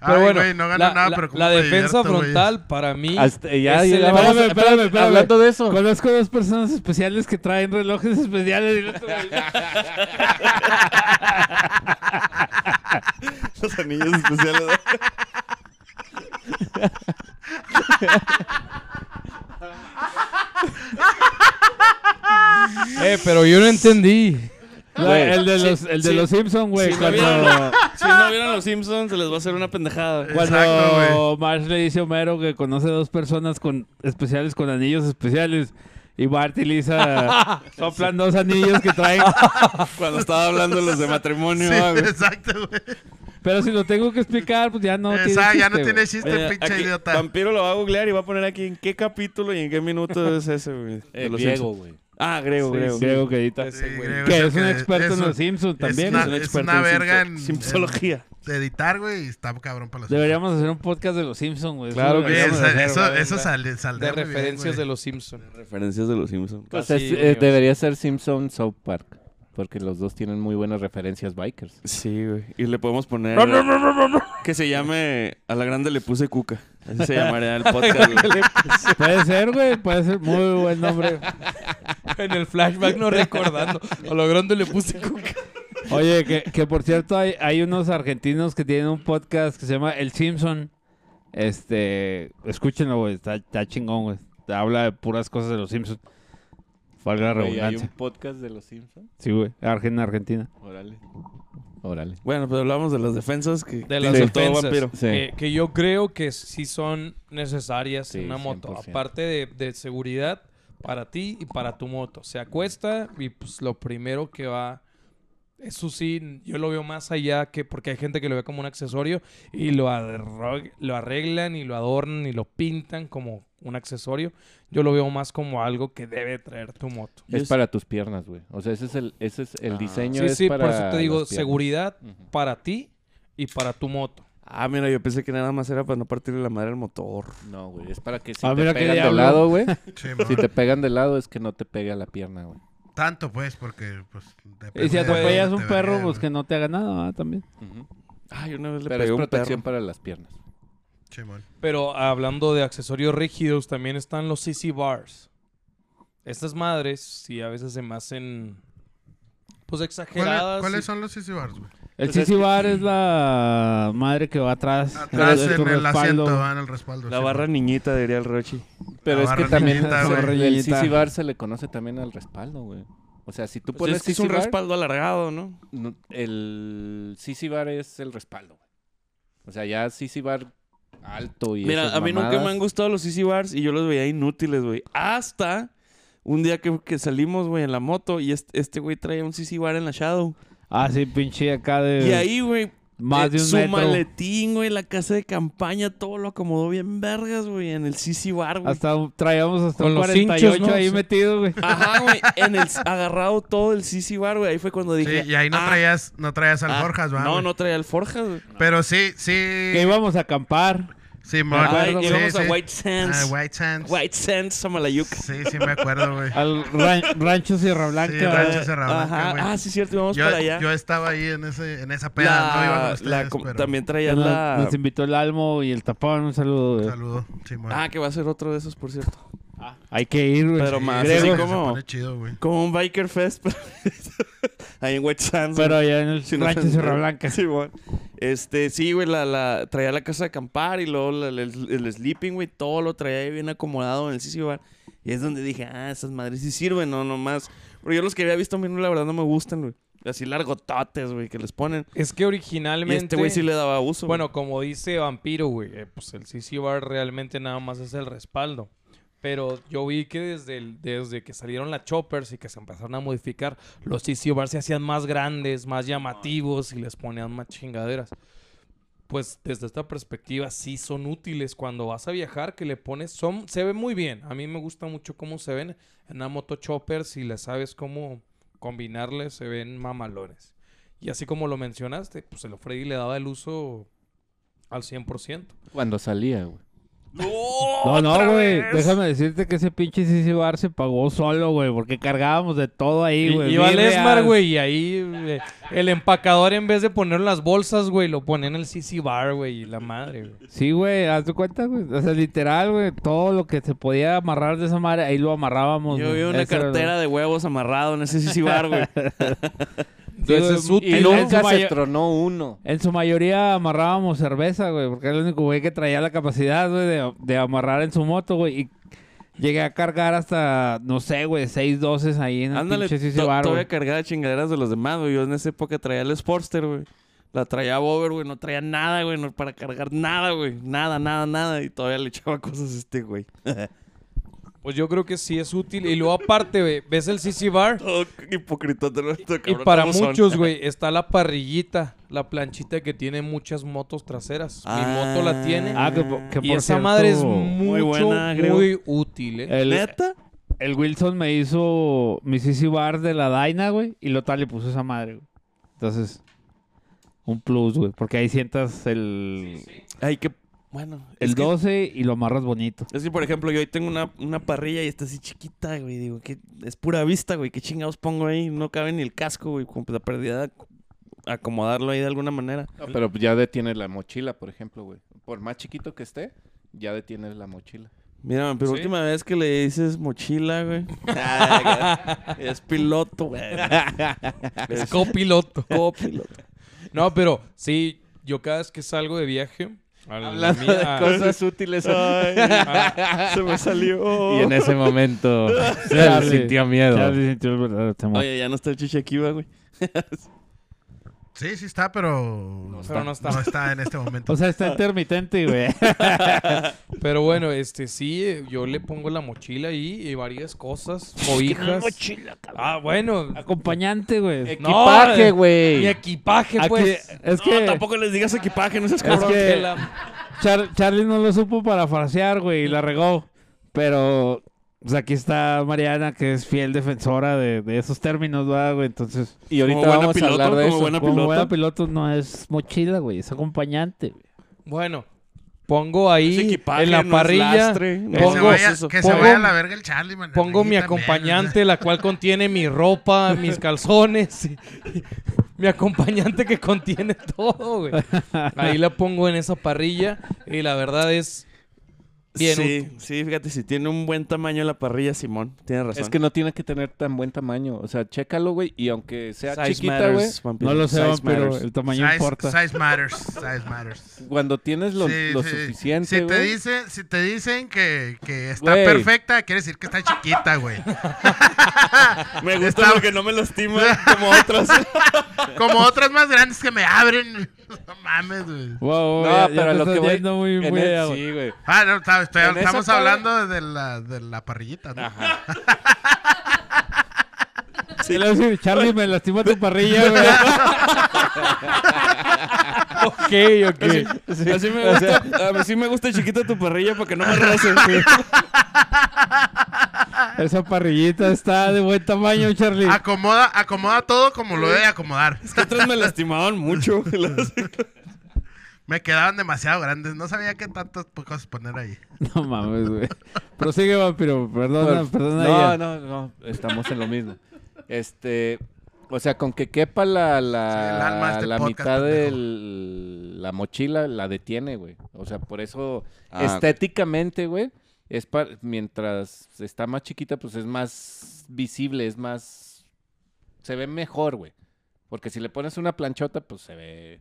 Speaker 6: Pero
Speaker 4: Ay,
Speaker 6: bueno,
Speaker 4: güey, no gano
Speaker 6: la,
Speaker 4: nada,
Speaker 6: la-
Speaker 4: pero como
Speaker 6: la
Speaker 4: me
Speaker 6: defensa
Speaker 4: divierto, güey.
Speaker 6: frontal para mí.
Speaker 5: Hasta- ya
Speaker 6: Es el-
Speaker 5: llegamos-
Speaker 3: Espérame, espérame, espérame.
Speaker 5: Hablando de eso.
Speaker 3: Conozco dos personas especiales que traen relojes especiales. [LAUGHS] y el otro, güey,
Speaker 2: [LAUGHS] Los anillos especiales.
Speaker 6: Eh, pero yo no entendí.
Speaker 3: la- el de
Speaker 2: Sí,
Speaker 3: los, el de
Speaker 2: sí.
Speaker 3: los Simpson, güey.
Speaker 2: Si no
Speaker 3: cuando
Speaker 2: vieron- Si no vieron los Simpsons, se les va a hacer una pendejada. güey.
Speaker 3: cuando
Speaker 4: Exacto,
Speaker 3: Marge le dice a Homero que conoce dos personas con especiales con anillos especiales. Y Bart y
Speaker 4: [LAUGHS]
Speaker 3: Lisa soplan dos anillos que traen.
Speaker 2: Cuando estaba hablando de los de matrimonio,
Speaker 4: Sí,
Speaker 2: ah, güey.
Speaker 4: exacto, güey.
Speaker 3: Pero si lo tengo que explicar, pues ya no tiene
Speaker 4: Esa, ya
Speaker 3: chiste,
Speaker 4: no
Speaker 3: güey.
Speaker 4: tiene chiste,
Speaker 2: Mira,
Speaker 4: pinche
Speaker 2: aquí,
Speaker 4: idiota.
Speaker 2: Vampiro lo va a googlear y va a poner aquí en qué capítulo y en qué minuto es ese, güey. de los
Speaker 5: Diego,
Speaker 2: Simpsons.
Speaker 5: güey.
Speaker 2: Ah, Grego, Grego.
Speaker 3: Grego que edita.
Speaker 4: Sí,
Speaker 2: ese, güey.
Speaker 4: creo,
Speaker 3: Que
Speaker 4: o sea,
Speaker 3: es un experto
Speaker 4: es
Speaker 3: en
Speaker 4: un-
Speaker 3: los Simpsons también. es
Speaker 4: Es una,
Speaker 3: un
Speaker 4: es
Speaker 3: experto
Speaker 4: una
Speaker 3: en
Speaker 4: verga
Speaker 3: Simpsons.
Speaker 4: en,
Speaker 2: Simpsología.
Speaker 4: en editar, güey, y está cabrón para los
Speaker 3: Deberíamos hacer un podcast de los Simpsons, güey.
Speaker 6: Claro
Speaker 3: Eso
Speaker 6: que
Speaker 4: Güey,
Speaker 3: deberíamos
Speaker 4: esa-
Speaker 3: hacer, güey.
Speaker 4: eso,
Speaker 6: güey,
Speaker 4: eso
Speaker 6: una-
Speaker 4: sale, saldría
Speaker 6: De
Speaker 4: muy bien,
Speaker 6: referencias
Speaker 4: güey.
Speaker 6: de los Simpsons.
Speaker 2: Referencias de los Simpsons.
Speaker 5: O sea,
Speaker 6: Casi,
Speaker 5: es- eh,
Speaker 6: Dios.
Speaker 5: debería ser Simpson South Park. Porque los dos tienen muy buenas referencias bikers.
Speaker 2: Sí, güey. Y le podemos poner. que se llame. A la grande le puse cuca. Así [LAUGHS] se llamaría el podcast. güey.
Speaker 3: Puede ser, güey. Puede ser muy buen nombre.
Speaker 6: [LAUGHS] En el flashback no
Speaker 4: [LAUGHS]
Speaker 6: recordando. A lo grande le puse cuca.
Speaker 3: Oye, que, que por cierto, hay, hay unos argentinos que tienen un podcast que se llama El Simpson. Este, escúchenlo, güey. Está, está chingón, güey. Habla de puras cosas de los Simpsons. Falga la
Speaker 5: Oye, ¿Hay un
Speaker 3: redundancia.
Speaker 5: podcast de los Simpsons?
Speaker 3: Sí, güey. Argen- En Argentina.
Speaker 5: Órale. Órale.
Speaker 2: bueno, pues hablamos de las defensas que
Speaker 6: De las
Speaker 2: que soltó
Speaker 6: defensas.
Speaker 2: Vampiro.
Speaker 5: Sí.
Speaker 6: Que, que yo creo que sí son necesarias en
Speaker 5: Sí,
Speaker 6: una moto.
Speaker 5: 100%.
Speaker 6: Aparte de, de seguridad para ti y para tu moto. Se acuesta y pues lo primero que va... Eso sí, yo lo veo más allá que porque hay gente que lo ve como un accesorio y lo, arro- lo arreglan y lo adornan y lo pintan como un accesorio. Yo lo veo más como algo que debe traer tu moto.
Speaker 2: Yo
Speaker 5: Es
Speaker 2: s-
Speaker 5: para tus piernas, güey. O sea, ese es el, ese es el
Speaker 2: Ah.
Speaker 5: diseño.
Speaker 6: Sí,
Speaker 5: es
Speaker 6: sí,
Speaker 5: para
Speaker 6: por eso te digo,
Speaker 5: las piernas.
Speaker 6: seguridad
Speaker 5: Ujú.
Speaker 6: para ti y para tu moto.
Speaker 2: Ah, mira, yo pensé que nada más era para no partirle la madre al motor.
Speaker 5: No, güey. Es para que si
Speaker 3: Ah,
Speaker 5: te
Speaker 3: mira qué
Speaker 5: pegan de
Speaker 3: diablo.
Speaker 5: lado, güey.
Speaker 4: Sí, mo.
Speaker 5: [LAUGHS] si te pegan de lado es que no te pegue a la pierna, güey.
Speaker 4: Tanto, pues, porque, pues, depende
Speaker 3: Y si
Speaker 4: de dónde
Speaker 3: atropellas un
Speaker 4: te
Speaker 3: perro,
Speaker 4: vean,
Speaker 3: pues
Speaker 4: güey.
Speaker 3: que no te haga nada ¿verdad? también.
Speaker 5: Ujú.
Speaker 2: Ay, una vez le
Speaker 5: Pero
Speaker 2: pegué
Speaker 5: es
Speaker 2: a un
Speaker 5: protección
Speaker 2: perro.
Speaker 5: para las piernas.
Speaker 4: Sí, mo.
Speaker 6: Pero hablando de accesorios rígidos, también están los CC bars. Estas madres, sí, a veces se me hacen. Pues
Speaker 4: ¿Cuál-
Speaker 6: exageradas.
Speaker 4: ¿Cuáles
Speaker 6: y-
Speaker 4: son los CC bars, güey?
Speaker 3: El
Speaker 5: Pues es
Speaker 3: Sisi Bar es la madre que va atrás.
Speaker 4: Atrás
Speaker 3: de tu
Speaker 4: en el
Speaker 3: respaldo,
Speaker 4: asiento,
Speaker 3: güey.
Speaker 4: ah, en el respaldo.
Speaker 2: La
Speaker 4: sí,
Speaker 2: barra
Speaker 4: mo.
Speaker 2: niñita, diría el Rochi.
Speaker 5: Pero
Speaker 4: La
Speaker 5: es que
Speaker 4: barra
Speaker 5: también
Speaker 3: [LAUGHS]
Speaker 4: niñita,
Speaker 5: se-
Speaker 3: güey.
Speaker 5: el
Speaker 3: Niñita.
Speaker 5: CC Bar se le conoce también al respaldo, güey. O sea, si tú
Speaker 2: Pues
Speaker 5: pones
Speaker 2: es que es
Speaker 5: CC
Speaker 2: un
Speaker 5: Bar,
Speaker 2: respaldo alargado, ¿no?
Speaker 5: no- el CC Bar es el respaldo, güey. O sea, ya CC Bar alto y
Speaker 2: Mira,
Speaker 5: esas
Speaker 2: a mí nunca me
Speaker 5: mamadas.
Speaker 2: han gustado los CC bars y yo los veía inútiles, güey. Hasta un día que, que salimos, güey, en la moto y este este güey traía un CC bar en la Shadow.
Speaker 3: Ah, sí, pinche acá de
Speaker 2: Y ahí, güey,
Speaker 3: más
Speaker 2: eh,
Speaker 3: de un
Speaker 2: su
Speaker 3: metro.
Speaker 2: maletín, güey, la casa de campaña, todo lo acomodó bien vergas, güey, en el CC bar, güey.
Speaker 3: Hasta un- traíamos hasta
Speaker 6: Con
Speaker 3: un
Speaker 6: los
Speaker 3: 48
Speaker 6: hinchos, ¿no?
Speaker 3: ahí
Speaker 6: Sí.
Speaker 3: metido, güey.
Speaker 2: Ajá, güey, en el agarrado todo el CC bar, güey. Ahí fue cuando dije,
Speaker 4: Sí, y ahí no
Speaker 2: ah,
Speaker 4: traías, no traías
Speaker 2: ah,
Speaker 4: alforjas, ¿va?
Speaker 2: No,
Speaker 4: güey?
Speaker 2: no traía alforjas, güey.
Speaker 4: Pero sí,
Speaker 3: Que
Speaker 4: sí.
Speaker 3: íbamos a acampar.
Speaker 4: Sí, mo.
Speaker 2: Ah,
Speaker 3: acuerdo,
Speaker 2: y
Speaker 4: Sí,
Speaker 2: íbamos
Speaker 4: sí.
Speaker 2: a White Sands.
Speaker 4: Ah,
Speaker 2: White... Ah,
Speaker 4: White Sands.
Speaker 2: Sands, a Malayuca.
Speaker 4: Sí, sí me acuerdo, güey.
Speaker 3: Al ran- rancho Sierra Blanca.
Speaker 4: Sí, rancho
Speaker 3: güey.
Speaker 4: Cerro Blanco,
Speaker 2: Ajá.
Speaker 4: güey.
Speaker 2: Ah, sí, cierto, íbamos
Speaker 4: yo,
Speaker 2: para allá.
Speaker 4: yo estaba ahí en ese en esa peda, no iba con ustedes,
Speaker 2: la com-
Speaker 4: pero-
Speaker 2: También traía
Speaker 3: Que nos,
Speaker 2: la...
Speaker 3: nos invitó el Almo y el Tapón. Un saludo, güey.
Speaker 4: Saludo, Simón.
Speaker 2: Ah, que va a ser otro de esos, por cierto.
Speaker 3: Hay que ir, güey.
Speaker 2: Pero más
Speaker 4: Sí,
Speaker 2: así
Speaker 4: se
Speaker 2: como,
Speaker 4: pone chido, güey.
Speaker 2: como un biker fest. [LAUGHS] pero- ahí en Wet Sands.
Speaker 3: Pero
Speaker 2: güey.
Speaker 3: allá en el
Speaker 2: Sin
Speaker 3: rancho
Speaker 2: ofender.
Speaker 3: Sierra Blanca.
Speaker 2: Sí, güey. Este, sí, güey, la, la, traía la casa de acampar y luego la- la- el, el sleeping, güey, todo lo traía ahí bien acomodado en el CC Bar. Y es donde dije, ah, esas madres sí sirven, no, nomás. Pero yo los que había visto a mí, no, la verdad, no me gustan, güey. Así largototes, güey, que les ponen.
Speaker 6: Es que
Speaker 2: Y
Speaker 6: originalmente.
Speaker 2: este güey sí le daba uso. güey.
Speaker 6: Bueno, como dice Vampiro, güey, eh, pues el CC Bar realmente nada más es el respaldo. Pero yo vi que desde, el- desde que salieron las choppers y que se empezaron a modificar, los CC Bar se hacían más grandes, más llamativos y les ponían más chingaderas. Pues desde esta perspectiva sí son útiles cuando vas a viajar, que le pones, son, se ve muy bien. A mí me gusta mucho cómo se ven en una moto chopper, si le sabes cómo combinarles, se ven mamalones. Y así como lo mencionaste, pues el Freddy le daba el uso al 100%.
Speaker 5: Cuando salía, güey.
Speaker 3: No, no,
Speaker 2: ¡Otra
Speaker 3: güey.
Speaker 2: vez!
Speaker 3: Déjame decirte que ese pinche Sisi Bar se pagó solo, güey. Porque cargábamos de todo ahí, güey.
Speaker 6: iba al
Speaker 3: birrias.
Speaker 6: Esmar, güey, y ahí eh, el empacador en vez de ponerlo en las bolsas, güey, lo ponía en el CC Bar, güey, y la madre, güey.
Speaker 3: Sí, güey. Haz tu cuenta, güey. O sea, literal, güey. Todo lo que se podía amarrar de esa madre, ahí lo amarrábamos.
Speaker 2: Yo
Speaker 3: güey.
Speaker 2: vi una
Speaker 3: Eso era lo-
Speaker 2: cartera de huevos amarrado en ese CC Bar, güey.
Speaker 6: Entonces es
Speaker 5: Y
Speaker 6: útil.
Speaker 3: no-
Speaker 6: ¿no?
Speaker 3: su
Speaker 5: nunca se
Speaker 3: mayor-
Speaker 5: tronó uno.
Speaker 3: En su mayoría amarrábamos cerveza, güey, porque era el único güey que traía la capacidad, güey, de, de amarrar en su moto, güey. Y llegué a cargar hasta, no sé, güey, seis doces ahí en el
Speaker 2: Ándale,
Speaker 3: Ah, pinche CC
Speaker 2: to-
Speaker 3: bar,
Speaker 2: todavía
Speaker 3: güey.
Speaker 2: cargada chingaderas de los demás, güey. Yo en esa época traía el Sportster, güey. La traía Bober, güey. No traía nada, güey. No para cargar nada, güey. Nada, nada, nada. Y todavía le echaba cosas a este, güey.
Speaker 6: Pues yo creo que sí es útil. Y luego aparte, güey, ves el CC Bar
Speaker 2: Todo hipocritote, ¿no? Este
Speaker 6: y
Speaker 2: cabrón,
Speaker 6: para
Speaker 2: ¿cómo son?
Speaker 6: muchos, güey, está la parrillita, la planchita que tiene muchas motos traseras. Mi moto la tiene.
Speaker 3: Ah, que, po- que
Speaker 6: y
Speaker 3: por
Speaker 6: esa madre es
Speaker 3: cierto,
Speaker 6: mucho,
Speaker 2: buena, creo.
Speaker 6: muy útil, eh.
Speaker 3: el,
Speaker 2: ¿Neta?
Speaker 3: el Wilson me hizo mi CC bar de la Daina, güey, y lo tal le puso esa madre, güey. Entonces, un plus, güey, porque ahí sientas el,
Speaker 2: Ay, que... Bueno.
Speaker 3: el
Speaker 2: es que-
Speaker 3: 12 y lo amarras bonito.
Speaker 2: Es que, por ejemplo, yo ahí tengo una, una parrilla y está así chiquita, güey. Digo, que es pura vista, güey. ¿Qué chingados pongo ahí? No cabe ni el casco, güey. Como la pérdida de ac- acomodarlo ahí de alguna manera.
Speaker 5: No, pero ya detiene la mochila, por ejemplo, güey. Por más chiquito que esté, ya detiene
Speaker 2: [LAUGHS]
Speaker 5: la mochila.
Speaker 2: Mira, pero
Speaker 6: Sí.
Speaker 2: última vez que le dices mochila, güey. [LAUGHS] Ah, es piloto, [LAUGHS] güey.
Speaker 6: Es
Speaker 2: Es
Speaker 6: copiloto.
Speaker 2: copiloto.
Speaker 6: No, pero sí, yo cada vez que salgo de viaje, a la mía- a-
Speaker 5: Cosas [LAUGHS] útiles.
Speaker 2: Se me salió.
Speaker 5: Y en
Speaker 3: [LAUGHS]
Speaker 5: ese momento se
Speaker 3: Chale.
Speaker 5: sintió miedo.
Speaker 3: Ya le sintió el verdadero temor.
Speaker 2: Oye, ya no está el chiche aquí, va, güey.
Speaker 4: Sí, sí está, pero. No
Speaker 6: está. no está.
Speaker 4: en este momento.
Speaker 3: O sea,
Speaker 2: ah.
Speaker 3: está
Speaker 2: [LAUGHS]
Speaker 3: intermitente, güey.
Speaker 6: Pero bueno, este sí, eh, yo le pongo la mochila ahí y varias cosas, cobijas. Ah, bueno.
Speaker 3: Acompañante, güey.
Speaker 5: Equipaje,
Speaker 6: eh, Mi
Speaker 5: güey.
Speaker 6: equipaje,
Speaker 3: Aquí-
Speaker 6: pues.
Speaker 3: es que
Speaker 2: No, tampoco les digas equipaje, no seas
Speaker 3: Es
Speaker 2: cabrón.
Speaker 3: que-
Speaker 6: Que la-
Speaker 3: Char- Charlie no lo supo parafrasear, güey, y la regó. Pero pues aquí está Mariana, que es fiel defensora de, de esos términos, ¿verdad, güey. Entonces,
Speaker 5: Y ahorita
Speaker 2: Como buena
Speaker 5: vamos
Speaker 2: piloto,
Speaker 5: a hablar de
Speaker 2: como
Speaker 5: eso.
Speaker 2: buena-
Speaker 3: como
Speaker 2: pilota?
Speaker 3: buena piloto no es mochila, güey, es acompañante, güey.
Speaker 6: Bueno, pongo
Speaker 2: Es
Speaker 6: ahí
Speaker 2: equipaje,
Speaker 6: en la
Speaker 2: no es
Speaker 6: parrilla.
Speaker 2: lastre, no
Speaker 4: Que, se
Speaker 6: pongo-
Speaker 2: es
Speaker 4: vaya,
Speaker 2: eso.
Speaker 4: que se
Speaker 6: pongo-
Speaker 4: vaya a la verga el Charlie, man.
Speaker 6: Pongo
Speaker 4: Ahí
Speaker 6: mi
Speaker 4: también,
Speaker 6: acompañante, la cual contiene mi ropa, mis calzones. y- y- mi acompañante que contiene todo, güey. Ahí la pongo en esa parrilla y la verdad es bien
Speaker 2: sí,
Speaker 6: útil.
Speaker 2: sí, fíjate, si tiene un buen tamaño la parrilla, Simón. Tienes razón.
Speaker 5: Es que no tiene que tener tan buen tamaño. O sea, chécalo, güey. Y aunque sea
Speaker 2: Size
Speaker 5: chiquita, güey.
Speaker 2: matters, vampiro.
Speaker 3: No lo sé,
Speaker 2: Size
Speaker 3: pero
Speaker 2: matters.
Speaker 3: el tamaño
Speaker 4: size,
Speaker 3: importa.
Speaker 4: size matters. Size matters.
Speaker 5: Cuando tienes lo,
Speaker 4: Sí,
Speaker 5: lo
Speaker 4: sí.
Speaker 5: suficiente,
Speaker 4: Si te,
Speaker 5: güey.
Speaker 4: dice, si te dicen que, que está
Speaker 5: Güey.
Speaker 4: perfecta, quiere decir que está chiquita, güey.
Speaker 2: Me gusta
Speaker 4: Está-
Speaker 2: porque no me lastima como [LAUGHS] otras.
Speaker 4: Como otras más grandes que me abren. [LAUGHS] No mames, güey.
Speaker 3: Wow,
Speaker 5: No,
Speaker 3: ya- ya
Speaker 5: pero
Speaker 3: te
Speaker 5: lo que
Speaker 3: estás
Speaker 5: voy...
Speaker 3: yendo muy,
Speaker 5: en
Speaker 3: muy
Speaker 5: el-
Speaker 3: allá, güey.
Speaker 5: Sí, güey.
Speaker 4: Ah, no, está- estoy-
Speaker 5: En esa
Speaker 4: estamos
Speaker 5: parte-
Speaker 4: hablando de la, de la parrillita, ¿no?
Speaker 3: Y luego dice, Charlie, me lastima tu parrilla, güey.
Speaker 6: Ok, ok.
Speaker 2: Así me gusta, a mí sí me gusta chiquita tu parrilla para que no me roces.
Speaker 3: Esa parrillita está de buen tamaño, Charlie.
Speaker 4: Ah. Acomoda, acomoda todo como lo debe acomodar.
Speaker 2: Es que otras me lastimaban mucho. güey, las-
Speaker 4: Me quedaban demasiado grandes. No sabía qué tantas cosas poner ahí.
Speaker 3: No mames, güey. Prosigue, vampiro. Perdona,
Speaker 5: Por-
Speaker 3: perdona.
Speaker 5: No,
Speaker 3: ella.
Speaker 5: no, no. Estamos en lo mismo. Este. O sea, con que quepa la,
Speaker 4: Sí, el alma de
Speaker 5: la,
Speaker 4: este
Speaker 5: la
Speaker 4: podcast,
Speaker 5: mitad de
Speaker 4: pendejo.
Speaker 5: la mochila, la detiene, güey. O sea, por eso
Speaker 2: Ah,
Speaker 5: estéticamente, güey, es para, mientras está más chiquita, pues es más visible, es más, se ve mejor, güey. Porque si le pones una planchota, pues se ve...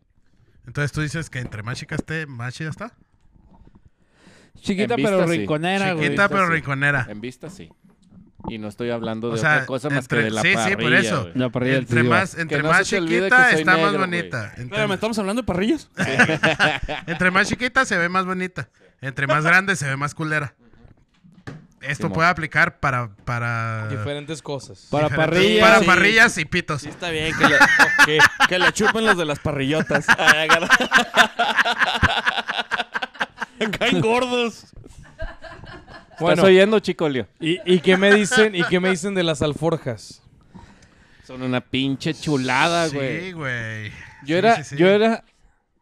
Speaker 4: Entonces tú dices que entre más chica esté, más chida está.
Speaker 3: Chiquita
Speaker 5: En vista,
Speaker 3: pero
Speaker 5: sí.
Speaker 3: rinconera, güey.
Speaker 4: Chiquita pero
Speaker 5: sí.
Speaker 4: rinconera.
Speaker 5: En vista, sí. Y no estoy hablando de
Speaker 4: O sea,
Speaker 5: otra cosa más
Speaker 4: entre-
Speaker 5: que de la
Speaker 4: sí, sí,
Speaker 5: parrilla,
Speaker 4: por eso.
Speaker 5: güey.
Speaker 3: La parrilla del
Speaker 4: Entre
Speaker 3: trío.
Speaker 4: más, entre
Speaker 5: no
Speaker 4: más
Speaker 5: se te olvide
Speaker 4: chiquita
Speaker 5: que soy
Speaker 4: está más
Speaker 5: negro, güey.
Speaker 4: bonita. Entre,
Speaker 2: Espérame, ¿estamos hablando de parrillas?
Speaker 4: entre más chiquita se ve más bonita. Entre más grande se ve más culera. Esto
Speaker 5: Simón.
Speaker 4: puede aplicar para, para
Speaker 6: Diferentes cosas.
Speaker 3: Para
Speaker 4: diferentes-
Speaker 3: parrillas.
Speaker 4: para
Speaker 2: Sí.
Speaker 4: parrillas y pitos.
Speaker 2: Sí, está bien, que la, que, que la chupen los de [LAUGHS] las parrillotas. Caen gordos.
Speaker 5: Estás
Speaker 6: Bueno,
Speaker 5: oyendo, chicolio.
Speaker 6: ¿y, y qué me dicen, ¿y qué me dicen de las alforjas?
Speaker 5: Son una pinche chulada, güey.
Speaker 4: Sí, güey.
Speaker 5: Yo
Speaker 4: Sí,
Speaker 5: era,
Speaker 4: sí, sí.
Speaker 5: yo era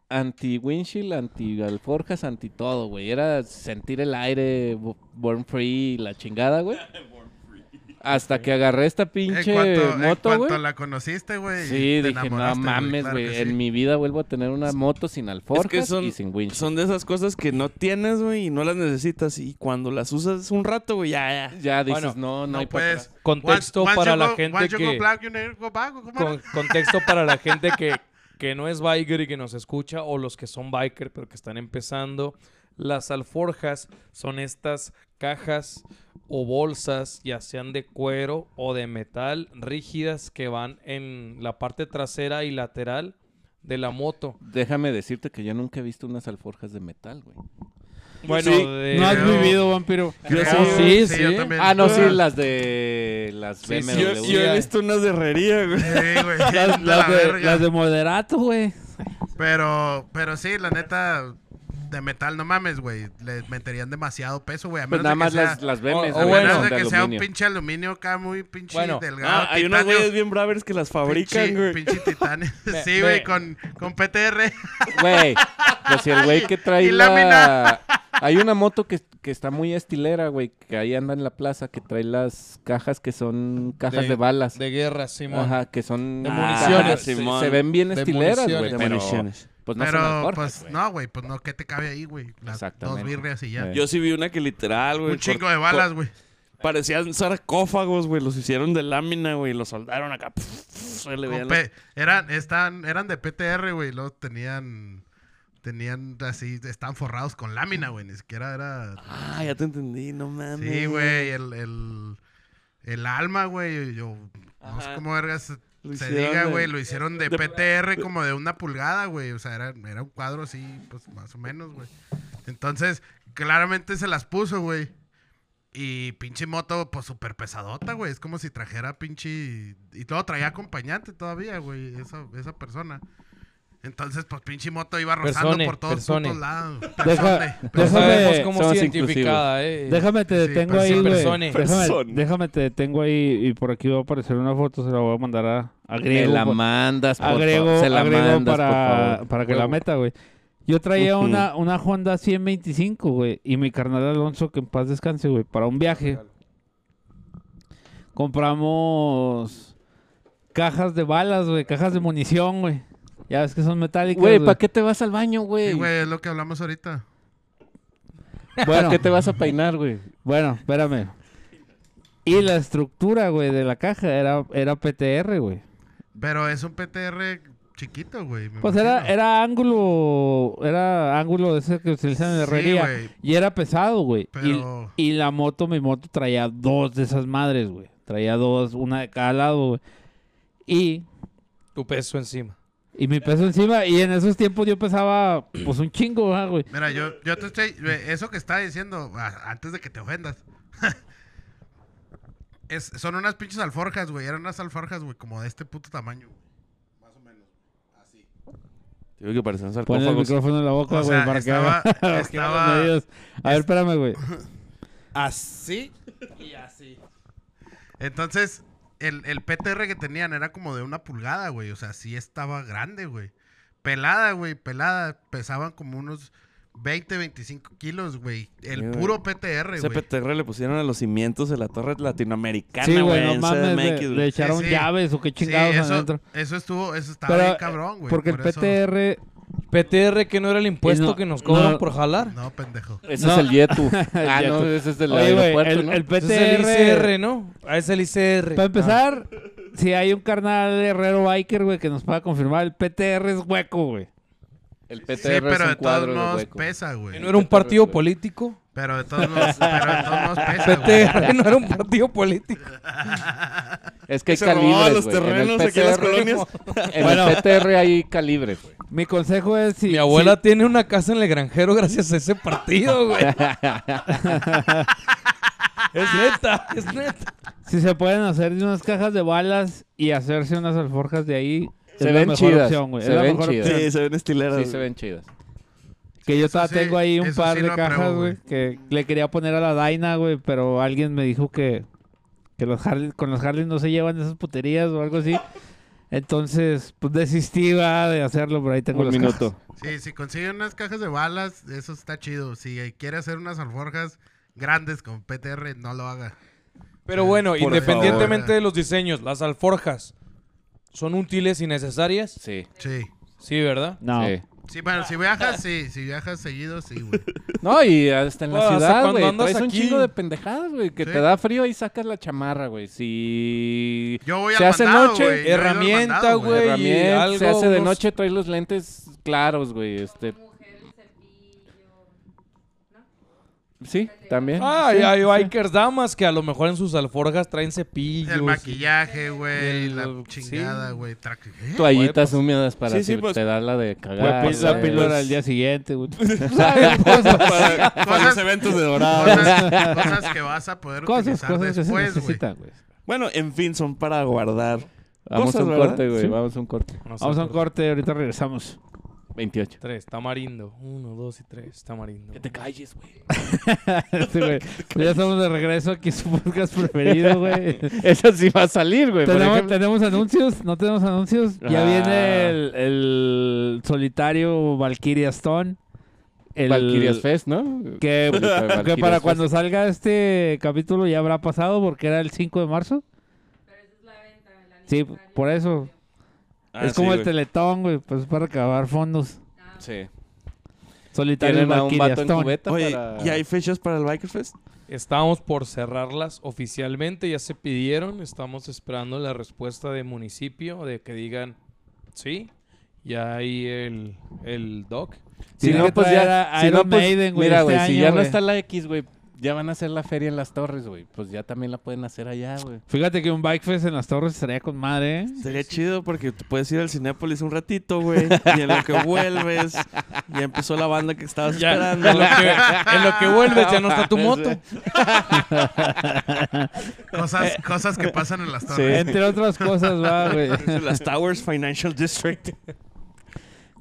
Speaker 5: anti windshield, anti alforjas, anti todo, güey. Era sentir el aire bo- born free, y la
Speaker 2: [LAUGHS]
Speaker 5: chingada, güey. Hasta que agarré esta
Speaker 4: En
Speaker 5: pinche
Speaker 4: cuanto, en
Speaker 5: moto,
Speaker 4: cuanto
Speaker 5: güey.
Speaker 4: la conociste, güey.
Speaker 5: Sí,
Speaker 4: te
Speaker 5: dije, no
Speaker 4: enamoraste, güey,
Speaker 5: mames,
Speaker 4: claro
Speaker 5: güey.
Speaker 4: que sí.
Speaker 5: En mi vida vuelvo a tener una moto sin alforjas
Speaker 2: son-
Speaker 5: y sin windshield.
Speaker 2: Son de esas cosas que no tienes, güey, y no las necesitas. Y cuando las usas un rato, güey, ya, ya.
Speaker 5: Ya dices,
Speaker 6: Bueno,
Speaker 5: no, no, hay para
Speaker 4: puedes.
Speaker 5: atrás.
Speaker 6: Contexto
Speaker 4: Pues, Once- once
Speaker 6: para
Speaker 4: you
Speaker 6: la
Speaker 4: go-
Speaker 6: gente
Speaker 4: once you go
Speaker 6: que
Speaker 4: black, you never go back, ¿o cómo era?
Speaker 6: con- contexto para la gente que, que no es biker y que nos escucha o los que son biker pero que están empezando. Las alforjas son estas cajas o bolsas, ya sean de cuero o de metal, rígidas que van en la parte trasera y lateral de la moto.
Speaker 5: Déjame decirte que yo nunca he visto unas alforjas de metal, güey.
Speaker 6: Bueno,
Speaker 2: Sí.
Speaker 6: de-
Speaker 3: eh, No has
Speaker 4: Creo-
Speaker 3: vivido, vampiro.
Speaker 4: Creo-
Speaker 6: sí, sí.
Speaker 4: yo también.
Speaker 5: Ah, no, sí, las de las
Speaker 6: Sí, sí,
Speaker 5: BMW.
Speaker 2: Yo, yo he visto unas de herrería, güey.
Speaker 4: Sí,
Speaker 5: [LAUGHS]
Speaker 4: güey.
Speaker 3: Las,
Speaker 4: la
Speaker 3: las de,
Speaker 4: verga.
Speaker 3: las de moderato, güey.
Speaker 4: Pero, pero sí, la neta, de metal no mames, güey. Le meterían demasiado peso, güey. A
Speaker 5: Pues
Speaker 4: menos de
Speaker 5: nada
Speaker 4: que
Speaker 5: más
Speaker 4: sea,
Speaker 5: las, las BMWs
Speaker 6: o
Speaker 4: a
Speaker 5: güey,
Speaker 6: bueno,
Speaker 5: son
Speaker 4: menos
Speaker 5: de
Speaker 4: de que sea un
Speaker 5: aluminio.
Speaker 4: pinche aluminio acá muy pinche
Speaker 6: Bueno,
Speaker 4: delgado.
Speaker 2: Ah, hay unos
Speaker 4: titanio,
Speaker 2: güeyes bien bravers que las fabrican,
Speaker 4: pinche,
Speaker 2: güey.
Speaker 4: pinche titanio.
Speaker 6: Me-
Speaker 4: sí, güey,
Speaker 6: me-
Speaker 4: con, con PTR.
Speaker 5: [LAUGHS] Güey, pues si el güey que
Speaker 4: Y [LAUGHS]
Speaker 5: trae
Speaker 4: lámina.
Speaker 5: la... Hay una moto que, que está muy estilera, güey, que ahí anda en la plaza, que trae las cajas que son cajas de, balas.
Speaker 6: De guerra, Simón.
Speaker 5: Ajá, que son...
Speaker 2: De
Speaker 5: Ah,
Speaker 2: municiones.
Speaker 5: se,
Speaker 2: Simón.
Speaker 5: se ven bien
Speaker 6: De
Speaker 5: estileras, güey.
Speaker 6: municiones. De
Speaker 5: Pero,
Speaker 2: municiones.
Speaker 5: Pues no son
Speaker 4: Pero,
Speaker 5: alforjas,
Speaker 4: pues,
Speaker 5: güey.
Speaker 4: no, güey, pues no, ¿qué te cabe ahí, güey? Las dos
Speaker 5: Exactamente.
Speaker 4: birrias y ya.
Speaker 5: Eh.
Speaker 2: Yo sí vi una que literal, güey.
Speaker 4: Un chingo
Speaker 2: cor-
Speaker 4: de balas, güey.
Speaker 2: cor- Parecían sarcófagos, güey. Los hicieron de lámina, güey. y Los soldaron acá. Pf, pf, se le
Speaker 4: Con
Speaker 2: veían
Speaker 4: P- Eran, están, eran de PTR, güey. Luego tenían. Tenían así, estaban forrados con lámina, güey. Ni siquiera era.
Speaker 2: Ah, ya te entendí, no mames.
Speaker 4: Sí, güey, el, el, el alma, güey. Yo no sé
Speaker 2: Ajá.
Speaker 4: cómo vergas
Speaker 2: Lo
Speaker 4: se
Speaker 2: hicieron
Speaker 4: diga,
Speaker 2: de-
Speaker 4: güey. Lo hicieron de
Speaker 2: de-
Speaker 4: PTR como de una pulgada, güey. O sea, era, era un cuadro así, pues más o menos, güey. Entonces, claramente se las puso, güey. Y pinche moto, pues súper pesadota, güey. Es como si trajera pinche. Y todo traía acompañante todavía, güey. Esa, esa persona. Entonces, pues pinche moto iba rozando
Speaker 6: Persone,
Speaker 4: por todos
Speaker 6: persone.
Speaker 4: putos lados.
Speaker 3: Deja-
Speaker 4: Persone,
Speaker 6: No
Speaker 3: Déjame-
Speaker 6: sabemos cómo
Speaker 5: somos
Speaker 6: es identificada, eh.
Speaker 3: Déjame te
Speaker 4: Sí,
Speaker 3: detengo
Speaker 4: persona.
Speaker 3: ahí,
Speaker 6: Persone.
Speaker 3: güey. Déjame,
Speaker 2: Persona.
Speaker 3: déjame te detengo ahí y por aquí va a aparecer una foto, se la voy a mandar a, a
Speaker 5: Me
Speaker 3: Griego.
Speaker 5: la
Speaker 3: por-
Speaker 5: mandas, por favor.
Speaker 3: pues, agrego,
Speaker 5: Se la
Speaker 3: agrego
Speaker 5: mandas, por
Speaker 3: para,
Speaker 5: favor.
Speaker 3: para que la
Speaker 5: Huevo.
Speaker 3: meta, güey. Yo traía
Speaker 2: Ujú.
Speaker 3: una, una Honda 125, güey, y mi carnal Alonso, que en paz descanse, güey, para un viaje. Compramos cajas de balas, güey, cajas de munición, güey. Ya ves que son metálicas,
Speaker 5: Güey,
Speaker 3: güey.
Speaker 5: ¿para qué te vas al baño,
Speaker 4: Sí,
Speaker 5: güey?
Speaker 4: güey, es lo que hablamos ahorita.
Speaker 3: Bueno,
Speaker 5: ¿Para qué te vas a peinar, güey?
Speaker 3: bueno, espérame. Y la estructura, güey, de la caja era, era PTR, güey.
Speaker 4: Pero es un PTR chiquito, güey. me
Speaker 3: Pues era,
Speaker 4: imagino.
Speaker 3: era ángulo, era ángulo de ese que utilizan en la
Speaker 4: Sí,
Speaker 3: herrería.
Speaker 4: güey.
Speaker 3: y era pesado, güey. Y-
Speaker 4: Pero-
Speaker 3: Y, la moto, mi moto traía dos de esas madres, güey. Traía dos, una de cada lado, güey. Y,
Speaker 6: Tu peso encima.
Speaker 3: y mi peso encima. Y en esos tiempos yo pesaba, pues, un chingo, ¿verdad, güey.
Speaker 4: Mira, yo, yo te estoy. güey, Eso que estaba diciendo, a- antes de que te ofendas. [LAUGHS] es, son unas pinches alforjas, güey. Eran unas alforjas, güey, como de este puto tamaño. güey. Más o menos. Así.
Speaker 2: Digo que parecían
Speaker 3: Ponle el
Speaker 2: sarcófagos.
Speaker 3: micrófono en la boca,
Speaker 4: O
Speaker 3: güey,
Speaker 4: sea,
Speaker 3: para [LAUGHS] que
Speaker 4: estaba.
Speaker 3: haga- que haga las
Speaker 4: estaba,
Speaker 3: medidas. A ver, espérame, güey.
Speaker 2: Así.
Speaker 4: entonces, el, el PTR que tenían era como de una pulgada, güey. O sea, sí estaba grande, güey. Pelada, güey, pelada. Pesaban como unos 20, 25 kilos, güey. El
Speaker 2: Sí, güey.
Speaker 4: puro PTR,
Speaker 2: Ese
Speaker 4: güey.
Speaker 2: PTR le pusieron a los cimientos de la torre latinoamericana,
Speaker 3: Sí,
Speaker 2: güey.
Speaker 3: güey, no
Speaker 2: en
Speaker 3: mames,
Speaker 2: CDMX,
Speaker 3: le,
Speaker 2: güey.
Speaker 3: le echaron
Speaker 4: Sí, sí.
Speaker 3: llaves o qué
Speaker 4: Sí,
Speaker 3: chingados
Speaker 4: eso,
Speaker 3: adentro.
Speaker 4: eso estuvo, eso estaba
Speaker 3: Pero, eh,
Speaker 4: bien cabrón, güey.
Speaker 3: Porque el
Speaker 4: por eso-
Speaker 3: PTR
Speaker 6: PTR que no era el impuesto
Speaker 3: no-
Speaker 6: que nos cobran
Speaker 3: no-
Speaker 6: por jalar.
Speaker 4: No, pendejo.
Speaker 5: Ese
Speaker 3: No.
Speaker 5: es
Speaker 3: [LAUGHS]
Speaker 5: el Yetu. ah,
Speaker 3: Yetu.
Speaker 5: no, ese es del
Speaker 3: Oye, güey,
Speaker 5: aeropuerto,
Speaker 3: el,
Speaker 5: ¿no?
Speaker 3: el PTR.
Speaker 6: Ese es el ICR, ¿no? Ah, es el ICR.
Speaker 3: Para empezar, si hay un carnal Herrero Biker, güey, que nos pueda confirmar, el PTR es hueco, güey.
Speaker 5: El PTR
Speaker 4: Sí, pero
Speaker 5: es un
Speaker 4: de todos
Speaker 5: cuadro de
Speaker 4: modos
Speaker 5: hueco.
Speaker 4: pesa,
Speaker 6: Ah,
Speaker 4: güey.
Speaker 6: ¿No era un partido político?
Speaker 4: Pero de todos modos, pero de todos modos pesa, güey.
Speaker 6: PTR [LAUGHS] no era un partido político.
Speaker 5: Es que hay
Speaker 2: Se robaba
Speaker 5: calibres,
Speaker 2: los
Speaker 5: güey. En el
Speaker 2: terrenos aquí en las
Speaker 5: PTR
Speaker 2: colonias.
Speaker 5: [LAUGHS] En el PTR hay calibres, güey.
Speaker 3: Mi consejo es si...
Speaker 6: Mi abuela tiene una casa en el granjero gracias a ese partido,
Speaker 3: [LAUGHS]
Speaker 6: güey. es neta, es neta.
Speaker 3: Si, si se pueden hacer de unas cajas de balas y hacerse unas alforjas de ahí...
Speaker 5: Se
Speaker 3: es la
Speaker 5: ven
Speaker 3: mejor
Speaker 5: chidas,
Speaker 3: opción, güey.
Speaker 5: se
Speaker 3: Es la
Speaker 5: ven
Speaker 3: mejor
Speaker 5: chidas.
Speaker 3: opción.
Speaker 2: Sí, se ven estileras.
Speaker 5: Sí,
Speaker 2: güey.
Speaker 5: se ven chidas.
Speaker 3: Que yo
Speaker 4: Eso
Speaker 3: todavía
Speaker 4: sí,
Speaker 3: tengo ahí un
Speaker 4: eso
Speaker 3: par
Speaker 4: sí
Speaker 3: de
Speaker 4: lo
Speaker 3: cajas,
Speaker 4: apruebo,
Speaker 3: güey, que le quería poner a la Daina, güey, pero alguien me dijo que, que los Harley, con los Harley no se llevan esas puterías o algo así. Entonces, pues desistí, va, de hacerlo, pero ahí tengo
Speaker 5: Un
Speaker 3: las
Speaker 5: minuto.
Speaker 3: cajas.
Speaker 4: Sí, si consigue unas cajas de balas, eso está chido. Si quiere hacer unas alforjas grandes con PTR, no lo haga.
Speaker 6: Pero bueno,
Speaker 2: Por
Speaker 6: independientemente
Speaker 4: favor.
Speaker 6: de los diseños, las alforjas son útiles y necesarias.
Speaker 5: Sí.
Speaker 4: Sí.
Speaker 6: Sí, ¿verdad?
Speaker 3: No.
Speaker 5: sí.
Speaker 4: Sí, bueno, si viajas, sí. Si viajas seguido, sí, güey.
Speaker 5: No, y hasta en la
Speaker 6: Bueno, hasta
Speaker 5: ciudad,
Speaker 6: cuando
Speaker 5: güey.
Speaker 6: andas
Speaker 5: Traes un
Speaker 6: aquí.
Speaker 5: chingo de pendejadas, güey. Que
Speaker 4: Sí.
Speaker 5: te da frío y sacas la chamarra, güey. Si
Speaker 4: Yo voy
Speaker 5: se
Speaker 4: al
Speaker 5: hace
Speaker 4: mandado,
Speaker 5: noche,
Speaker 4: güey. Yo he ido al
Speaker 6: herramienta,
Speaker 4: mandado,
Speaker 6: güey. y
Speaker 5: herramienta,
Speaker 6: algo,
Speaker 5: se hace de
Speaker 6: unos-
Speaker 5: noche, traes los lentes claros, güey. Este, sí, también.
Speaker 6: Ah,
Speaker 5: sí,
Speaker 6: y hay
Speaker 5: sí.
Speaker 6: bikers damas que a lo mejor en sus alforjas traen cepillos.
Speaker 4: El maquillaje, güey.
Speaker 6: El-
Speaker 4: La chingada,
Speaker 6: sí.
Speaker 4: güey. tra- ¿Eh?
Speaker 5: Toallitas
Speaker 6: Puede pasar.
Speaker 5: húmedas para
Speaker 2: Sí, sí,
Speaker 5: si
Speaker 2: pues,
Speaker 5: te da la de cagar.
Speaker 3: Güey, pues, la
Speaker 5: güey.
Speaker 3: píldora al día siguiente,
Speaker 5: [LAUGHS]
Speaker 3: güey.
Speaker 2: [LAUGHS] para, para los
Speaker 4: Cosas-
Speaker 2: eventos de dorado.
Speaker 4: Cosas, cosas que vas a poder
Speaker 3: cosas,
Speaker 4: utilizar
Speaker 3: cosas que se
Speaker 4: después, güey.
Speaker 3: necesitan, güey.
Speaker 2: Bueno, en fin, son para guardar.
Speaker 5: Vamos a
Speaker 2: Cosas,
Speaker 5: un
Speaker 2: ¿verdad?
Speaker 5: corte, güey.
Speaker 3: Sí.
Speaker 5: Vamos a un corte.
Speaker 6: No sé,
Speaker 3: Vamos a un
Speaker 6: por-
Speaker 3: corte, ahorita regresamos. [LAUGHS]
Speaker 5: 28.
Speaker 6: Tres, tamarindo. Uno, dos y tres, tamarindo.
Speaker 5: Que te calles, güey.
Speaker 3: Sí, güey. ya estamos de regreso aquí, su podcast preferido,
Speaker 5: [LAUGHS]
Speaker 3: güey.
Speaker 5: [LAUGHS] Esa sí va a salir, güey. por
Speaker 3: ¿Tenemos,
Speaker 5: ejemplo.
Speaker 3: tenemos anuncios? ¿No tenemos anuncios? Ya
Speaker 5: Ah.
Speaker 3: viene el, el solitario Valkyria Stone. El,
Speaker 5: Valkyrias Fest, ¿no? [LAUGHS]
Speaker 3: Que, que
Speaker 5: Solitario Valkyrias
Speaker 3: para
Speaker 5: Fest.
Speaker 3: cuando salga este capítulo ya habrá pasado porque era el 5 de marzo. Sí, por eso.
Speaker 2: Ah,
Speaker 3: es como
Speaker 2: sí,
Speaker 3: el
Speaker 2: güey.
Speaker 3: teletón, güey. Pues para acabar fondos.
Speaker 5: Sí.
Speaker 3: Solitario
Speaker 5: Tienen a un
Speaker 3: Valkyria
Speaker 5: vato en
Speaker 3: Stone.
Speaker 5: cubeta
Speaker 2: Oye,
Speaker 5: para...
Speaker 2: ¿y hay fechas para el Bikerfest?
Speaker 6: Estamos por cerrarlas oficialmente, ya se pidieron, estamos esperando la respuesta de municipio de que digan sí, ya hay el, el doc.
Speaker 5: Si
Speaker 3: Tiene
Speaker 5: no,
Speaker 3: que
Speaker 5: pues
Speaker 3: traer
Speaker 5: ya.
Speaker 3: a
Speaker 5: si
Speaker 3: Iron
Speaker 5: no, pues,
Speaker 3: Maiden, güey,
Speaker 5: Mira,
Speaker 3: este
Speaker 5: güey, si
Speaker 3: año,
Speaker 5: ya no
Speaker 3: güey.
Speaker 5: está la X, güey, ya van a hacer la feria en las torres, güey. Pues ya también la pueden hacer allá, güey.
Speaker 3: Fíjate que un Bike Fest en las torres estaría con madre, ¿eh?
Speaker 2: Sería chido porque te puedes ir al Cinépolis un ratito, güey. Y en lo que vuelves, ya empezó la banda que estabas
Speaker 6: Ya, en, lo [LAUGHS]
Speaker 2: esperando.
Speaker 6: que, en lo que vuelves ya no está tu moto.
Speaker 4: Cosas, cosas que pasan en las torres.
Speaker 3: Entre otras cosas, va,
Speaker 5: [LAUGHS]
Speaker 3: güey.
Speaker 2: De Las Towers Financial District.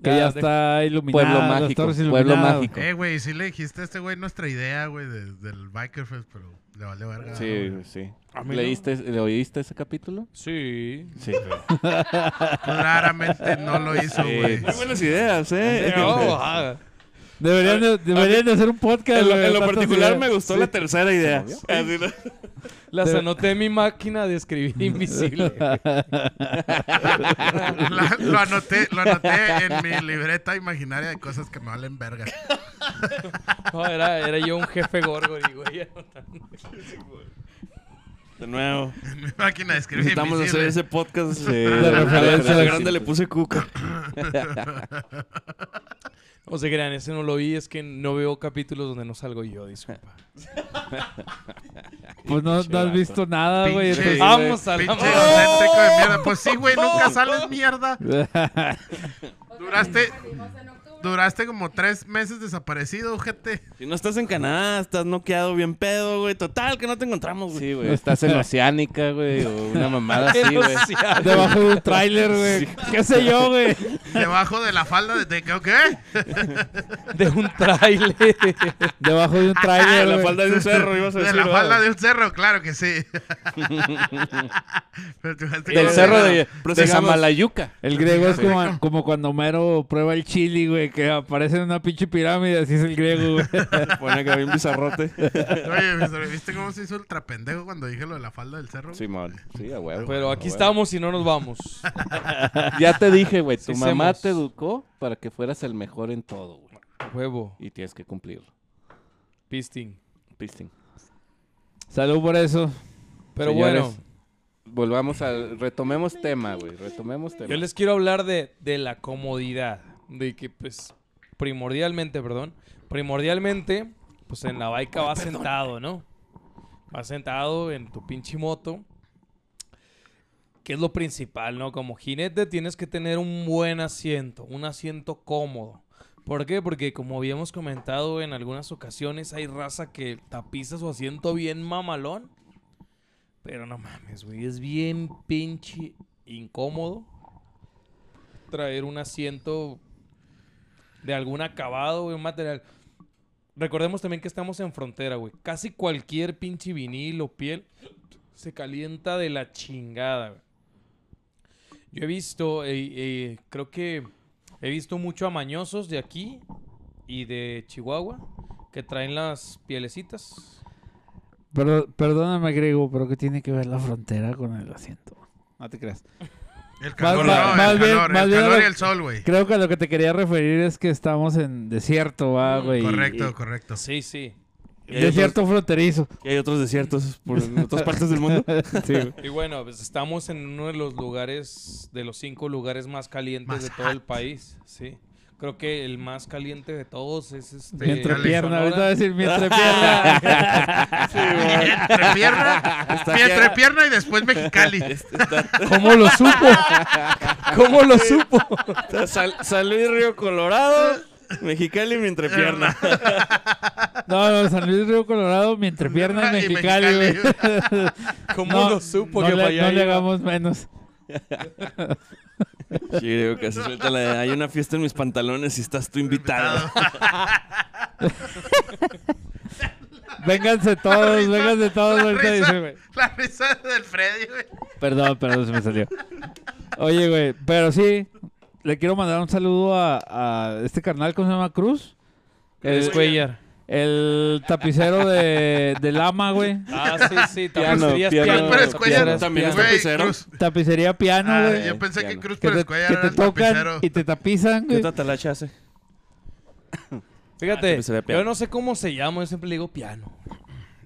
Speaker 3: Que ya
Speaker 6: Ya,
Speaker 3: está iluminado.
Speaker 5: Pueblo
Speaker 3: las
Speaker 5: mágico,
Speaker 3: torres
Speaker 5: pueblo
Speaker 3: iluminadas.
Speaker 5: mágico.
Speaker 4: Eh, güey, sí le dijiste a este güey nuestra idea, güey, de- del Bikerfest, pero le vale verga.
Speaker 5: Sí,
Speaker 4: güey.
Speaker 5: sí.
Speaker 6: A mí no.
Speaker 5: ¿Leíste, ¿Le oíste ese capítulo?
Speaker 6: Sí.
Speaker 5: Sí.
Speaker 4: Claramente no lo hizo,
Speaker 5: Sí. Oh,
Speaker 4: güey.
Speaker 2: Muy buenas ideas, ¿eh?
Speaker 6: No, ah,
Speaker 3: Deberían, de, deberían de hacer un podcast.
Speaker 2: En lo,
Speaker 3: güey,
Speaker 2: en lo
Speaker 3: tantas
Speaker 2: particular
Speaker 3: ideas.
Speaker 2: me gustó la tercera idea. Así lo-
Speaker 6: las anoté en mi máquina de escribir invisible.
Speaker 4: La- lo, anoté, lo anoté en mi libreta imaginaria de cosas que me valen verga. [LAUGHS]
Speaker 6: No, era, era yo un jefe gorgori, güey. anotando.
Speaker 2: De nuevo.
Speaker 4: En mi máquina de escribir.
Speaker 2: Necesitamos hacer
Speaker 4: invisible.
Speaker 2: ese [LAUGHS] podcast. eh,
Speaker 5: de referencia.
Speaker 2: a la grande le puse cuca.
Speaker 6: No se crean, ese no lo vi, es que no veo capítulos donde no salgo yo,
Speaker 4: [LAUGHS]
Speaker 6: disculpa.
Speaker 3: Pues no, no has visto nada, güey.
Speaker 4: Pinche-
Speaker 3: entonces-
Speaker 6: Vamos a la
Speaker 4: Pinche
Speaker 6: madre.
Speaker 4: egocéntrico de mierda. Pues sí, güey, nunca sales mierda. Duraste- Duraste como tres meses desaparecido, gente.
Speaker 2: Si no estás en Canadá, estás noqueado bien pedo, güey. Total, que no te encontramos, güey.
Speaker 5: Sí, güey. [LAUGHS] Estás en Oceánica, Pues, güey. O una mamada [LAUGHS] así, güey.
Speaker 6: Demasiado.
Speaker 3: Debajo de un tráiler, güey. ¿Qué sé
Speaker 2: [LAUGHS]
Speaker 3: yo, güey?
Speaker 4: Debajo de la falda de... de ¿Qué?
Speaker 6: de un
Speaker 4: [LAUGHS]
Speaker 6: trailer.
Speaker 3: Debajo de un
Speaker 2: Ah,
Speaker 3: tráiler,
Speaker 2: la
Speaker 3: güey.
Speaker 2: falda de un cerro, ibas a
Speaker 4: De
Speaker 2: decir.
Speaker 4: la
Speaker 2: ¿verdad?
Speaker 4: falda de un cerro, claro
Speaker 3: [LAUGHS]
Speaker 4: que sí. Pero duraste
Speaker 5: Del
Speaker 4: como-
Speaker 5: cerro de, de
Speaker 2: Prosigamos.
Speaker 5: Samalayuca.
Speaker 3: El griego es como, como cuando Homero prueba el chili, güey. güey, que aparece en una pinche pirámide, así es el
Speaker 2: [LAUGHS]
Speaker 3: griego, güey.
Speaker 2: Pone acá bien bizarrote.
Speaker 4: Oye, mister, ¿viste cómo se hizo el trapendejo cuando dije lo de la falda del cerro?
Speaker 2: Sí, mal. Sí, a huevo.
Speaker 6: Pero aquí
Speaker 2: a
Speaker 4: Ah,
Speaker 2: huevo.
Speaker 6: estamos y no nos vamos.
Speaker 5: Ya te dije, güey, tu
Speaker 6: Sí
Speaker 5: mamá
Speaker 6: hacemos.
Speaker 5: te educó para que fueras el mejor en todo, güey.
Speaker 6: Huevo,
Speaker 5: Y tienes que cumplirlo.
Speaker 6: pisting.
Speaker 5: Pisting.
Speaker 3: Salud por eso.
Speaker 6: Pero
Speaker 5: Señores,
Speaker 6: bueno,
Speaker 5: Volvamos al... Retomemos tema, güey. Retomemos tema.
Speaker 6: yo les quiero hablar de, de la comodidad. De que, pues, primordialmente, perdón. Primordialmente, pues en la baica vas sentado, ¿no? Vas sentado en tu pinche moto. Que es lo principal, ¿no? Como jinete tienes que tener un buen asiento, un asiento cómodo. ¿Por qué? Porque como habíamos comentado en algunas ocasiones, hay raza que tapiza su asiento bien mamalón. Pero no mames, güey, es bien pinche incómodo traer un asiento de algún acabado, güey, un material. Recordemos también que estamos en frontera, güey. Casi cualquier pinche vinil o piel se calienta de la chingada, güey. Yo he visto, eh, eh, creo que he visto mucho a mañosos de aquí y de Chihuahua que traen las pielecitas.
Speaker 3: Pero, perdóname, griego, pero ¿qué tiene que ver la frontera con el asiento? No te creas.
Speaker 4: El calor,
Speaker 3: más-
Speaker 4: no,
Speaker 3: más
Speaker 4: el
Speaker 3: bien-
Speaker 4: calor,
Speaker 3: más
Speaker 4: el
Speaker 3: bien
Speaker 4: calor
Speaker 3: lo-
Speaker 4: y el sol, güey.
Speaker 3: Creo que a lo que te quería referir es que estamos en desierto, ¿va, güey.
Speaker 4: Correcto,
Speaker 3: Y-
Speaker 4: correcto. [LAUGHS]
Speaker 6: Sí, sí.
Speaker 3: y- desierto fronterizo.
Speaker 2: Y hay otros desiertos por en otras partes del mundo.
Speaker 3: Sí, güey.
Speaker 6: [LAUGHS] Y bueno, pues estamos en uno de los lugares, de los cinco lugares más calientes
Speaker 4: Más
Speaker 6: de todo el
Speaker 4: hot.
Speaker 6: país, sí. Creo que el más caliente de todos es este...
Speaker 3: Mi entrepierna,
Speaker 6: Sonora.
Speaker 3: ahorita voy a decir mi entrepierna.
Speaker 4: Entrepierna, pie- entrepierna y después Mexicali.
Speaker 3: [LAUGHS]
Speaker 6: ¿Cómo lo supo? ¿Cómo lo supo?
Speaker 2: Sal, San Luis Río Colorado, Mexicali, mi entrepierna.
Speaker 3: No, no, San Luis Río Colorado, mi entrepierna es
Speaker 4: Y
Speaker 3: Mexicali, güey.
Speaker 6: ¿Cómo
Speaker 3: No,
Speaker 6: lo supo
Speaker 3: no
Speaker 6: que
Speaker 3: le-
Speaker 6: para allá
Speaker 3: no
Speaker 6: iba?
Speaker 3: le hagamos menos.
Speaker 2: Sí, digo que se suelta la de, Hay una fiesta en mis pantalones y estás tú invitado.
Speaker 3: Vénganse [LAUGHS] todos, vénganse todos.
Speaker 4: La
Speaker 3: ahorita
Speaker 4: risa,
Speaker 3: dice, güey.
Speaker 4: la risa del Freddy, güey.
Speaker 3: Perdón, perdón, se me salió. Oye, güey, pero sí, le quiero mandar un saludo a, a este carnal, ¿cómo se llama? Cruz.
Speaker 6: El
Speaker 3: El,
Speaker 6: Cuellar.
Speaker 3: el tapicero de, de Lama, güey.
Speaker 6: Ah, sí, sí. Tapicerías
Speaker 5: piano,
Speaker 6: piano.
Speaker 4: Pero es
Speaker 6: Tapicerías
Speaker 4: Cuellar,
Speaker 2: también es
Speaker 6: piano.
Speaker 4: Güey,
Speaker 2: tapicero.
Speaker 4: Cruz.
Speaker 3: Tapicería piano,
Speaker 4: Ah,
Speaker 3: güey.
Speaker 4: yo pensé
Speaker 5: ya
Speaker 4: que
Speaker 5: no.
Speaker 4: Cruz
Speaker 3: que
Speaker 4: Pérez
Speaker 3: te,
Speaker 4: Cuellar
Speaker 3: que
Speaker 4: era
Speaker 3: te
Speaker 4: el
Speaker 3: tocan
Speaker 4: tapicero.
Speaker 3: y te tapizan,
Speaker 2: ¿Qué
Speaker 3: güey.
Speaker 2: otra talacha hace? Ah,
Speaker 6: Fíjate,
Speaker 2: tapicería piano.
Speaker 6: yo no sé cómo se llama, yo siempre le digo piano.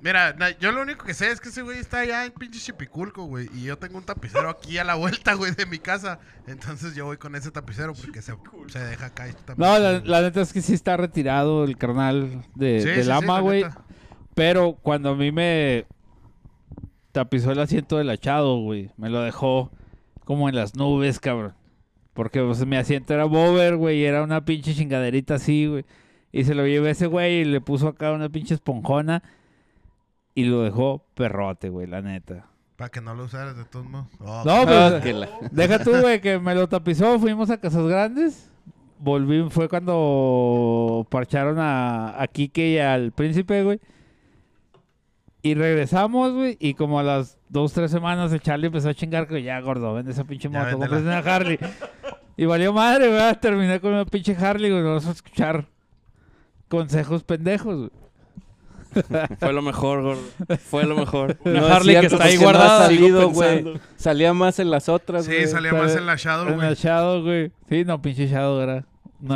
Speaker 4: Mira, na- yo lo único que sé es que ese güey está allá en pinche Chipiculco, güey. Y yo tengo un tapicero aquí a la vuelta, güey, de mi casa. Entonces yo voy con ese tapicero porque se, se deja acá. este y también.
Speaker 3: No, la, la neta es que sí está retirado el carnal de,
Speaker 4: Sí,
Speaker 3: de
Speaker 4: sí, sí,
Speaker 3: Lama,
Speaker 4: la
Speaker 3: güey.
Speaker 4: neta.
Speaker 3: Pero cuando a mí me tapizó el asiento del achado, güey, me lo dejó como en las nubes, cabrón. Porque pues, mi asiento era bober, güey, y era una pinche chingaderita así, güey. Y se lo llevé a ese güey y le puso acá una pinche esponjona y lo dejó perrote, güey, la neta.
Speaker 4: Para que no lo usaras de todos modos. Oh,
Speaker 3: No,
Speaker 5: Ah,
Speaker 3: pues,
Speaker 5: que la-
Speaker 3: deja tú, güey, que me lo tapizó, fuimos a Casas Grandes. Volví, fue cuando parcharon a, a Quique y al príncipe, güey. Y regresamos, güey, y como a las dos, tres semanas el Charlie empezó a chingar que ya, gordo, vende esa pinche
Speaker 4: Ya,
Speaker 3: moto,
Speaker 4: véndela.
Speaker 3: cómprate una Harley. y valió madre, güey, terminé con una pinche Harley, güey, no vas a escuchar consejos pendejos, güey.
Speaker 2: Fue lo mejor, gordo. Fue lo
Speaker 3: [LAUGHS]
Speaker 2: mejor.
Speaker 5: No es
Speaker 6: Harley que
Speaker 5: cierto,
Speaker 6: está ahí
Speaker 5: porque no ha
Speaker 6: guardada,
Speaker 5: salido,
Speaker 2: sigo
Speaker 5: güey.
Speaker 2: pensando.
Speaker 5: Salía más en las otras,
Speaker 4: sí,
Speaker 5: güey.
Speaker 4: salía
Speaker 3: pero-
Speaker 4: más en la Shadow,
Speaker 3: En el
Speaker 4: güey.
Speaker 3: Shadow, güey. Sí, no, pinche Shadow era. No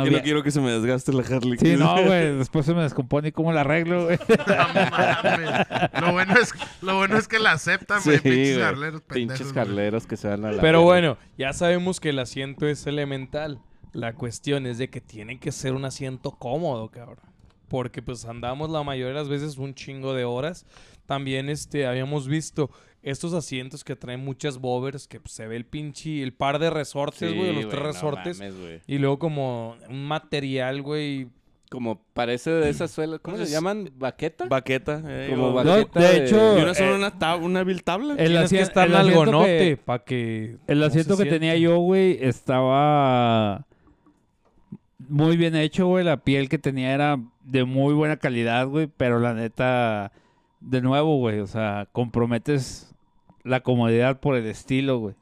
Speaker 2: Yo no
Speaker 3: había-
Speaker 2: quiero que se me desgaste la Harley.
Speaker 3: Sí, no, güey, después se me descompone y cómo la arreglo, güey.
Speaker 4: No mames. Lo bueno es, lo bueno es que la aceptan,
Speaker 5: Sí,
Speaker 4: güey. pinches
Speaker 5: güey.
Speaker 4: jarleros pendejos.
Speaker 5: Pinches
Speaker 4: güey.
Speaker 5: carleros que se van a la...
Speaker 6: Pero
Speaker 5: verga.
Speaker 6: bueno, ya sabemos que el asiento es elemental. La cuestión es de que tiene que ser un asiento cómodo, cabrón. Porque pues andamos la mayoría de las veces un chingo de horas. También este habíamos visto estos asientos que traen muchas bovers, que pues, se ve el pinche, el par de resortes,
Speaker 5: Sí,
Speaker 6: pues, güey, los tres
Speaker 5: no
Speaker 6: resortes.
Speaker 5: mames, güey.
Speaker 6: y luego como un material, güey.
Speaker 5: Como parece de esas suelas... ¿Cómo se
Speaker 6: Pues,
Speaker 2: Entonces,
Speaker 5: llaman? ¿Baqueta?
Speaker 2: Baqueta. eh,
Speaker 5: Como
Speaker 2: o-
Speaker 5: ba-
Speaker 3: No,
Speaker 5: Tarjeta
Speaker 3: de
Speaker 5: de-
Speaker 3: hecho,
Speaker 2: Y una sola,
Speaker 3: eh,
Speaker 2: una, tab- una vil tabla.
Speaker 3: el,
Speaker 6: Tienes que
Speaker 3: asien-
Speaker 6: estar
Speaker 3: el asiento
Speaker 6: nalgonote
Speaker 3: que,
Speaker 6: para que...
Speaker 3: el
Speaker 6: no se
Speaker 3: asiento que
Speaker 6: siente.
Speaker 3: tenía yo, güey, estaba muy bien hecho, güey. La piel que tenía era de muy buena calidad, güey. Pero la neta, de nuevo, güey, o sea, comprometes la comodidad por el estilo, güey.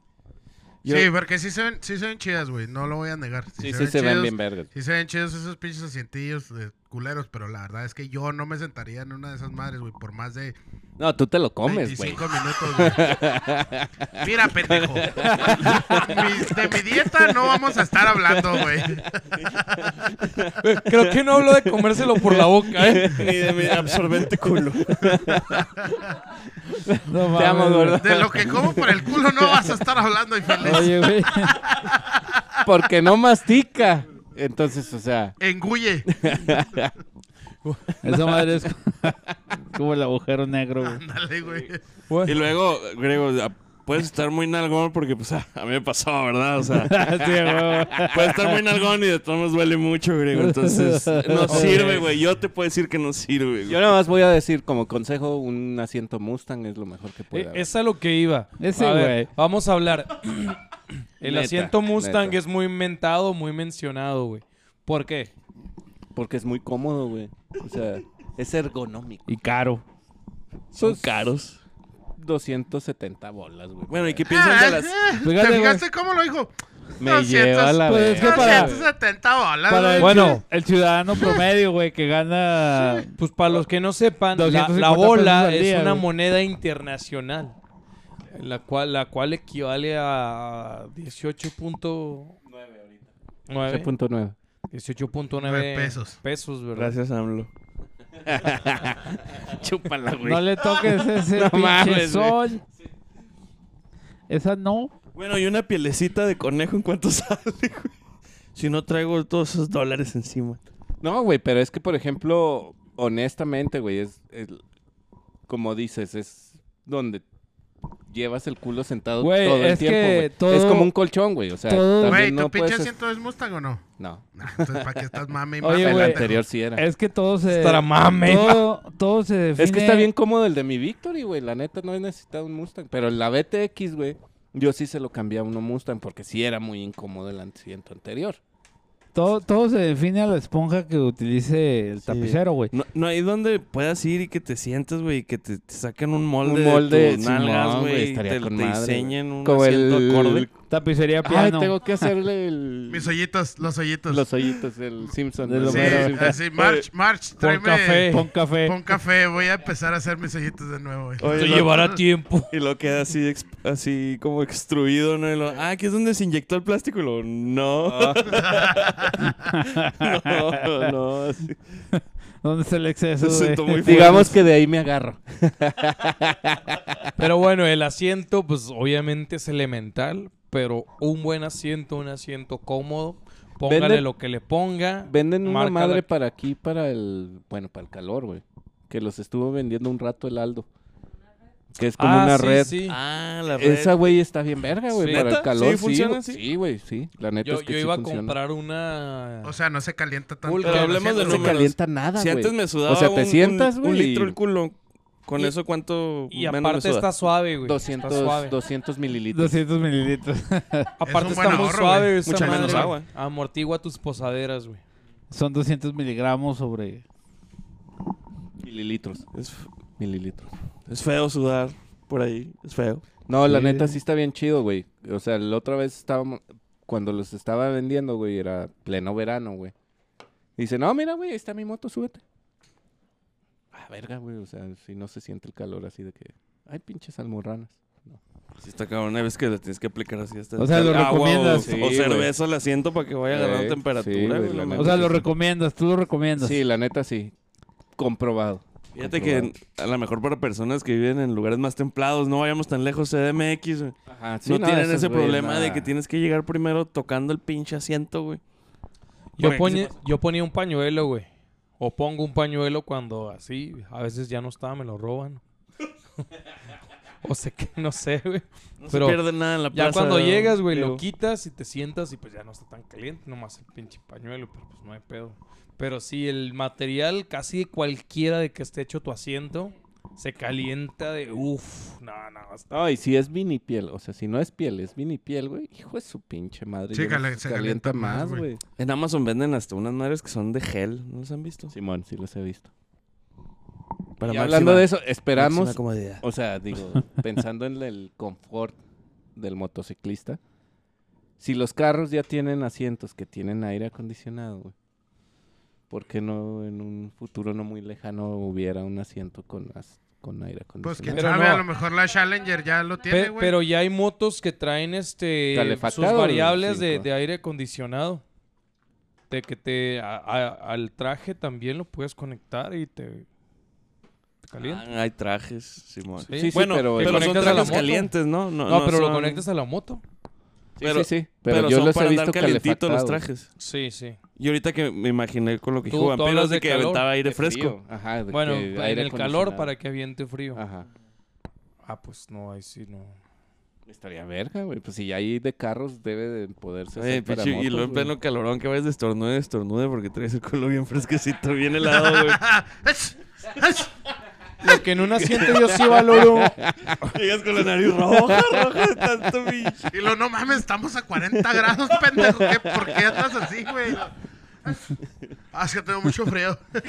Speaker 2: Yo-
Speaker 4: Sí, porque sí se ven, sí se ven chidas, güey. No lo voy a negar.
Speaker 5: Sí, sí, se ven
Speaker 4: chidos.
Speaker 5: bien vergas.
Speaker 4: Sí se ven chidos esos pinches asientillos de culeros, pero la verdad es que yo no me sentaría en una de esas madres, güey, por más de
Speaker 5: No, tú te lo comes, güey.
Speaker 4: 25 minutos, güey.
Speaker 5: [LAUGHS]
Speaker 4: Mira, pendejo. Mi- de mi dieta no vamos a estar hablando, güey.
Speaker 6: Creo que no hablo de comérselo por la boca, ¿eh?
Speaker 2: [LAUGHS] Ni de mi absorbente culo.
Speaker 3: No
Speaker 5: Te amo,
Speaker 3: mames, güey.
Speaker 5: gordo.
Speaker 4: De lo que como por el culo no vas a estar hablando, infeliz.
Speaker 3: Oye, güey.
Speaker 5: Porque no mastica. Entonces, o sea,
Speaker 4: Engulle.
Speaker 3: Esa madre es [LAUGHS] co- como el agujero negro, güey.
Speaker 4: [LAUGHS] Ándale, güey.
Speaker 2: Y luego, Grego, a- puedes estar muy nalgón porque, pues, a, a mí me pasó, ¿verdad? O sea,
Speaker 3: Sí, güey.
Speaker 2: puedes estar muy nalgón y de todos modos duele mucho, Grego. Entonces, no sirve, güey. Yo te puedo decir que no sirve, güey.
Speaker 5: yo nada más voy a decir como consejo, un asiento Mustang es lo mejor que puede
Speaker 6: Eh,
Speaker 5: haber.
Speaker 6: Es a lo que iba.
Speaker 3: pues, Ese
Speaker 6: A ver,
Speaker 3: güey.
Speaker 6: Vamos a hablar. [CLEARS THROAT] El
Speaker 5: Neta,
Speaker 6: asiento Mustang
Speaker 5: neta.
Speaker 6: es muy mentado, muy mencionado, güey. ¿Por qué?
Speaker 5: Porque es muy cómodo, güey. O sea, es ergonómico.
Speaker 3: Y caro.
Speaker 5: Son caros. 270 bolas, güey.
Speaker 2: Bueno, ¿y qué piensas
Speaker 4: Ah,
Speaker 2: de Pues las...?
Speaker 4: eh,
Speaker 3: Fíjate,
Speaker 4: ¿Te
Speaker 3: güey.
Speaker 4: fijaste cómo lo dijo?
Speaker 5: Me
Speaker 4: 200.
Speaker 5: lleva la
Speaker 3: Pues es que
Speaker 5: verga.
Speaker 3: para-
Speaker 4: 270 bolas,
Speaker 3: Para el,
Speaker 4: güey.
Speaker 6: Bueno.
Speaker 3: el ciudadano promedio, güey, que gana.
Speaker 6: Pues para los que no sepan, la,
Speaker 3: 250
Speaker 6: la bola
Speaker 3: pesos al
Speaker 6: es
Speaker 3: día,
Speaker 6: una
Speaker 3: güey.
Speaker 6: moneda internacional. La cual, la cual equivale a 18.9 ahorita.
Speaker 5: 7.9.
Speaker 6: 18.9
Speaker 4: pesos.
Speaker 6: pesos, ¿verdad?
Speaker 2: Gracias, AMLO. [LAUGHS] Chúpala, güey.
Speaker 3: No le
Speaker 5: [LAUGHS]
Speaker 3: toques ese
Speaker 2: No
Speaker 3: pinche
Speaker 2: mames,
Speaker 3: sol. Esa no.
Speaker 2: Bueno, y una pielecita de conejo en cuanto [LAUGHS] sale, güey. Si no traigo todos esos dólares encima.
Speaker 5: No, güey, pero es que, por ejemplo, honestamente, güey, es, es- como dices, es donde llevas el culo sentado
Speaker 3: Güey,
Speaker 5: todo el
Speaker 3: es
Speaker 5: tiempo,
Speaker 3: que
Speaker 5: güey.
Speaker 3: todo-
Speaker 5: Es como un colchón, güey. O sea,
Speaker 3: todo-
Speaker 5: también
Speaker 4: Güey, ¿tu
Speaker 5: no
Speaker 4: pinche
Speaker 5: puedes...
Speaker 4: asiento es Mustang o no?
Speaker 5: No,
Speaker 4: Nah, entonces, ¿para qué estás mame y mame?
Speaker 3: Oye,
Speaker 5: el
Speaker 3: güey.
Speaker 5: anterior sí era.
Speaker 3: Es que todo se.
Speaker 6: Estará mame.
Speaker 3: Todo, todo se define.
Speaker 5: Es que está bien cómodo el de mi Victory, güey. La neta, no he necesitado un Mustang. Pero la BTX, güey, yo sí se lo cambié a uno Mustang porque sí era muy incómodo el asiento anterior.
Speaker 3: Todo, todo se define a la esponja que utilice el tapicero, güey.
Speaker 2: No, no hay donde puedas ir y que te sientes, güey, y que te, te saquen un molde,
Speaker 5: Un molde,
Speaker 2: de tus
Speaker 5: Simón,
Speaker 2: nalgas,
Speaker 5: güey,
Speaker 2: güey, y
Speaker 5: estaría
Speaker 2: te,
Speaker 5: con
Speaker 2: te
Speaker 5: madre,
Speaker 2: diseñen un
Speaker 5: Como
Speaker 2: asiento
Speaker 5: el-
Speaker 2: acorde.
Speaker 3: Tapicería
Speaker 5: Ay,
Speaker 3: piano.
Speaker 5: tengo que hacerle el...
Speaker 4: [LAUGHS] Mis hoyitos, los hoyitos.
Speaker 5: los hoyitos del Simpson.
Speaker 3: Del
Speaker 5: ¿no?
Speaker 4: sí,
Speaker 3: Homero,
Speaker 5: Simpson.
Speaker 4: así, March, March,
Speaker 6: Por
Speaker 4: tráeme...
Speaker 6: café.
Speaker 3: Pon café.
Speaker 4: Pon café, voy a empezar a hacer mis hoyitos de nuevo, güey.
Speaker 2: Oye,
Speaker 6: Te
Speaker 2: lo-
Speaker 6: llevará tiempo.
Speaker 2: Y lo queda así, ex- así como extruido, ¿no? Y lo, ah, aquí es donde se inyectó el plástico. Y lo,
Speaker 5: [LAUGHS]
Speaker 2: no. [LAUGHS] no, no. así.
Speaker 3: ¿Dónde está el exceso?
Speaker 2: Se
Speaker 3: güey?
Speaker 2: sentó muy fuerte.
Speaker 5: Digamos que de ahí me agarro.
Speaker 6: Pero bueno, el asiento, pues obviamente es elemental, pero un buen asiento, un asiento cómodo. Póngale
Speaker 5: Venden-
Speaker 6: lo que le ponga.
Speaker 5: Venden una
Speaker 6: Marca
Speaker 5: madre
Speaker 6: la-
Speaker 5: para aquí, para el... Bueno, para el calor, güey. Que los estuvo vendiendo un rato el Aldo. Que es como
Speaker 6: Ah,
Speaker 5: una
Speaker 6: sí,
Speaker 5: red.
Speaker 6: sí.
Speaker 2: Ah, la red.
Speaker 5: Esa, güey, está bien verga, güey.
Speaker 6: Sí.
Speaker 5: Para
Speaker 2: ¿Neta?
Speaker 5: el calor,
Speaker 2: ¿Sí
Speaker 5: sí.
Speaker 2: funciona
Speaker 5: güey.
Speaker 2: así?
Speaker 5: Sí, güey, sí. La neta
Speaker 6: Yo,
Speaker 5: es que
Speaker 6: yo
Speaker 5: sí
Speaker 6: iba a
Speaker 5: funciona.
Speaker 6: comprar una.
Speaker 4: O sea, no se calienta tanto.
Speaker 6: Pulca,
Speaker 4: el
Speaker 2: hablemos de
Speaker 5: No
Speaker 4: asiento,
Speaker 5: se
Speaker 4: güey.
Speaker 2: números.
Speaker 5: calienta nada,
Speaker 2: si
Speaker 5: Ah, güey.
Speaker 2: antes me sudaba
Speaker 5: O sea,
Speaker 2: un-
Speaker 5: te
Speaker 2: un,
Speaker 5: sientas,
Speaker 2: un
Speaker 5: güey,
Speaker 2: litro
Speaker 5: y-
Speaker 2: el culo, con
Speaker 6: y-
Speaker 2: eso cuánto
Speaker 6: Y
Speaker 2: menos
Speaker 6: aparte
Speaker 2: me suda?
Speaker 6: está suave, güey. Está
Speaker 5: 200,
Speaker 6: suave.
Speaker 5: 200 mililitros.
Speaker 3: 200 mililitros. [LAUGHS]
Speaker 6: Aparte
Speaker 4: un
Speaker 6: está
Speaker 4: buen
Speaker 6: muy
Speaker 4: ahorro,
Speaker 6: suave,
Speaker 4: güey.
Speaker 6: esa
Speaker 2: Mucha menos
Speaker 6: madre.
Speaker 2: agua.
Speaker 6: Amortigua tus posaderas, güey.
Speaker 3: Son 200 miligramos sobre.
Speaker 5: Mililitros.
Speaker 2: Es,
Speaker 5: Mililitros.
Speaker 2: es feo sudar por ahí. Es feo.
Speaker 5: No, la
Speaker 3: Sí.
Speaker 5: neta sí está bien chido, güey. O sea, la otra vez estábamos... Cuando los estaba vendiendo, güey, era pleno verano, güey. Dice, no, mira, güey, ahí está mi moto, súbete. Ah, verga, güey. O sea, si no se siente el calor así de que... Ay, pinches almorranas.
Speaker 2: Si está cabrón, una vez que la tienes que aplicar así hasta...
Speaker 3: O sea, lo
Speaker 2: agua
Speaker 3: recomiendas.
Speaker 2: O,
Speaker 5: Sí,
Speaker 2: o
Speaker 5: güey. Eh,
Speaker 2: cerveza al asiento para que vaya agarrando
Speaker 5: Sí, sí,
Speaker 2: temperatura.
Speaker 5: güey,
Speaker 2: güey,
Speaker 5: la
Speaker 2: no
Speaker 5: neta.
Speaker 2: mames.
Speaker 3: O sea, lo
Speaker 5: sí.
Speaker 3: recomiendas, tú lo recomiendas.
Speaker 5: Sí, la neta sí. Comprobado.
Speaker 2: Fíjate que a lo mejor para personas que viven en lugares más templados, no vayamos tan lejos CDMX, güey.
Speaker 5: Ajá,
Speaker 2: no, tienen ese problema de que tienes que llegar primero tocando el pinche asiento, güey.
Speaker 6: Yo,
Speaker 2: Porque-
Speaker 6: ponía, yo ponía un pañuelo, güey. O pongo un pañuelo cuando así, a veces ya no está, me lo roban. [LAUGHS] o sé que, no sé, güey.
Speaker 2: No
Speaker 6: Pero
Speaker 2: se pierde nada en la
Speaker 6: Ya
Speaker 2: plaza.
Speaker 6: cuando llegas, güey,
Speaker 2: digo.
Speaker 6: lo quitas y te sientas y pues ya no está tan caliente, nomás el pinche pañuelo, pero pues no hay pedo. Pero sí, el material, casi cualquiera de que esté hecho tu asiento, se calienta de uff, no, no, está.
Speaker 5: No, y si es vinipiel, o sea, si no es piel, es vinipiel, güey. Hijo de su pinche madre.
Speaker 4: Sí,
Speaker 5: yo no
Speaker 4: cale-
Speaker 5: sé,
Speaker 4: se calienta más, güey.
Speaker 2: En Amazon venden hasta unas madres que son de gel, ¿no las han visto?
Speaker 5: Simón, sí los he visto.
Speaker 2: Para
Speaker 5: Y
Speaker 2: máxima-
Speaker 5: hablando de eso,
Speaker 2: máxima
Speaker 5: esperamos,
Speaker 2: [LAUGHS] comodidad.
Speaker 5: o sea, digo, pensando en el confort del motociclista, Si los carros ya tienen asientos que tienen aire acondicionado, güey, ¿por qué no en un futuro no muy lejano hubiera un asiento con, as- con aire
Speaker 4: Pues
Speaker 5: acondicionado?
Speaker 4: quién
Speaker 6: Pero
Speaker 4: sabe,
Speaker 6: no.
Speaker 4: a lo mejor la Challenger ya lo
Speaker 6: Pe-
Speaker 4: tiene, güey.
Speaker 6: pero ya hay motos que traen este sus
Speaker 5: Calefactado,
Speaker 6: variables de,
Speaker 5: cinco.
Speaker 6: de aire acondicionado. De que te a- a- al traje también lo puedes conectar y te, te calienta.
Speaker 2: Ah, hay trajes, Simón.
Speaker 6: Sí.
Speaker 5: Sí, sí,
Speaker 2: bueno,
Speaker 5: pero-
Speaker 2: pero,
Speaker 5: ¿Te
Speaker 2: son
Speaker 6: conectas a la
Speaker 2: trajes
Speaker 6: moto?
Speaker 2: calientes, ¿no? No,
Speaker 6: no,
Speaker 2: no
Speaker 6: pero lo
Speaker 2: son-
Speaker 6: conectas a la moto.
Speaker 5: Sí,
Speaker 2: pero-
Speaker 5: sí, sí. Pero,
Speaker 2: Pero,
Speaker 5: yo
Speaker 2: son
Speaker 5: los he
Speaker 2: para
Speaker 5: visto
Speaker 2: andar calientitos los
Speaker 5: calefactados.
Speaker 2: trajes.
Speaker 6: Sí, sí.
Speaker 2: Y ahorita que me imaginé con lo que
Speaker 6: Tú-
Speaker 2: dijo
Speaker 6: tú
Speaker 2: Vampiros
Speaker 6: hablas
Speaker 2: de
Speaker 6: de
Speaker 2: que
Speaker 6: calor,
Speaker 2: aventaba aire
Speaker 5: De
Speaker 2: fresco.
Speaker 5: frío, Ajá, de
Speaker 6: Bueno,
Speaker 5: que
Speaker 6: en
Speaker 5: aire
Speaker 6: el calor
Speaker 5: acondicionado.
Speaker 6: para que aviente frío.
Speaker 5: Ajá.
Speaker 6: Ah, pues no, ahí sí no.
Speaker 5: Estaría verga, güey. Pues si ya hay de carros, debe de poderse
Speaker 2: Eh,
Speaker 5: hacer para
Speaker 2: pinche, y
Speaker 5: motos,
Speaker 2: luego en
Speaker 5: güey.
Speaker 2: pleno calorón que vayas de estornude, estornude porque traes el culo bien fresquecito, bien helado, güey.
Speaker 6: Lo que en un asiento yo sí [LAUGHS] valoro.
Speaker 2: Llegas con la [LAUGHS] nariz roja, roja de tanto pinche.
Speaker 4: Y lo no mames, estamos a 40 grados, pendejo. ¿qué- ¿Por qué andas así, güey? Ah, es que tengo mucho frío. [LAUGHS] El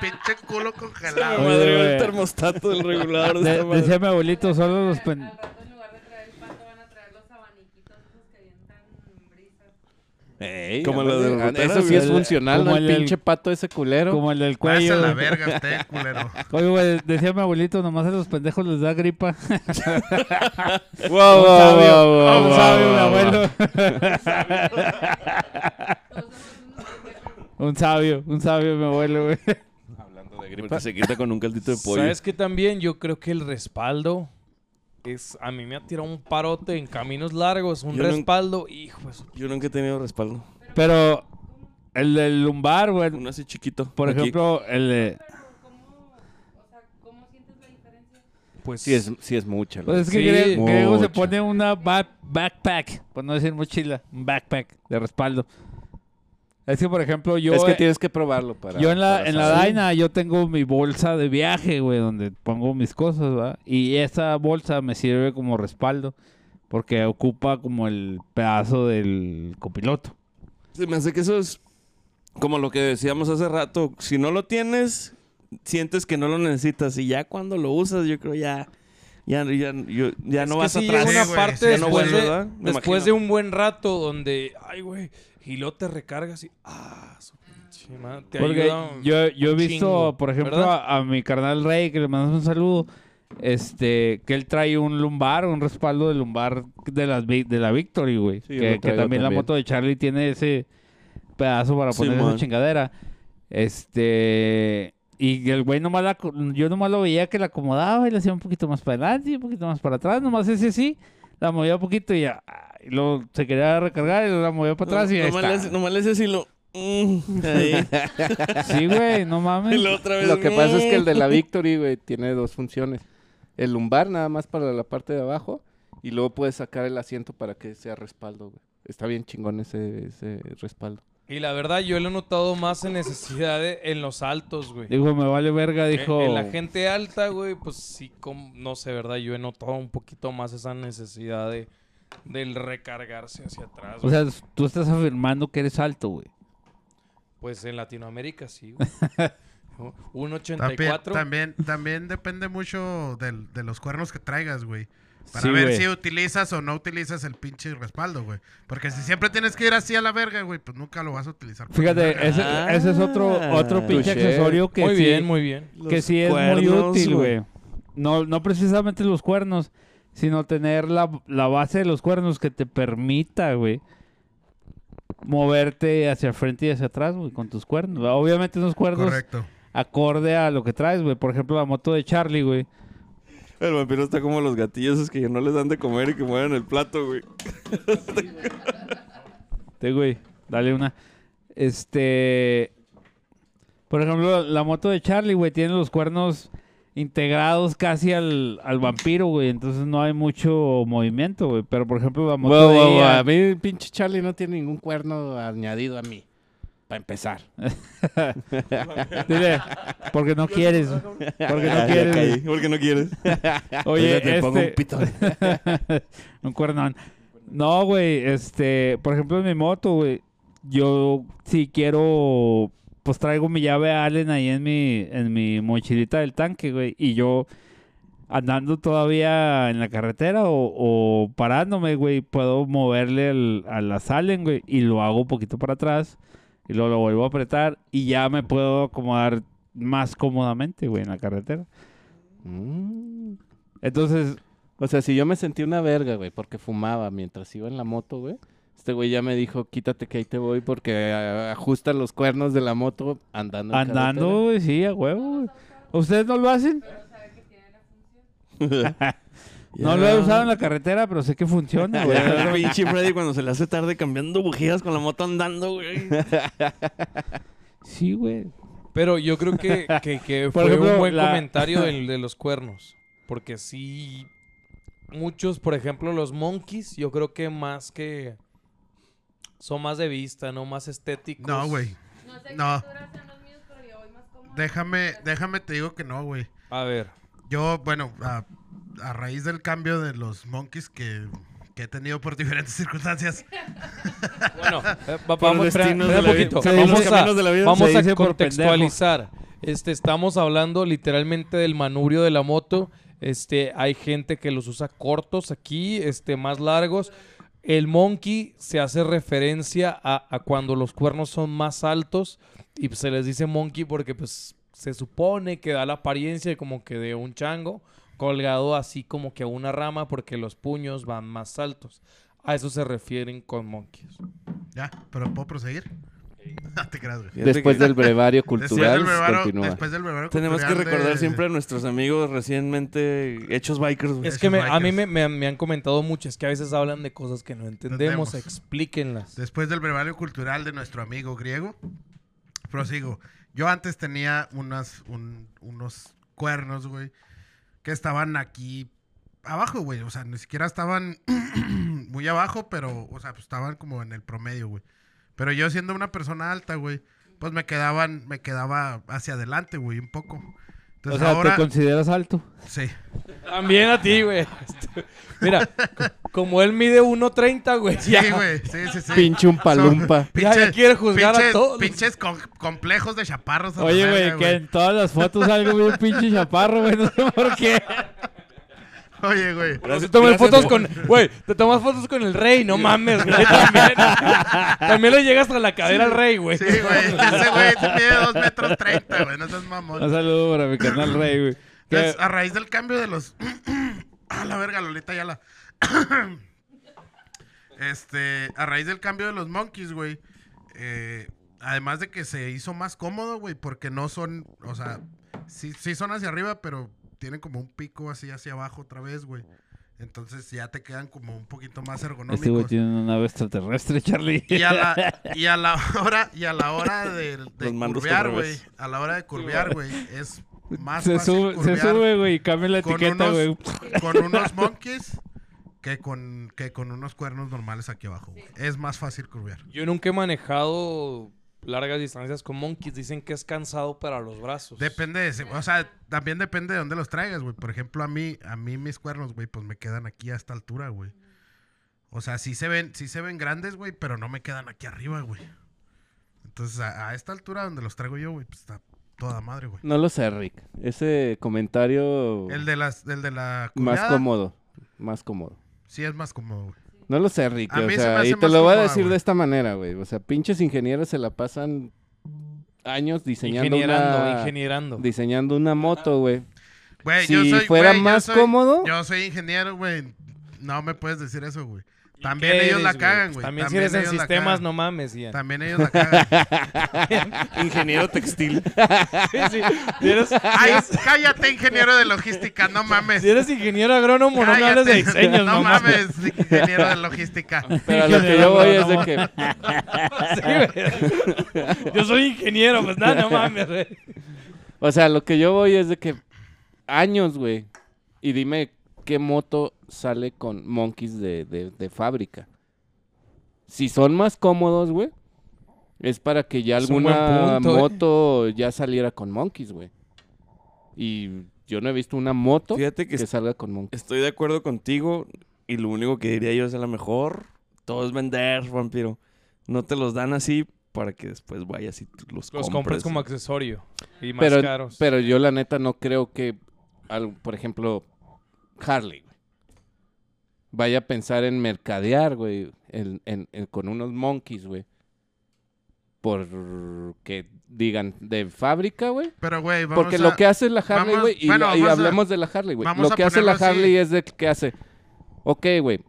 Speaker 4: pinche culo
Speaker 2: Me
Speaker 4: congelado.
Speaker 3: Oye,
Speaker 2: madreó el
Speaker 3: güey.
Speaker 2: termostato del regulador de
Speaker 3: De-
Speaker 2: esta madre.
Speaker 3: decía mi abuelito, solo los pues. pen-
Speaker 7: Al rato, en lugar de traer el pato, van a traer los abaniquitos esos que avientan brisas.
Speaker 5: Ey,
Speaker 2: Como la
Speaker 5: ándale,
Speaker 2: de
Speaker 5: ándale,
Speaker 2: Rutera,
Speaker 5: Eso sí
Speaker 2: güey.
Speaker 5: es funcional,
Speaker 3: Como
Speaker 5: ¿no? El,
Speaker 3: el- el-
Speaker 5: pinche pato ese culero.
Speaker 3: como el del
Speaker 4: Váyase a
Speaker 3: cuello.
Speaker 4: la
Speaker 3: güey.
Speaker 4: verga usted, culero.
Speaker 3: Oye, güey, decía mi abuelito, nomás a los pendejos les da gripa.
Speaker 5: Wow, wow,
Speaker 3: sabio,
Speaker 5: wow, wow,
Speaker 3: Un
Speaker 5: wow,
Speaker 3: sabio,
Speaker 5: wow,
Speaker 3: mi
Speaker 5: wow.
Speaker 3: abuelo.
Speaker 7: Entonces,
Speaker 3: Un sabio, un sabio, mi abuelo, güey.
Speaker 5: Hablando de
Speaker 2: Porque
Speaker 5: gripa.
Speaker 2: se quita con un caldito de pollo.
Speaker 6: ¿Sabes que también? Yo creo que el respaldo es... A mí me ha tirado un parote en caminos largos. Un
Speaker 2: Yo no-
Speaker 6: respaldo, hijo de su-
Speaker 2: Yo nunca he tenido respaldo.
Speaker 3: Pero el del lumbar, güey.
Speaker 2: Uno así chiquito.
Speaker 3: Por
Speaker 2: aquí.
Speaker 3: ejemplo, el de...
Speaker 7: ¿cómo, o sea, ¿cómo sientes la diferencia?
Speaker 6: Pues
Speaker 5: Sí es, sí es mucha. la
Speaker 3: Pues es que
Speaker 6: Sí.
Speaker 3: Gre- Grego se
Speaker 5: Mucho.
Speaker 3: pone una ba- backpack, por no decir mochila, un backpack de respaldo. Es que, por ejemplo, yo...
Speaker 5: es que
Speaker 3: eh,
Speaker 5: tienes que probarlo para.
Speaker 3: Yo en la,
Speaker 5: para
Speaker 3: en la
Speaker 5: saber.
Speaker 3: Daina yo tengo mi bolsa de viaje, güey, donde pongo mis cosas, ¿va? Y esa bolsa me sirve como respaldo porque ocupa como el pedazo del copiloto.
Speaker 2: Se me hace que eso es como lo que decíamos hace rato. Si no lo tienes, sientes que no lo necesitas. Y ya cuando lo usas, yo creo ya. Ya, ya, yo- ya
Speaker 6: Es
Speaker 2: no
Speaker 6: que
Speaker 2: vas
Speaker 6: sí llega
Speaker 2: atrás.
Speaker 4: Sí,
Speaker 6: una
Speaker 4: güey,
Speaker 6: parte
Speaker 4: sí,
Speaker 2: no
Speaker 6: después,
Speaker 2: vuelves,
Speaker 6: de,
Speaker 2: ¿verdad? Me
Speaker 6: después
Speaker 2: imagino.
Speaker 6: de un buen rato donde, ay, güey, y luego te recargas y, ah, su pinche madre, te
Speaker 3: Porque
Speaker 6: ayuda un-
Speaker 3: yo, yo he
Speaker 6: un
Speaker 3: visto,
Speaker 6: chingo,
Speaker 3: por ejemplo,
Speaker 6: ¿verdad?
Speaker 3: a, a mi carnal Rey, que le mandamos un saludo, este, que él trae un lumbar, un respaldo de lumbar de, las, vi- de la Victory, güey.
Speaker 5: Sí, yo
Speaker 3: que
Speaker 5: lo
Speaker 3: que
Speaker 5: traigo
Speaker 3: también la
Speaker 5: también.
Speaker 3: moto de Charlie tiene ese pedazo para
Speaker 2: Sí,
Speaker 3: poner esa
Speaker 2: man.
Speaker 3: chingadera. Este... Y el güey nomás la, co- yo nomás lo veía que la acomodaba y le hacía un poquito más para adelante y un poquito más para atrás, nomás ese sí, la movía un poquito y ya, ah, y luego se quería recargar y luego la movía para atrás y
Speaker 2: No-
Speaker 3: ahí
Speaker 2: nomás le
Speaker 3: está.
Speaker 2: haces- Nomás le haces y lo. mm, ahí.
Speaker 3: Sí,
Speaker 2: [LAUGHS]
Speaker 3: güey, no mames.
Speaker 2: y lo otra vez.
Speaker 5: Lo que pasa es que el
Speaker 2: mm.
Speaker 5: de
Speaker 3: [LAUGHS]
Speaker 5: la Victory, güey, tiene dos funciones. El lumbar nada más para la parte de abajo y luego puedes sacar el asiento para que sea respaldo, güey. Está bien chingón ese, ese respaldo.
Speaker 6: Y la verdad, yo lo he notado más en necesidad de- en los altos, güey.
Speaker 3: Dijo, me vale verga,
Speaker 6: En-
Speaker 3: dijo.
Speaker 6: Eh, En la gente alta, güey, pues sí, com- no sé, ¿verdad? Yo he notado un poquito más esa necesidad de, del recargarse hacia atrás.
Speaker 3: O
Speaker 6: güey.
Speaker 3: sea, tú estás afirmando que eres alto, güey.
Speaker 6: pues en Latinoamérica sí,
Speaker 3: [LAUGHS]
Speaker 6: güey. Un
Speaker 4: También,
Speaker 6: 84.
Speaker 4: también, también depende mucho del- de los cuernos que traigas, güey. Para
Speaker 3: Sí,
Speaker 4: ver
Speaker 3: güey.
Speaker 4: si utilizas o no utilizas el pinche respaldo, güey. Porque si siempre tienes que ir así a la verga, güey, pues nunca lo vas a utilizar. para verga.
Speaker 3: Fíjate, eh, ese,
Speaker 2: Ah.
Speaker 3: ese es otro, otro pinche
Speaker 5: Touché.
Speaker 3: accesorio que
Speaker 6: muy
Speaker 3: sí,
Speaker 6: bien, muy bien.
Speaker 3: que
Speaker 2: Los
Speaker 3: sí es muy
Speaker 2: cuernos,
Speaker 3: útil, güey. No, no precisamente los cuernos, sino tener la, la base de los cuernos que te permita, güey, moverte hacia frente y hacia atrás, güey, con tus cuernos. Obviamente unos cuernos
Speaker 4: Correcto.
Speaker 3: acorde a lo que traes, güey. Por ejemplo, la moto de Charlie, güey.
Speaker 2: El vampiro está como los gatillos esos que no les dan de comer y que mueven el plato, güey.
Speaker 3: Te Este, güey, dale una. Este. Por ejemplo, la moto de Charlie, güey, tiene los cuernos integrados casi al, al vampiro, güey. Entonces no hay mucho movimiento, güey. Pero por ejemplo, la moto
Speaker 5: Wow,
Speaker 3: de
Speaker 5: wow, wow.
Speaker 3: Ian-
Speaker 5: A mí, pinche Charlie no tiene ningún cuerno añadido a mí. Para empezar.
Speaker 3: Dile, porque no quieres. Porque no quieres. güey.
Speaker 2: Porque no quieres.
Speaker 3: Oye,
Speaker 5: Ahorita te pongo un
Speaker 3: este- [LAUGHS] un cuernón. No, güey, este, por ejemplo, en mi moto, güey, yo si quiero, pues traigo mi llave Allen ahí en mi, en mi mochilita del tanque, güey, y yo andando todavía en la carretera o, o parándome, güey, puedo moverle al- a la salen, güey, y lo hago un poquito para atrás y luego lo vuelvo a apretar y ya me puedo acomodar más cómodamente, güey, en la carretera.
Speaker 5: Mm.
Speaker 3: Entonces,
Speaker 5: O sea, si yo me sentí una verga, güey, porque fumaba mientras iba en la moto, güey. Este güey ya me dijo, quítate que ahí te voy porque eh, ajusta los cuernos de la moto andando. en
Speaker 3: andando, güey, sí, a huevo, güey. ¿Ustedes no lo hacen? No lo he usado en la carretera, pero sé que funciona,
Speaker 5: [LAUGHS]
Speaker 3: güey.
Speaker 2: mm. [LAUGHS] El pinche Freddy cuando se le hace tarde cambiando bujías con la moto andando, güey.
Speaker 3: Sí, güey.
Speaker 6: Pero yo creo
Speaker 3: [LAUGHS]
Speaker 6: que, que, que
Speaker 3: Por
Speaker 6: fue
Speaker 3: ejemplo,
Speaker 6: un buen
Speaker 3: la- [LAUGHS]
Speaker 6: comentario del- de los cuernos. Porque sí, muchos, por ejemplo, los monkeys, yo creo que más que... Son más de vista, ¿no? Más estéticos.
Speaker 4: No, güey.
Speaker 7: No sé
Speaker 4: No.
Speaker 7: qué alturas sean los míos, pero yo voy más cómoda.
Speaker 4: Déjame, déjame te digo que no, güey.
Speaker 6: A ver.
Speaker 4: Yo, bueno, a, a raíz del cambio de los monkeys que, que he tenido por [LAUGHS] diferentes circunstancias.
Speaker 6: Bueno, eh, va-
Speaker 2: Por
Speaker 6: vamos, espera,
Speaker 2: destinos
Speaker 6: espera
Speaker 2: de la vida.
Speaker 6: poquito.
Speaker 3: Se
Speaker 6: vamos
Speaker 3: dice-
Speaker 6: a,
Speaker 2: de la vida.
Speaker 6: vamos
Speaker 3: se
Speaker 6: a
Speaker 3: dice por
Speaker 6: contextualizar. Este, estamos hablando literalmente del manubrio de la moto. Este, hay gente que los usa cortos aquí, este, más largos. El monkey se hace referencia a, a cuando los cuernos son más altos y se les dice monkey porque pues se supone que da la apariencia como que de un chango colgado así como que a una rama porque los puños van más altos. A eso se refieren con monkeys.
Speaker 4: Ya, pero ¿puedo proseguir? [LAUGHS] No te creas, güey.
Speaker 5: carretera. Después del
Speaker 3: [LAUGHS]
Speaker 5: brevario
Speaker 4: Después del
Speaker 5: cultural,
Speaker 4: brevario-
Speaker 5: continúa.
Speaker 4: después del
Speaker 6: [LAUGHS]
Speaker 4: brevario
Speaker 2: Tenemos que
Speaker 4: cultural de-
Speaker 2: recordar siempre a nuestros amigos recientemente hechos bikers, güey.
Speaker 6: Es que me- a mí
Speaker 4: bikers.
Speaker 6: me, me han- me han comentado mucho, es que a veces hablan de cosas que no entendemos,
Speaker 4: Entendemos.
Speaker 6: explíquenlas.
Speaker 4: Después del brevario cultural de nuestro amigo griego, prosigo. Yo antes tenía unas, un- unos cuernos, güey, que estaban aquí abajo, güey. O sea, ni siquiera estaban [CLEARS THROAT] muy abajo, pero, o sea, pues estaban como en el promedio, güey. Pero yo siendo una persona alta, güey, pues me quedaban, me quedaba hacia adelante, güey, un poco.
Speaker 3: O
Speaker 4: Entonces
Speaker 3: sea,
Speaker 4: ahora,
Speaker 3: ¿te consideras alto? [LAUGHS]
Speaker 4: sí.
Speaker 6: También a ti,
Speaker 4: [LAUGHS]
Speaker 6: güey. Este, Mira, co- como él mide 1.30, güey, ya.
Speaker 4: Sí, güey, sí, sí, sí.
Speaker 5: Pinche
Speaker 4: [LAUGHS]
Speaker 5: un palumpa.
Speaker 6: Ya, ya quiere juzgar a
Speaker 4: pinches-
Speaker 6: todos.
Speaker 4: Pinches con- complejos de chaparros. a la
Speaker 3: Oye,
Speaker 4: verga,
Speaker 3: güey, que en todas las fotos salgo bien pinche chaparro, güey, no sé
Speaker 4: [LAUGHS]
Speaker 3: por qué.
Speaker 4: Oye, güey.
Speaker 6: Pero se toman fotos con, güey, te tomas fotos con el rey, no mames, güey, [LAUGHS] también. también le llegas hasta la cadera al rey, güey.
Speaker 4: Sí, güey. Ese güey mide 2 metros 30, güey. No seas mamón.
Speaker 3: [LAUGHS] Un saludo para mi canal Rey, güey. Que-
Speaker 4: Entonces, a raíz del cambio de los. [CLEARS THROAT] ah, la verga, Lolita ya la. [CLEARS THROAT] este. A raíz del cambio de los monkeys, güey. eh, además de que se hizo más cómodo, güey, porque no son. O sea, sí, sí son hacia arriba, pero tienen como un pico así hacia abajo otra vez, güey. Entonces ya te quedan como un poquito más ergonómicos.
Speaker 3: Este güey tiene una nave extraterrestre, Charlie. [LAUGHS]
Speaker 4: Y a la, y
Speaker 2: [LAUGHS]
Speaker 4: a la hora, y a la hora de, de
Speaker 2: Los mandos
Speaker 4: curvear,
Speaker 2: al
Speaker 4: güey.
Speaker 2: revés.
Speaker 4: A la hora de curvear, güey. Es más
Speaker 3: se,
Speaker 4: fácil
Speaker 3: sube, se
Speaker 4: curvear
Speaker 3: sube, güey, y cambia la
Speaker 4: con
Speaker 3: etiqueta,
Speaker 4: unos-
Speaker 3: güey.
Speaker 4: con unos monkeys que con, que con unos cuernos normales aquí abajo, güey. Es más fácil curvear.
Speaker 6: Yo nunca he manejado largas distancias con monkeys, dicen que es cansado para los brazos.
Speaker 4: Depende de ese- o sea, también depende de dónde los traigas, güey. Por ejemplo, a mí, a mí mis cuernos, güey, pues me quedan aquí a esta altura, güey. O sea, sí se ven, sí se ven grandes, güey, pero no me quedan aquí arriba, güey. Entonces, a, a esta altura donde los traigo yo, güey, pues está toda madre, güey.
Speaker 5: No lo sé, Rick. Ese comentario
Speaker 4: El de las, el de la
Speaker 5: más
Speaker 4: curveada,
Speaker 5: cómodo. Más cómodo.
Speaker 4: Sí, es más cómodo, güey.
Speaker 5: No lo sé, Rick.
Speaker 4: A
Speaker 5: O
Speaker 4: mí se
Speaker 5: sea,
Speaker 4: me hace
Speaker 5: y te
Speaker 4: más
Speaker 5: lo voy a
Speaker 4: cómoda,
Speaker 5: decir
Speaker 4: güey.
Speaker 5: de esta manera, güey. O sea, pinches ingenieros se la pasan años diseñando
Speaker 6: Ingenierando,
Speaker 5: una...
Speaker 6: ingenierando.
Speaker 5: Diseñando una moto, güey.
Speaker 4: Güey,
Speaker 5: Si
Speaker 4: yo soy,
Speaker 5: fuera
Speaker 4: güey, yo
Speaker 5: más
Speaker 4: soy-
Speaker 5: cómodo-
Speaker 4: Yo soy ingeniero, güey. No me puedes decir eso, güey. También
Speaker 6: ¿Qué
Speaker 4: ellos la
Speaker 6: eres, Pues
Speaker 4: cagan, güey.
Speaker 6: También, si eres
Speaker 4: ellos
Speaker 6: en
Speaker 4: la
Speaker 6: sistemas,
Speaker 4: cagan.
Speaker 6: no mames, Ian.
Speaker 4: También ellos la
Speaker 6: [LAUGHS]
Speaker 4: cagan.
Speaker 2: Ingeniero textil.
Speaker 6: Sí, sí. Si eres,
Speaker 4: Ay, cállate, ingeniero de logística, no mames.
Speaker 6: si eres ingeniero agrónomo, no me hables de
Speaker 4: Cállate.
Speaker 6: diseños,
Speaker 4: no mames, ingeniero de logística.
Speaker 5: Pero a lo que yo voy es de que...
Speaker 6: Sí, [LAUGHS] güey. Yo soy ingeniero, pues nada, no mames, güey.
Speaker 5: O sea, lo que yo voy es de que años, güey. Y dime qué moto sale con monkeys de, de- de fábrica. Si son más cómodos, güey, es para que ya
Speaker 6: Es un buen
Speaker 5: alguna
Speaker 6: punto, eh.
Speaker 5: moto ya saliera con monkeys, güey. Y yo no he visto una
Speaker 2: [LAUGHS]
Speaker 5: moto
Speaker 2: Fíjate que
Speaker 5: que,
Speaker 2: es-
Speaker 5: salga con monkeys.
Speaker 2: Estoy de acuerdo contigo y lo único que diría yo es a lo mejor todo es vender, vampiro. No te los dan así para que después vayas y tú los,
Speaker 6: Los
Speaker 2: compres.
Speaker 6: compras como accesorio y más
Speaker 5: Pero,
Speaker 6: caros.
Speaker 5: pero yo la neta no creo que, al- por ejemplo, Harley, güey. Vaya a pensar en mercadear, güey, en- en- en- con unos monkeys, güey. Porque digan de fábrica, güey.
Speaker 4: Pero, güey, vamos
Speaker 5: Porque
Speaker 4: a...
Speaker 5: lo que hace la Harley,
Speaker 4: vamos-
Speaker 5: güey, y,
Speaker 4: bueno,
Speaker 5: y
Speaker 4: vamos a-
Speaker 5: hablemos de la Harley, güey.
Speaker 4: vamos
Speaker 5: Lo
Speaker 4: a
Speaker 5: que hace la
Speaker 4: ponerlo así.
Speaker 5: Harley es de que hace, ok, güey,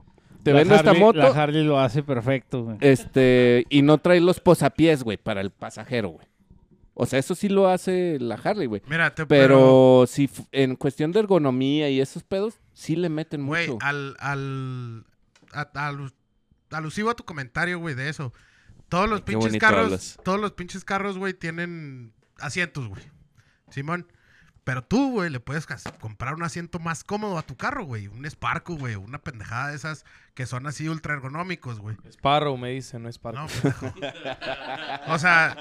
Speaker 5: te
Speaker 3: La
Speaker 5: vendo esta
Speaker 3: Harley-
Speaker 5: moto,
Speaker 3: La Harley lo hace perfecto, güey.
Speaker 5: este, y no trae los posapiés, güey, para el pasajero, güey. O sea, eso sí lo hace la Harley, güey.
Speaker 4: Mira, te-
Speaker 5: Pero si f- en cuestión de ergonomía y esos pedos, sí le meten
Speaker 4: Güey, ah.
Speaker 5: mucho.
Speaker 4: al, al, a- alu- alusivo a tu comentario, güey, de eso. Todos los
Speaker 2: Qué
Speaker 4: pinches
Speaker 2: bonito
Speaker 4: carros,
Speaker 2: hablas.
Speaker 4: todos los pinches carros, güey, tienen asientos, güey. Simón. Pero tú, güey, le puedes cas- comprar un asiento más cómodo a tu carro, güey. Un Sparco, güey. Una pendejada de esas que son así ultra ergonómicos, güey.
Speaker 6: Sparrow me dice, no Sparrow.
Speaker 4: No, pendejo. O sea,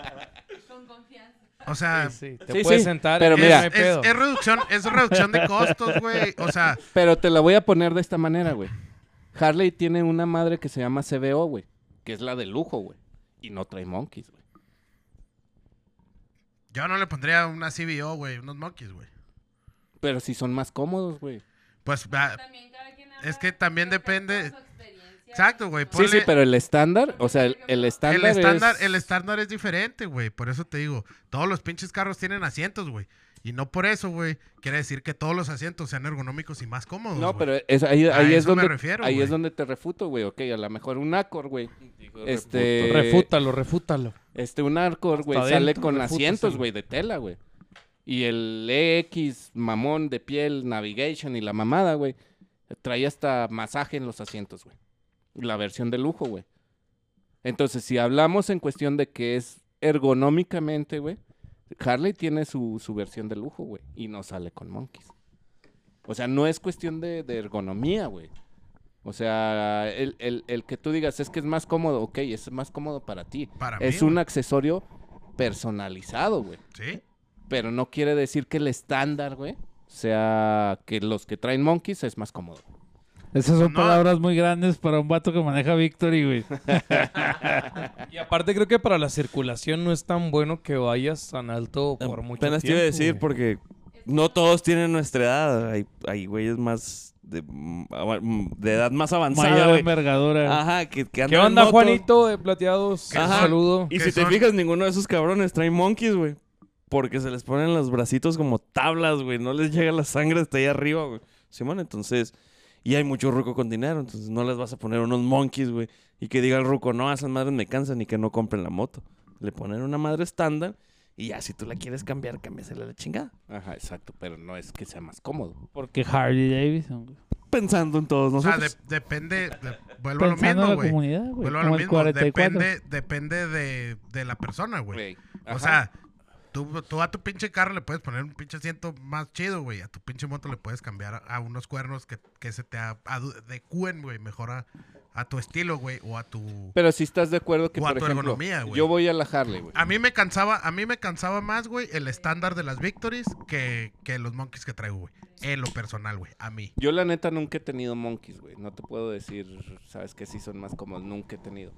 Speaker 7: Con confianza.
Speaker 4: o sea,
Speaker 6: Sí, sí, te
Speaker 5: Sí,
Speaker 6: puedes
Speaker 5: sí,
Speaker 6: sentar.
Speaker 5: pero
Speaker 6: y
Speaker 5: mira.
Speaker 6: no hay
Speaker 4: es,
Speaker 6: pedo.
Speaker 4: es reducción, es reducción de costos, güey. O sea,
Speaker 5: Pero te la voy a poner de esta manera, güey. Harley tiene una madre que se llama CBO, güey, que es la de lujo, güey. Y no trae monkeys, güey.
Speaker 4: yo no le pondría una CBO, güey, unos monkeys, güey.
Speaker 5: Pero sí son más cómodos, güey.
Speaker 4: Pues va-
Speaker 7: También cada quien
Speaker 4: Es
Speaker 7: habla
Speaker 4: que también
Speaker 7: respecto a
Speaker 4: depende-
Speaker 7: su experiencia
Speaker 4: Exacto, güey,
Speaker 7: personal.
Speaker 5: Sí, sí,
Speaker 4: Ponle-
Speaker 5: pero el estándar, o sea, el, el estándar,
Speaker 4: El estándar,
Speaker 5: es...
Speaker 4: el estándar es diferente, güey. Por eso te digo, todos los pinches carros tienen asientos, güey. Y no por eso, güey, quiere decir que todos los asientos sean ergonómicos y más cómodos.
Speaker 5: No,
Speaker 4: güey.
Speaker 5: pero es- ahí,
Speaker 4: A
Speaker 5: ahí es
Speaker 4: eso me
Speaker 5: donde
Speaker 4: refiero,
Speaker 5: ahí es
Speaker 4: güey.
Speaker 5: donde te refuto, güey. Ok, a lo mejor un Accord, güey. Este
Speaker 6: Refútalo, refútalo.
Speaker 5: este un Accord, güey,
Speaker 6: Hasta
Speaker 5: sale
Speaker 6: adentro,
Speaker 5: con
Speaker 6: refutas,
Speaker 5: asientos,
Speaker 6: sí.
Speaker 5: güey, de tela, güey. Y el EX mamón de piel Navigation y la mamada, güey, trae hasta masaje en los asientos, güey. La versión de lujo, güey. Entonces, si hablamos en cuestión de que es ergonómicamente, güey, Harley tiene su, su versión de lujo, güey, y no sale con monkeys. O sea, no es cuestión de, de ergonomía, güey. O sea, el, el- el que tú digas es que es más cómodo, ok, es más cómodo para ti.
Speaker 4: Para
Speaker 5: es
Speaker 4: mí,
Speaker 5: un accesorio personalizado, güey.
Speaker 4: Sí.
Speaker 5: Pero no quiere decir que el estándar, güey, sea que los que traen monkeys es más cómodo.
Speaker 3: Esas son
Speaker 4: No.
Speaker 3: palabras muy grandes para un vato que maneja Victory, güey.
Speaker 6: Y aparte creo que para la circulación no es tan bueno que vayas tan alto por mucho
Speaker 2: Eh, Apenas te
Speaker 6: tiempo.
Speaker 2: iba a decir
Speaker 6: güey.
Speaker 2: porque no todos tienen nuestra edad. Hay, hay güeyes más de, mm, de edad más avanzada,
Speaker 3: Mayor
Speaker 2: güey. Ah.
Speaker 3: envergadura.
Speaker 2: Ajá, que, que
Speaker 6: ¿Qué
Speaker 2: andan en
Speaker 6: onda,
Speaker 2: motos.
Speaker 6: Juanito de Plateados?
Speaker 4: ¿Qué
Speaker 6: Un
Speaker 2: son?
Speaker 6: saludo.
Speaker 2: Y
Speaker 4: Que
Speaker 2: si te
Speaker 4: son-
Speaker 2: fijas, ninguno de esos cabrones trae monkeys, güey. Porque se les ponen los bracitos como tablas, güey. No les llega la sangre hasta ahí arriba, güey. Simón, entonces... Y hay mucho ruco con dinero, entonces no les vas a poner unos monkeys, güey. Y que diga el ruco, no, a esas madres me cansan y que no compren la moto. Le ponen una madre estándar y ya si tú la quieres cambiar, cámbiasela a la chingada.
Speaker 5: Ajá, exacto, pero no es que sea más cómodo.
Speaker 3: Porque Harley Davidson, güey.
Speaker 2: Pensando en todos
Speaker 4: O sea,
Speaker 2: nosotros.
Speaker 4: de- depende. de- vuelvo a Pues
Speaker 3: Pensando
Speaker 4: lo mismo,
Speaker 3: en la
Speaker 4: güey.
Speaker 3: comunidad, güey.
Speaker 4: Vuelvo a
Speaker 3: como
Speaker 4: lo
Speaker 3: el
Speaker 4: mismo.
Speaker 3: 44.
Speaker 4: Depende, depende de, de la persona, güey.
Speaker 5: Güey,
Speaker 4: O
Speaker 5: ajá.
Speaker 4: sea, tú, tú a tu pinche carro le puedes poner un pinche asiento más chido, güey. A tu pinche moto le puedes cambiar a, a unos cuernos que, que se te a- adecúen, güey. Mejor a, a tu estilo, güey. O a tu.
Speaker 5: Pero si estás de acuerdo que,
Speaker 4: o a
Speaker 5: por
Speaker 4: tu
Speaker 5: ejemplo,
Speaker 4: ergonomía, güey.
Speaker 5: yo voy a la Harley, güey.
Speaker 4: A mí me cansaba, a mí me cansaba más, güey, el estándar de las Victories que, que los Monkeys que traigo, güey. En lo personal, güey. A mí.
Speaker 5: Yo la neta nunca he tenido monkeys, güey. No te puedo decir, sabes que sí son más cómodos, nunca he tenido.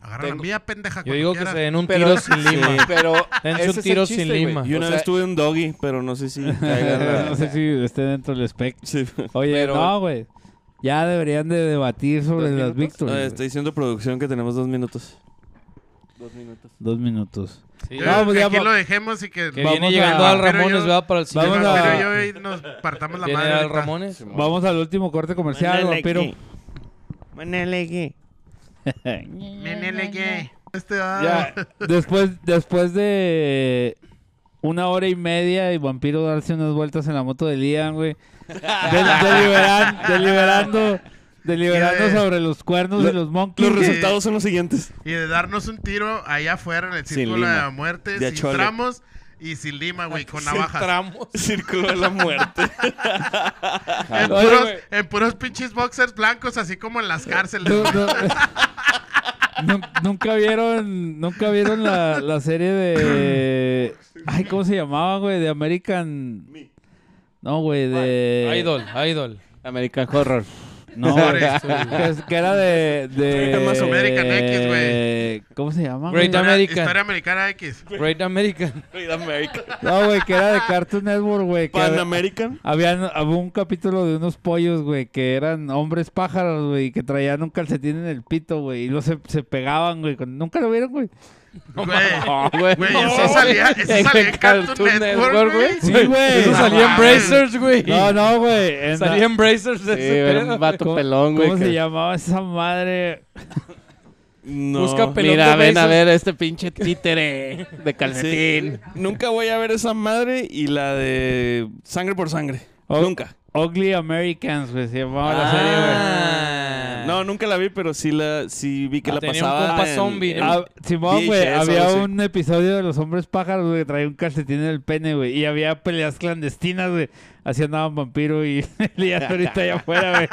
Speaker 4: Agarra la
Speaker 5: Tengo-
Speaker 4: mía, pendeja.
Speaker 6: Yo
Speaker 4: cuando
Speaker 6: digo que
Speaker 4: quieras.
Speaker 6: se den un
Speaker 5: Pero-
Speaker 6: tiro sin lima.
Speaker 5: Pero
Speaker 6: Dense un
Speaker 5: ese es el
Speaker 6: tiro sin
Speaker 5: güey.
Speaker 6: lima.
Speaker 2: Yo
Speaker 5: O
Speaker 2: una
Speaker 5: sea,
Speaker 2: vez tuve un doggy, pero no sé
Speaker 5: [LAUGHS]
Speaker 2: si eh,
Speaker 6: [LAUGHS]
Speaker 2: caiga la-
Speaker 3: [LAUGHS] no sé si esté dentro del espectro.
Speaker 2: Sí.
Speaker 3: Oye,
Speaker 5: Pero-
Speaker 3: no, güey. Ya deberían de debatir sobre
Speaker 5: ¿Dos
Speaker 3: las
Speaker 5: minutos?
Speaker 2: Ah,
Speaker 3: Victory.
Speaker 2: está diciendo producción que tenemos dos minutos.
Speaker 5: Dos minutos.
Speaker 3: Dos minutos.
Speaker 6: Sí.
Speaker 4: Yo
Speaker 3: No,
Speaker 4: digo
Speaker 3: pues
Speaker 4: que
Speaker 3: ya
Speaker 4: aquí
Speaker 3: va-
Speaker 4: lo dejemos y que.
Speaker 6: que
Speaker 3: vamos
Speaker 6: viene
Speaker 3: a-
Speaker 6: llegando al
Speaker 4: pero
Speaker 6: Ramones,
Speaker 4: yo-
Speaker 6: va para el
Speaker 4: Sí,
Speaker 3: vamos
Speaker 6: siguiente.
Speaker 4: no,
Speaker 3: a-
Speaker 4: pero yo hoy nos partamos la
Speaker 6: Viene
Speaker 4: madre.
Speaker 6: al
Speaker 4: ahorita.
Speaker 6: Ramones.
Speaker 3: Vamos al último corte comercial, vampiro. [LAUGHS]
Speaker 4: Menele gay. Este va.
Speaker 3: Ya, después, después de una hora y media y Vampiro darse unas vueltas en la moto de Lian, güey. De- deliberan- deliberando, deliberando
Speaker 4: Ya, eh.
Speaker 3: sobre los cuernos de
Speaker 2: Lo-
Speaker 3: los monkeys.
Speaker 2: Los
Speaker 3: güey.
Speaker 2: resultados son los siguientes. [LAUGHS]
Speaker 4: Y de darnos un tiro allá afuera en el
Speaker 2: Sin
Speaker 4: círculo de
Speaker 2: lima.
Speaker 4: la muerte,
Speaker 2: De
Speaker 4: sin
Speaker 2: achole.
Speaker 4: tramos y sin lima, güey, con
Speaker 6: Sin
Speaker 4: navajas.
Speaker 6: tramos.
Speaker 2: Círculo de la
Speaker 5: [LAUGHS]
Speaker 2: muerte.
Speaker 4: En
Speaker 6: Oye,
Speaker 4: puros,
Speaker 6: güey.
Speaker 4: en puros pinches boxers blancos, así como en las cárceles.
Speaker 3: Nu- nu- [LAUGHS] Nun- nunca vieron, nunca vieron la, la serie de ay, ¿cómo se llamaba, güey? De American No, güey, de Eh,
Speaker 6: Idol, idol.
Speaker 5: American Horror.
Speaker 6: [LAUGHS]
Speaker 3: No,
Speaker 4: Sorry.
Speaker 3: que, que era de. de
Speaker 4: Más American X, güey.
Speaker 3: ¿Cómo se llama? güey?
Speaker 6: Great
Speaker 4: Historia,
Speaker 6: American.
Speaker 4: historia americana X.
Speaker 6: Great American.
Speaker 2: Great American.
Speaker 3: No, güey, que era de Cartoon Network, güey. que
Speaker 2: Pan
Speaker 3: era-
Speaker 2: American.
Speaker 3: Habían, había un capítulo de unos pollos, güey, que eran hombres pájaros, güey, que traían un calcetín en el pito, güey, y luego se, se pegaban, güey. con- Nunca lo vieron, güey. [LAUGHS]
Speaker 4: Güey.
Speaker 5: güey.
Speaker 4: Güey, eso salía, eso salía en Cartoon Network, güey. Ah,
Speaker 3: Sí, güey.
Speaker 6: Eso
Speaker 4: No
Speaker 6: salía en
Speaker 4: mames.
Speaker 6: Brazers, güey.
Speaker 3: No, no, güey. en-
Speaker 6: Salía en Brazers de
Speaker 5: Sí,
Speaker 6: ese
Speaker 5: era
Speaker 6: pedo.
Speaker 5: un vato
Speaker 3: ¿Cómo-
Speaker 5: pelón, güey.
Speaker 3: ¿Cómo se
Speaker 5: que-
Speaker 3: llamaba esa madre?
Speaker 2: No.
Speaker 6: Busca pelón
Speaker 5: Mira,
Speaker 6: de
Speaker 5: ven a
Speaker 6: Brazers.
Speaker 5: ver este pinche títere de calcetín.
Speaker 2: Nunca voy a ver esa madre y la de sangre por sangre.
Speaker 3: Oh.
Speaker 2: Nunca.
Speaker 3: Ugly Americans, güey, se llamaba la serie, güey.
Speaker 6: Ah.
Speaker 2: No, nunca la vi, pero sí la sí vi que
Speaker 6: Ah,
Speaker 2: la
Speaker 6: tenía un
Speaker 2: pasaba.
Speaker 6: compa
Speaker 2: en-
Speaker 6: zombie, ¿no?
Speaker 3: Ah, Simón, güey,
Speaker 2: VHS,
Speaker 3: había
Speaker 2: algo así.
Speaker 3: un episodio de los hombres pájaros, güey, que traía un calcetín en el pene, güey, y había peleas clandestinas, güey. Así andaban vampiro y [LAUGHS] Elías ahorita allá afuera, güey,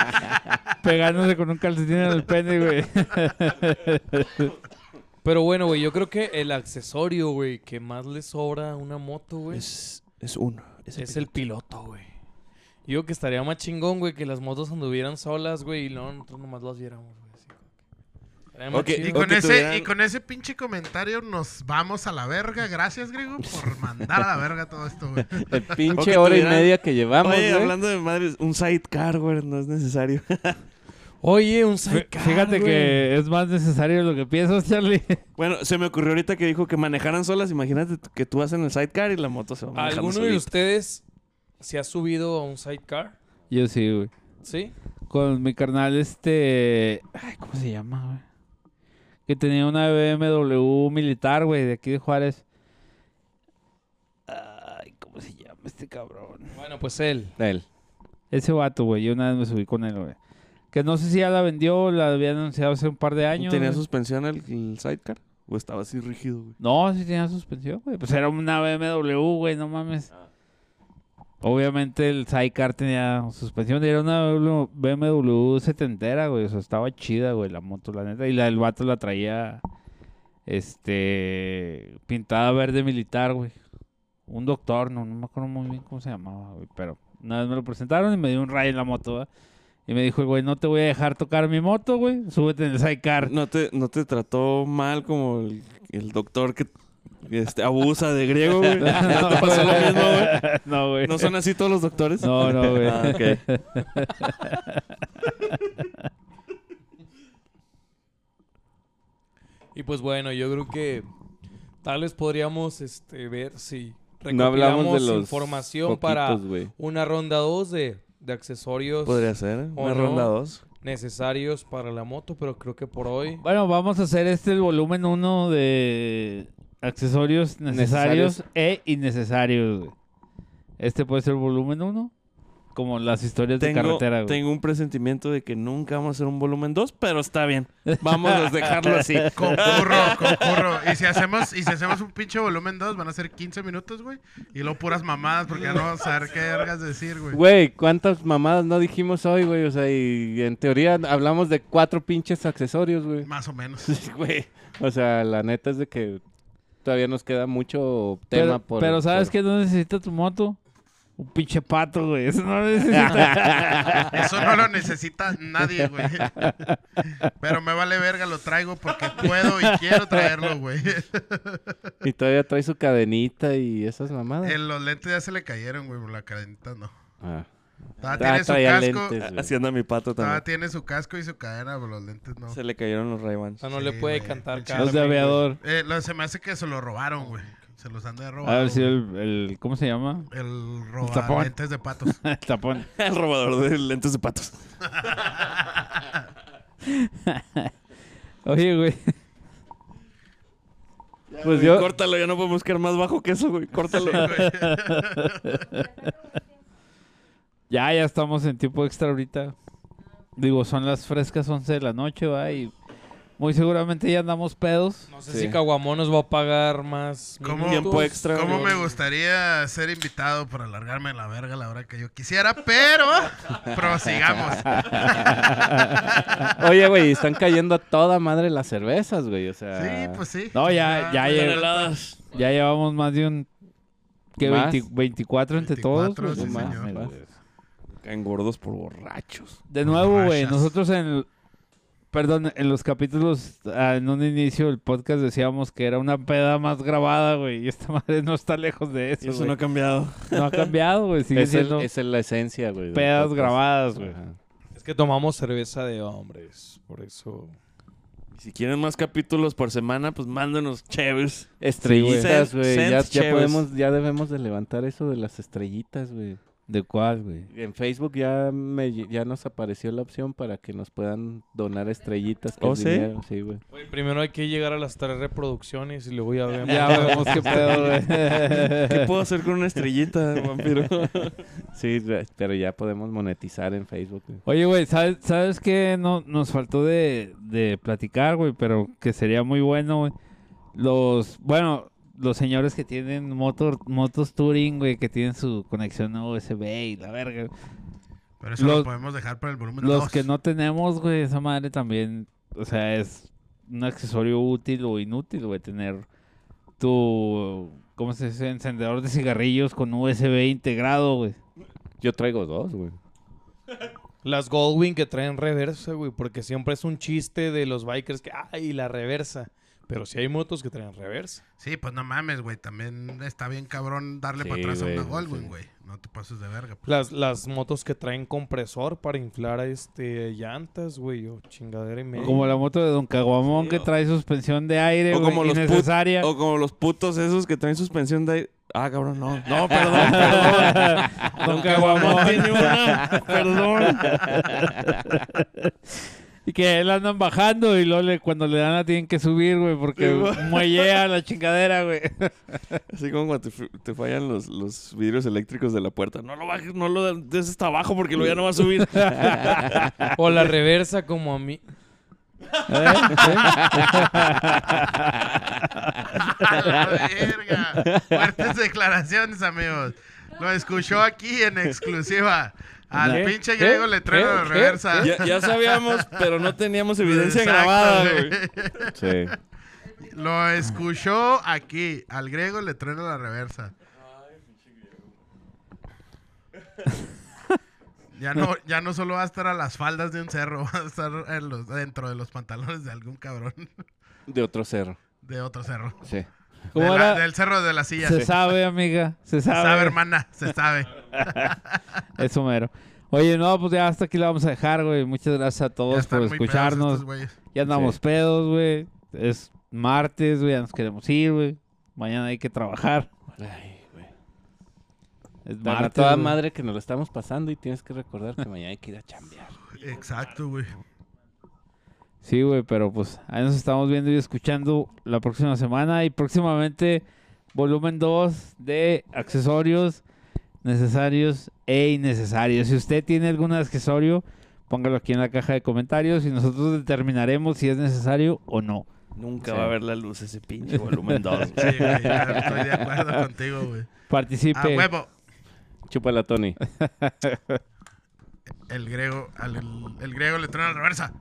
Speaker 3: pegándose con un calcetín en el pene, güey.
Speaker 6: Pero bueno, güey, yo creo que el accesorio, güey, que más le sobra a una moto, güey, es,
Speaker 2: Es, es uno.
Speaker 6: el piloto, güey. Yo que estaría más chingón, güey, que las motos anduvieran solas, güey, y no, nosotros nomás las viéramos, güey. así. Estaría más
Speaker 2: Ok,
Speaker 6: chido.
Speaker 2: y
Speaker 4: Y con,
Speaker 2: que
Speaker 4: ese,
Speaker 2: tuvieran-
Speaker 4: y con ese pinche comentario nos vamos a la verga. Gracias, Griego, por mandar a la verga todo esto, güey.
Speaker 5: El
Speaker 2: O que
Speaker 5: pinche hora y
Speaker 2: tuvieran-
Speaker 5: media que llevamos,
Speaker 2: Oye,
Speaker 5: güey.
Speaker 2: hablando de madres, un sidecar, güey, no es necesario.
Speaker 6: Oye, un
Speaker 3: [LAUGHS] Fí-
Speaker 6: sidecar,
Speaker 3: Fíjate
Speaker 6: güey.
Speaker 3: que es más necesario de lo que piensas, Charlie. [LAUGHS]
Speaker 2: bueno, se me ocurrió ahorita que dijo que manejaran solas. Imagínate t- que tú vas en el sidecar y la moto se va manejando
Speaker 6: ¿Alguno de
Speaker 2: solita.
Speaker 6: ustedes se ha subido a un sidecar?
Speaker 3: Yo sí, güey.
Speaker 6: ¿Sí?
Speaker 3: Con mi carnal, este. Ay, ¿cómo se llama, güey? Que tenía una BMW militar, güey, de aquí de Juárez. Ay, ¿cómo se llama este cabrón?
Speaker 6: Bueno, pues él.
Speaker 5: Él.
Speaker 3: Ese vato, güey. Yo una vez me subí con él, güey. Que no sé si ya la vendió, la había anunciado hace un par de años.
Speaker 2: ¿Tenía
Speaker 3: güey.
Speaker 2: suspensión el, el sidecar? ¿O estaba así rígido, güey?
Speaker 3: No, sí tenía suspensión, güey. Pues era una BMW, güey, no mames. Obviamente el Sidecar tenía suspensión. Era una BMW setentera, güey. O sea, estaba chida, güey, la moto, la neta. Y la del vato la traía, este, pintada verde militar, güey. Un doctor, no, no me acuerdo muy bien cómo se llamaba, güey. Pero una vez me lo presentaron y me dio un rayo en la moto, ¿verdad? Y me dijo, güey, no te voy a dejar tocar mi moto, güey. Súbete en el Sidecar. [LAUGHS]
Speaker 2: ¿No te, no te trató mal como el, el doctor que este, abusa de griego, güey? ¿No te pasó lo mismo, güey?
Speaker 3: No, güey.
Speaker 2: ¿No son así todos los doctores?
Speaker 3: No, no, güey.
Speaker 2: Ah, ok.
Speaker 6: Y pues bueno, yo creo que tal vez podríamos este, ver si
Speaker 5: No hablamos de
Speaker 6: recopilamos
Speaker 5: los
Speaker 6: información
Speaker 5: foquitos,
Speaker 6: para
Speaker 5: güey.
Speaker 6: una ronda 2 de, de accesorios
Speaker 2: Podría ser. ¿eh?
Speaker 6: ¿O
Speaker 2: Una
Speaker 6: no?
Speaker 2: ronda dos.
Speaker 6: necesarios para la moto, pero creo que por hoy...
Speaker 3: Bueno, vamos a hacer este el volumen 1 de accesorios necesarios, e innecesarios. güey. Este puede ser el volumen 1, como las historias de
Speaker 2: Tengo,
Speaker 3: carretera. güey.
Speaker 2: tengo un presentimiento de que nunca vamos a hacer un volumen 2, pero está bien. Vamos
Speaker 5: [LAUGHS]
Speaker 2: a dejarlo así.
Speaker 3: [LAUGHS]
Speaker 4: Concurro, concurro. Y si hacemos, y si hacemos un pinche volumen 2, van a ser 15 minutos, güey. Y luego puras mamadas, porque ya no vamos a saber qué vergas decir, güey.
Speaker 5: [LAUGHS] Güey, ¿cuántas mamadas no dijimos hoy, güey? O sea, y en teoría hablamos de cuatro pinches accesorios, güey. [LAUGHS]
Speaker 4: Más o menos.
Speaker 5: Sí, güey. O sea, la neta es de que todavía nos queda mucho
Speaker 3: pero,
Speaker 5: tema por...
Speaker 3: pero ¿sabes
Speaker 5: por-
Speaker 3: qué no necesita tu moto? Un pinche pato, güey. Eso no lo necesita.
Speaker 4: Eso no lo necesita nadie, güey. Pero me vale verga, lo traigo porque puedo y quiero traerlo, güey.
Speaker 5: Y todavía trae su cadenita y esas mamadas.
Speaker 4: Eh, Los lentes ya se le cayeron, güey, por la cadenita no.
Speaker 5: Ah.
Speaker 4: Todavía
Speaker 5: Ah,
Speaker 4: tiene su
Speaker 5: traía
Speaker 4: casco.
Speaker 5: lentes, güey.
Speaker 2: Así anda mi pato
Speaker 4: Todavía
Speaker 2: también.
Speaker 4: tiene su casco y su cadena, pero los lentes no.
Speaker 2: Se le cayeron los ray
Speaker 6: O sea, no le
Speaker 4: Sí,
Speaker 6: puede
Speaker 4: güey.
Speaker 6: cantar
Speaker 4: Pinche
Speaker 3: Los
Speaker 6: Carlos.
Speaker 3: de aviador.
Speaker 4: Eh, lo- se me hace que se lo robaron, güey. Se los han de
Speaker 3: A
Speaker 4: robar.
Speaker 3: ver si el, el- ¿Cómo se llama? [LAUGHS]
Speaker 4: El
Speaker 3: tapón.
Speaker 4: robar lentes de patos.
Speaker 3: El tapón.
Speaker 2: [LAUGHS] El robador de lentes de
Speaker 3: [LAUGHS]
Speaker 2: patos.
Speaker 3: Oye, güey.
Speaker 5: Pues yo...
Speaker 2: Córtalo, ya no podemos quedar más bajo que eso, güey.
Speaker 3: [LAUGHS]
Speaker 2: Córtalo.
Speaker 3: Ya, ya estamos en tiempo extra ahorita. Digo, son las frescas 11 de la noche, va, y muy seguramente ya andamos pedos.
Speaker 6: No sé
Speaker 5: Sí.
Speaker 6: si Caguamón nos va a pagar más
Speaker 4: ¿Cómo?
Speaker 6: minutos.
Speaker 2: Tiempo extra.
Speaker 4: ¿Cómo
Speaker 2: güey.
Speaker 4: me gustaría ser invitado para alargarme la verga a la hora que yo quisiera? Pero
Speaker 3: [LAUGHS]
Speaker 4: prosigamos.
Speaker 5: [LAUGHS] Oye, güey, están cayendo a toda madre las cervezas, güey. O sea...
Speaker 4: Sí, pues sí.
Speaker 3: No, ya, ya, lle-
Speaker 2: Toneladas.
Speaker 3: ya llevamos más de un... ¿Qué?
Speaker 5: ¿Más?
Speaker 3: 20 24 entre
Speaker 4: 24,
Speaker 3: todos. güey?
Speaker 4: sí,
Speaker 3: No
Speaker 4: señor.
Speaker 3: mames, güey.
Speaker 2: Caen gordos por borrachos.
Speaker 3: De nuevo, güey,
Speaker 4: Borrachas.
Speaker 3: nosotros en... el- Perdón, en los capítulos, ah, en un inicio del podcast decíamos que era una peda más grabada, güey. Y esta [LAUGHS] madre no está lejos de eso, güey.
Speaker 2: ha cambiado.
Speaker 3: No, ha cambiado,
Speaker 5: [LAUGHS]
Speaker 3: güey. Sigue
Speaker 5: Esa
Speaker 3: siendo
Speaker 5: es la esencia, güey. del
Speaker 3: pedas
Speaker 5: podcast.
Speaker 3: grabadas, güey.
Speaker 5: Ajá.
Speaker 6: Es que tomamos cerveza de hombres, por eso.
Speaker 2: Si quieren más capítulos por semana, pues mándenos chéves.
Speaker 5: Estrellitas,
Speaker 2: Sí,
Speaker 5: güey.
Speaker 2: Send-
Speaker 5: ya,
Speaker 2: send
Speaker 5: ya
Speaker 2: chéves.
Speaker 5: podemos, ya debemos de levantar eso de las estrellitas, güey.
Speaker 3: ¿De cuál, güey?
Speaker 5: En Facebook ya me, ll- ya nos apareció la opción para que nos puedan donar estrellitas. que
Speaker 2: ¿Oh,
Speaker 5: es
Speaker 2: sí?
Speaker 5: dinero, Sí, güey.
Speaker 6: Oye, primero hay que llegar a las tres reproducciones y
Speaker 3: [LAUGHS]
Speaker 6: luego ya vemos.
Speaker 3: Ya vemos qué
Speaker 2: ¿Qué
Speaker 3: pedo, güey.
Speaker 2: puedo hacer con una
Speaker 3: [LAUGHS]
Speaker 2: estrellita, vampiro?
Speaker 5: Sí, güey, pero ya podemos monetizar en Facebook. güey.
Speaker 3: Oye, güey, ¿sabes, ¿sabes qué no, nos faltó de, de platicar, güey? Pero que sería muy bueno, güey. Los, bueno, los señores que tienen motor, motos touring, güey, que tienen su conexión a USB y la verga. güey.
Speaker 4: Pero eso
Speaker 3: Los-
Speaker 4: lo podemos dejar para el volumen
Speaker 3: Los
Speaker 4: 2.
Speaker 3: que no tenemos, güey, esa madre también, o sea, es un accesorio útil o inútil, güey, tener tu, ¿cómo se dice? Encendedor de cigarrillos con USB integrado, güey.
Speaker 5: Yo traigo dos, [LAUGHS] güey.
Speaker 6: [LAUGHS] Las Goldwing que traen reversa, güey, porque siempre es un chiste de los bikers que, ay, la reversa. Pero si hay motos que traen reversa.
Speaker 4: Sí, pues no mames, güey. También está bien cabrón darle
Speaker 5: Sí,
Speaker 4: para atrás a
Speaker 5: güey,
Speaker 4: una
Speaker 5: sí.
Speaker 4: Goldwing, güey. No te pases de verga. pues.
Speaker 6: Las, las motos que traen compresor para inflar este llantas, güey, o chingadera y media.
Speaker 3: Como la moto de Don Caguamón
Speaker 2: Sí,
Speaker 3: que
Speaker 2: o-
Speaker 3: trae suspensión de aire,
Speaker 2: o
Speaker 3: güey,
Speaker 2: como los put-
Speaker 3: innecesaria.
Speaker 2: O como los putos esos que traen suspensión de aire. Ah, cabrón, no. No,
Speaker 3: [LAUGHS]
Speaker 2: perdón, perdón.
Speaker 3: Don Caguamón.
Speaker 2: tiene una. Perdón.
Speaker 3: Y que él andan bajando y luego le- cuando le dan la tienen que subir, güey, porque
Speaker 2: Sí, güey.
Speaker 3: muellea la chingadera, güey.
Speaker 2: Así como cuando te, f- te fallan los, los vidrios eléctricos de la puerta. No lo bajes, no lo des hasta abajo porque luego ya no va a subir.
Speaker 6: O
Speaker 3: [LAUGHS]
Speaker 6: la reversa como a mí.
Speaker 4: [LAUGHS] ¡A la verga! Fuertes declaraciones, amigos. Lo escuchó aquí en exclusiva. Al
Speaker 6: ¿Qué?
Speaker 4: pinche
Speaker 6: ¿Qué?
Speaker 4: griego le traen
Speaker 6: ¿Qué?
Speaker 4: la
Speaker 6: ¿Qué?
Speaker 4: reversa.
Speaker 2: ya, ya sabíamos, pero no teníamos evidencia
Speaker 4: Exacto,
Speaker 2: grabada,
Speaker 4: güey.
Speaker 2: güey.
Speaker 5: Sí.
Speaker 4: Lo escuchó aquí. Al griego le traen la reversa. Ya no, ya no solo va a estar a las faldas de un cerro, va a estar en los- dentro de los pantalones de algún cabrón
Speaker 5: De otro cerro.
Speaker 4: de otro cerro.
Speaker 5: Sí.
Speaker 3: ¿Cómo
Speaker 4: De la-
Speaker 3: era?
Speaker 4: del cerro de la silla.
Speaker 3: se
Speaker 4: Sí.
Speaker 3: sabe, amiga. Se
Speaker 4: Se
Speaker 3: sabe.
Speaker 4: sabe, hermana, se sabe.
Speaker 3: Eso mero. Oye, no, pues ya hasta aquí la vamos a dejar, güey. Muchas gracias a
Speaker 4: Ya
Speaker 3: todos
Speaker 4: están
Speaker 3: por
Speaker 4: muy pedos
Speaker 3: escucharnos.
Speaker 4: estos güeyes.
Speaker 3: Ya andamos
Speaker 5: Sí.
Speaker 3: pedos, güey. Es martes, güey. Ya nos queremos ir, güey. Mañana hay que trabajar.
Speaker 5: Ay, güey.
Speaker 3: Es
Speaker 5: Tan a
Speaker 3: martes,
Speaker 5: toda
Speaker 3: güey.
Speaker 5: madre que nos lo estamos pasando y tienes que recordar que mañana hay que ir a chambear.
Speaker 4: Exacto,
Speaker 3: [LAUGHS]
Speaker 4: güey.
Speaker 3: Sí, güey, pero pues ahí nos estamos viendo y escuchando la próxima semana y próximamente volumen 2 de accesorios necesarios e innecesarios. Si usted tiene algún accesorio, póngalo aquí en la caja de comentarios y nosotros determinaremos si es necesario o no.
Speaker 2: Nunca
Speaker 5: Sí.
Speaker 2: va a ver la luz ese pinche volumen 2.
Speaker 4: Sí, güey, ya estoy de acuerdo contigo, Ah, güey. A
Speaker 3: Participe.
Speaker 4: huevo.
Speaker 5: Chúpala, Tony.
Speaker 4: El griego, al- el, griego le traen la reversa.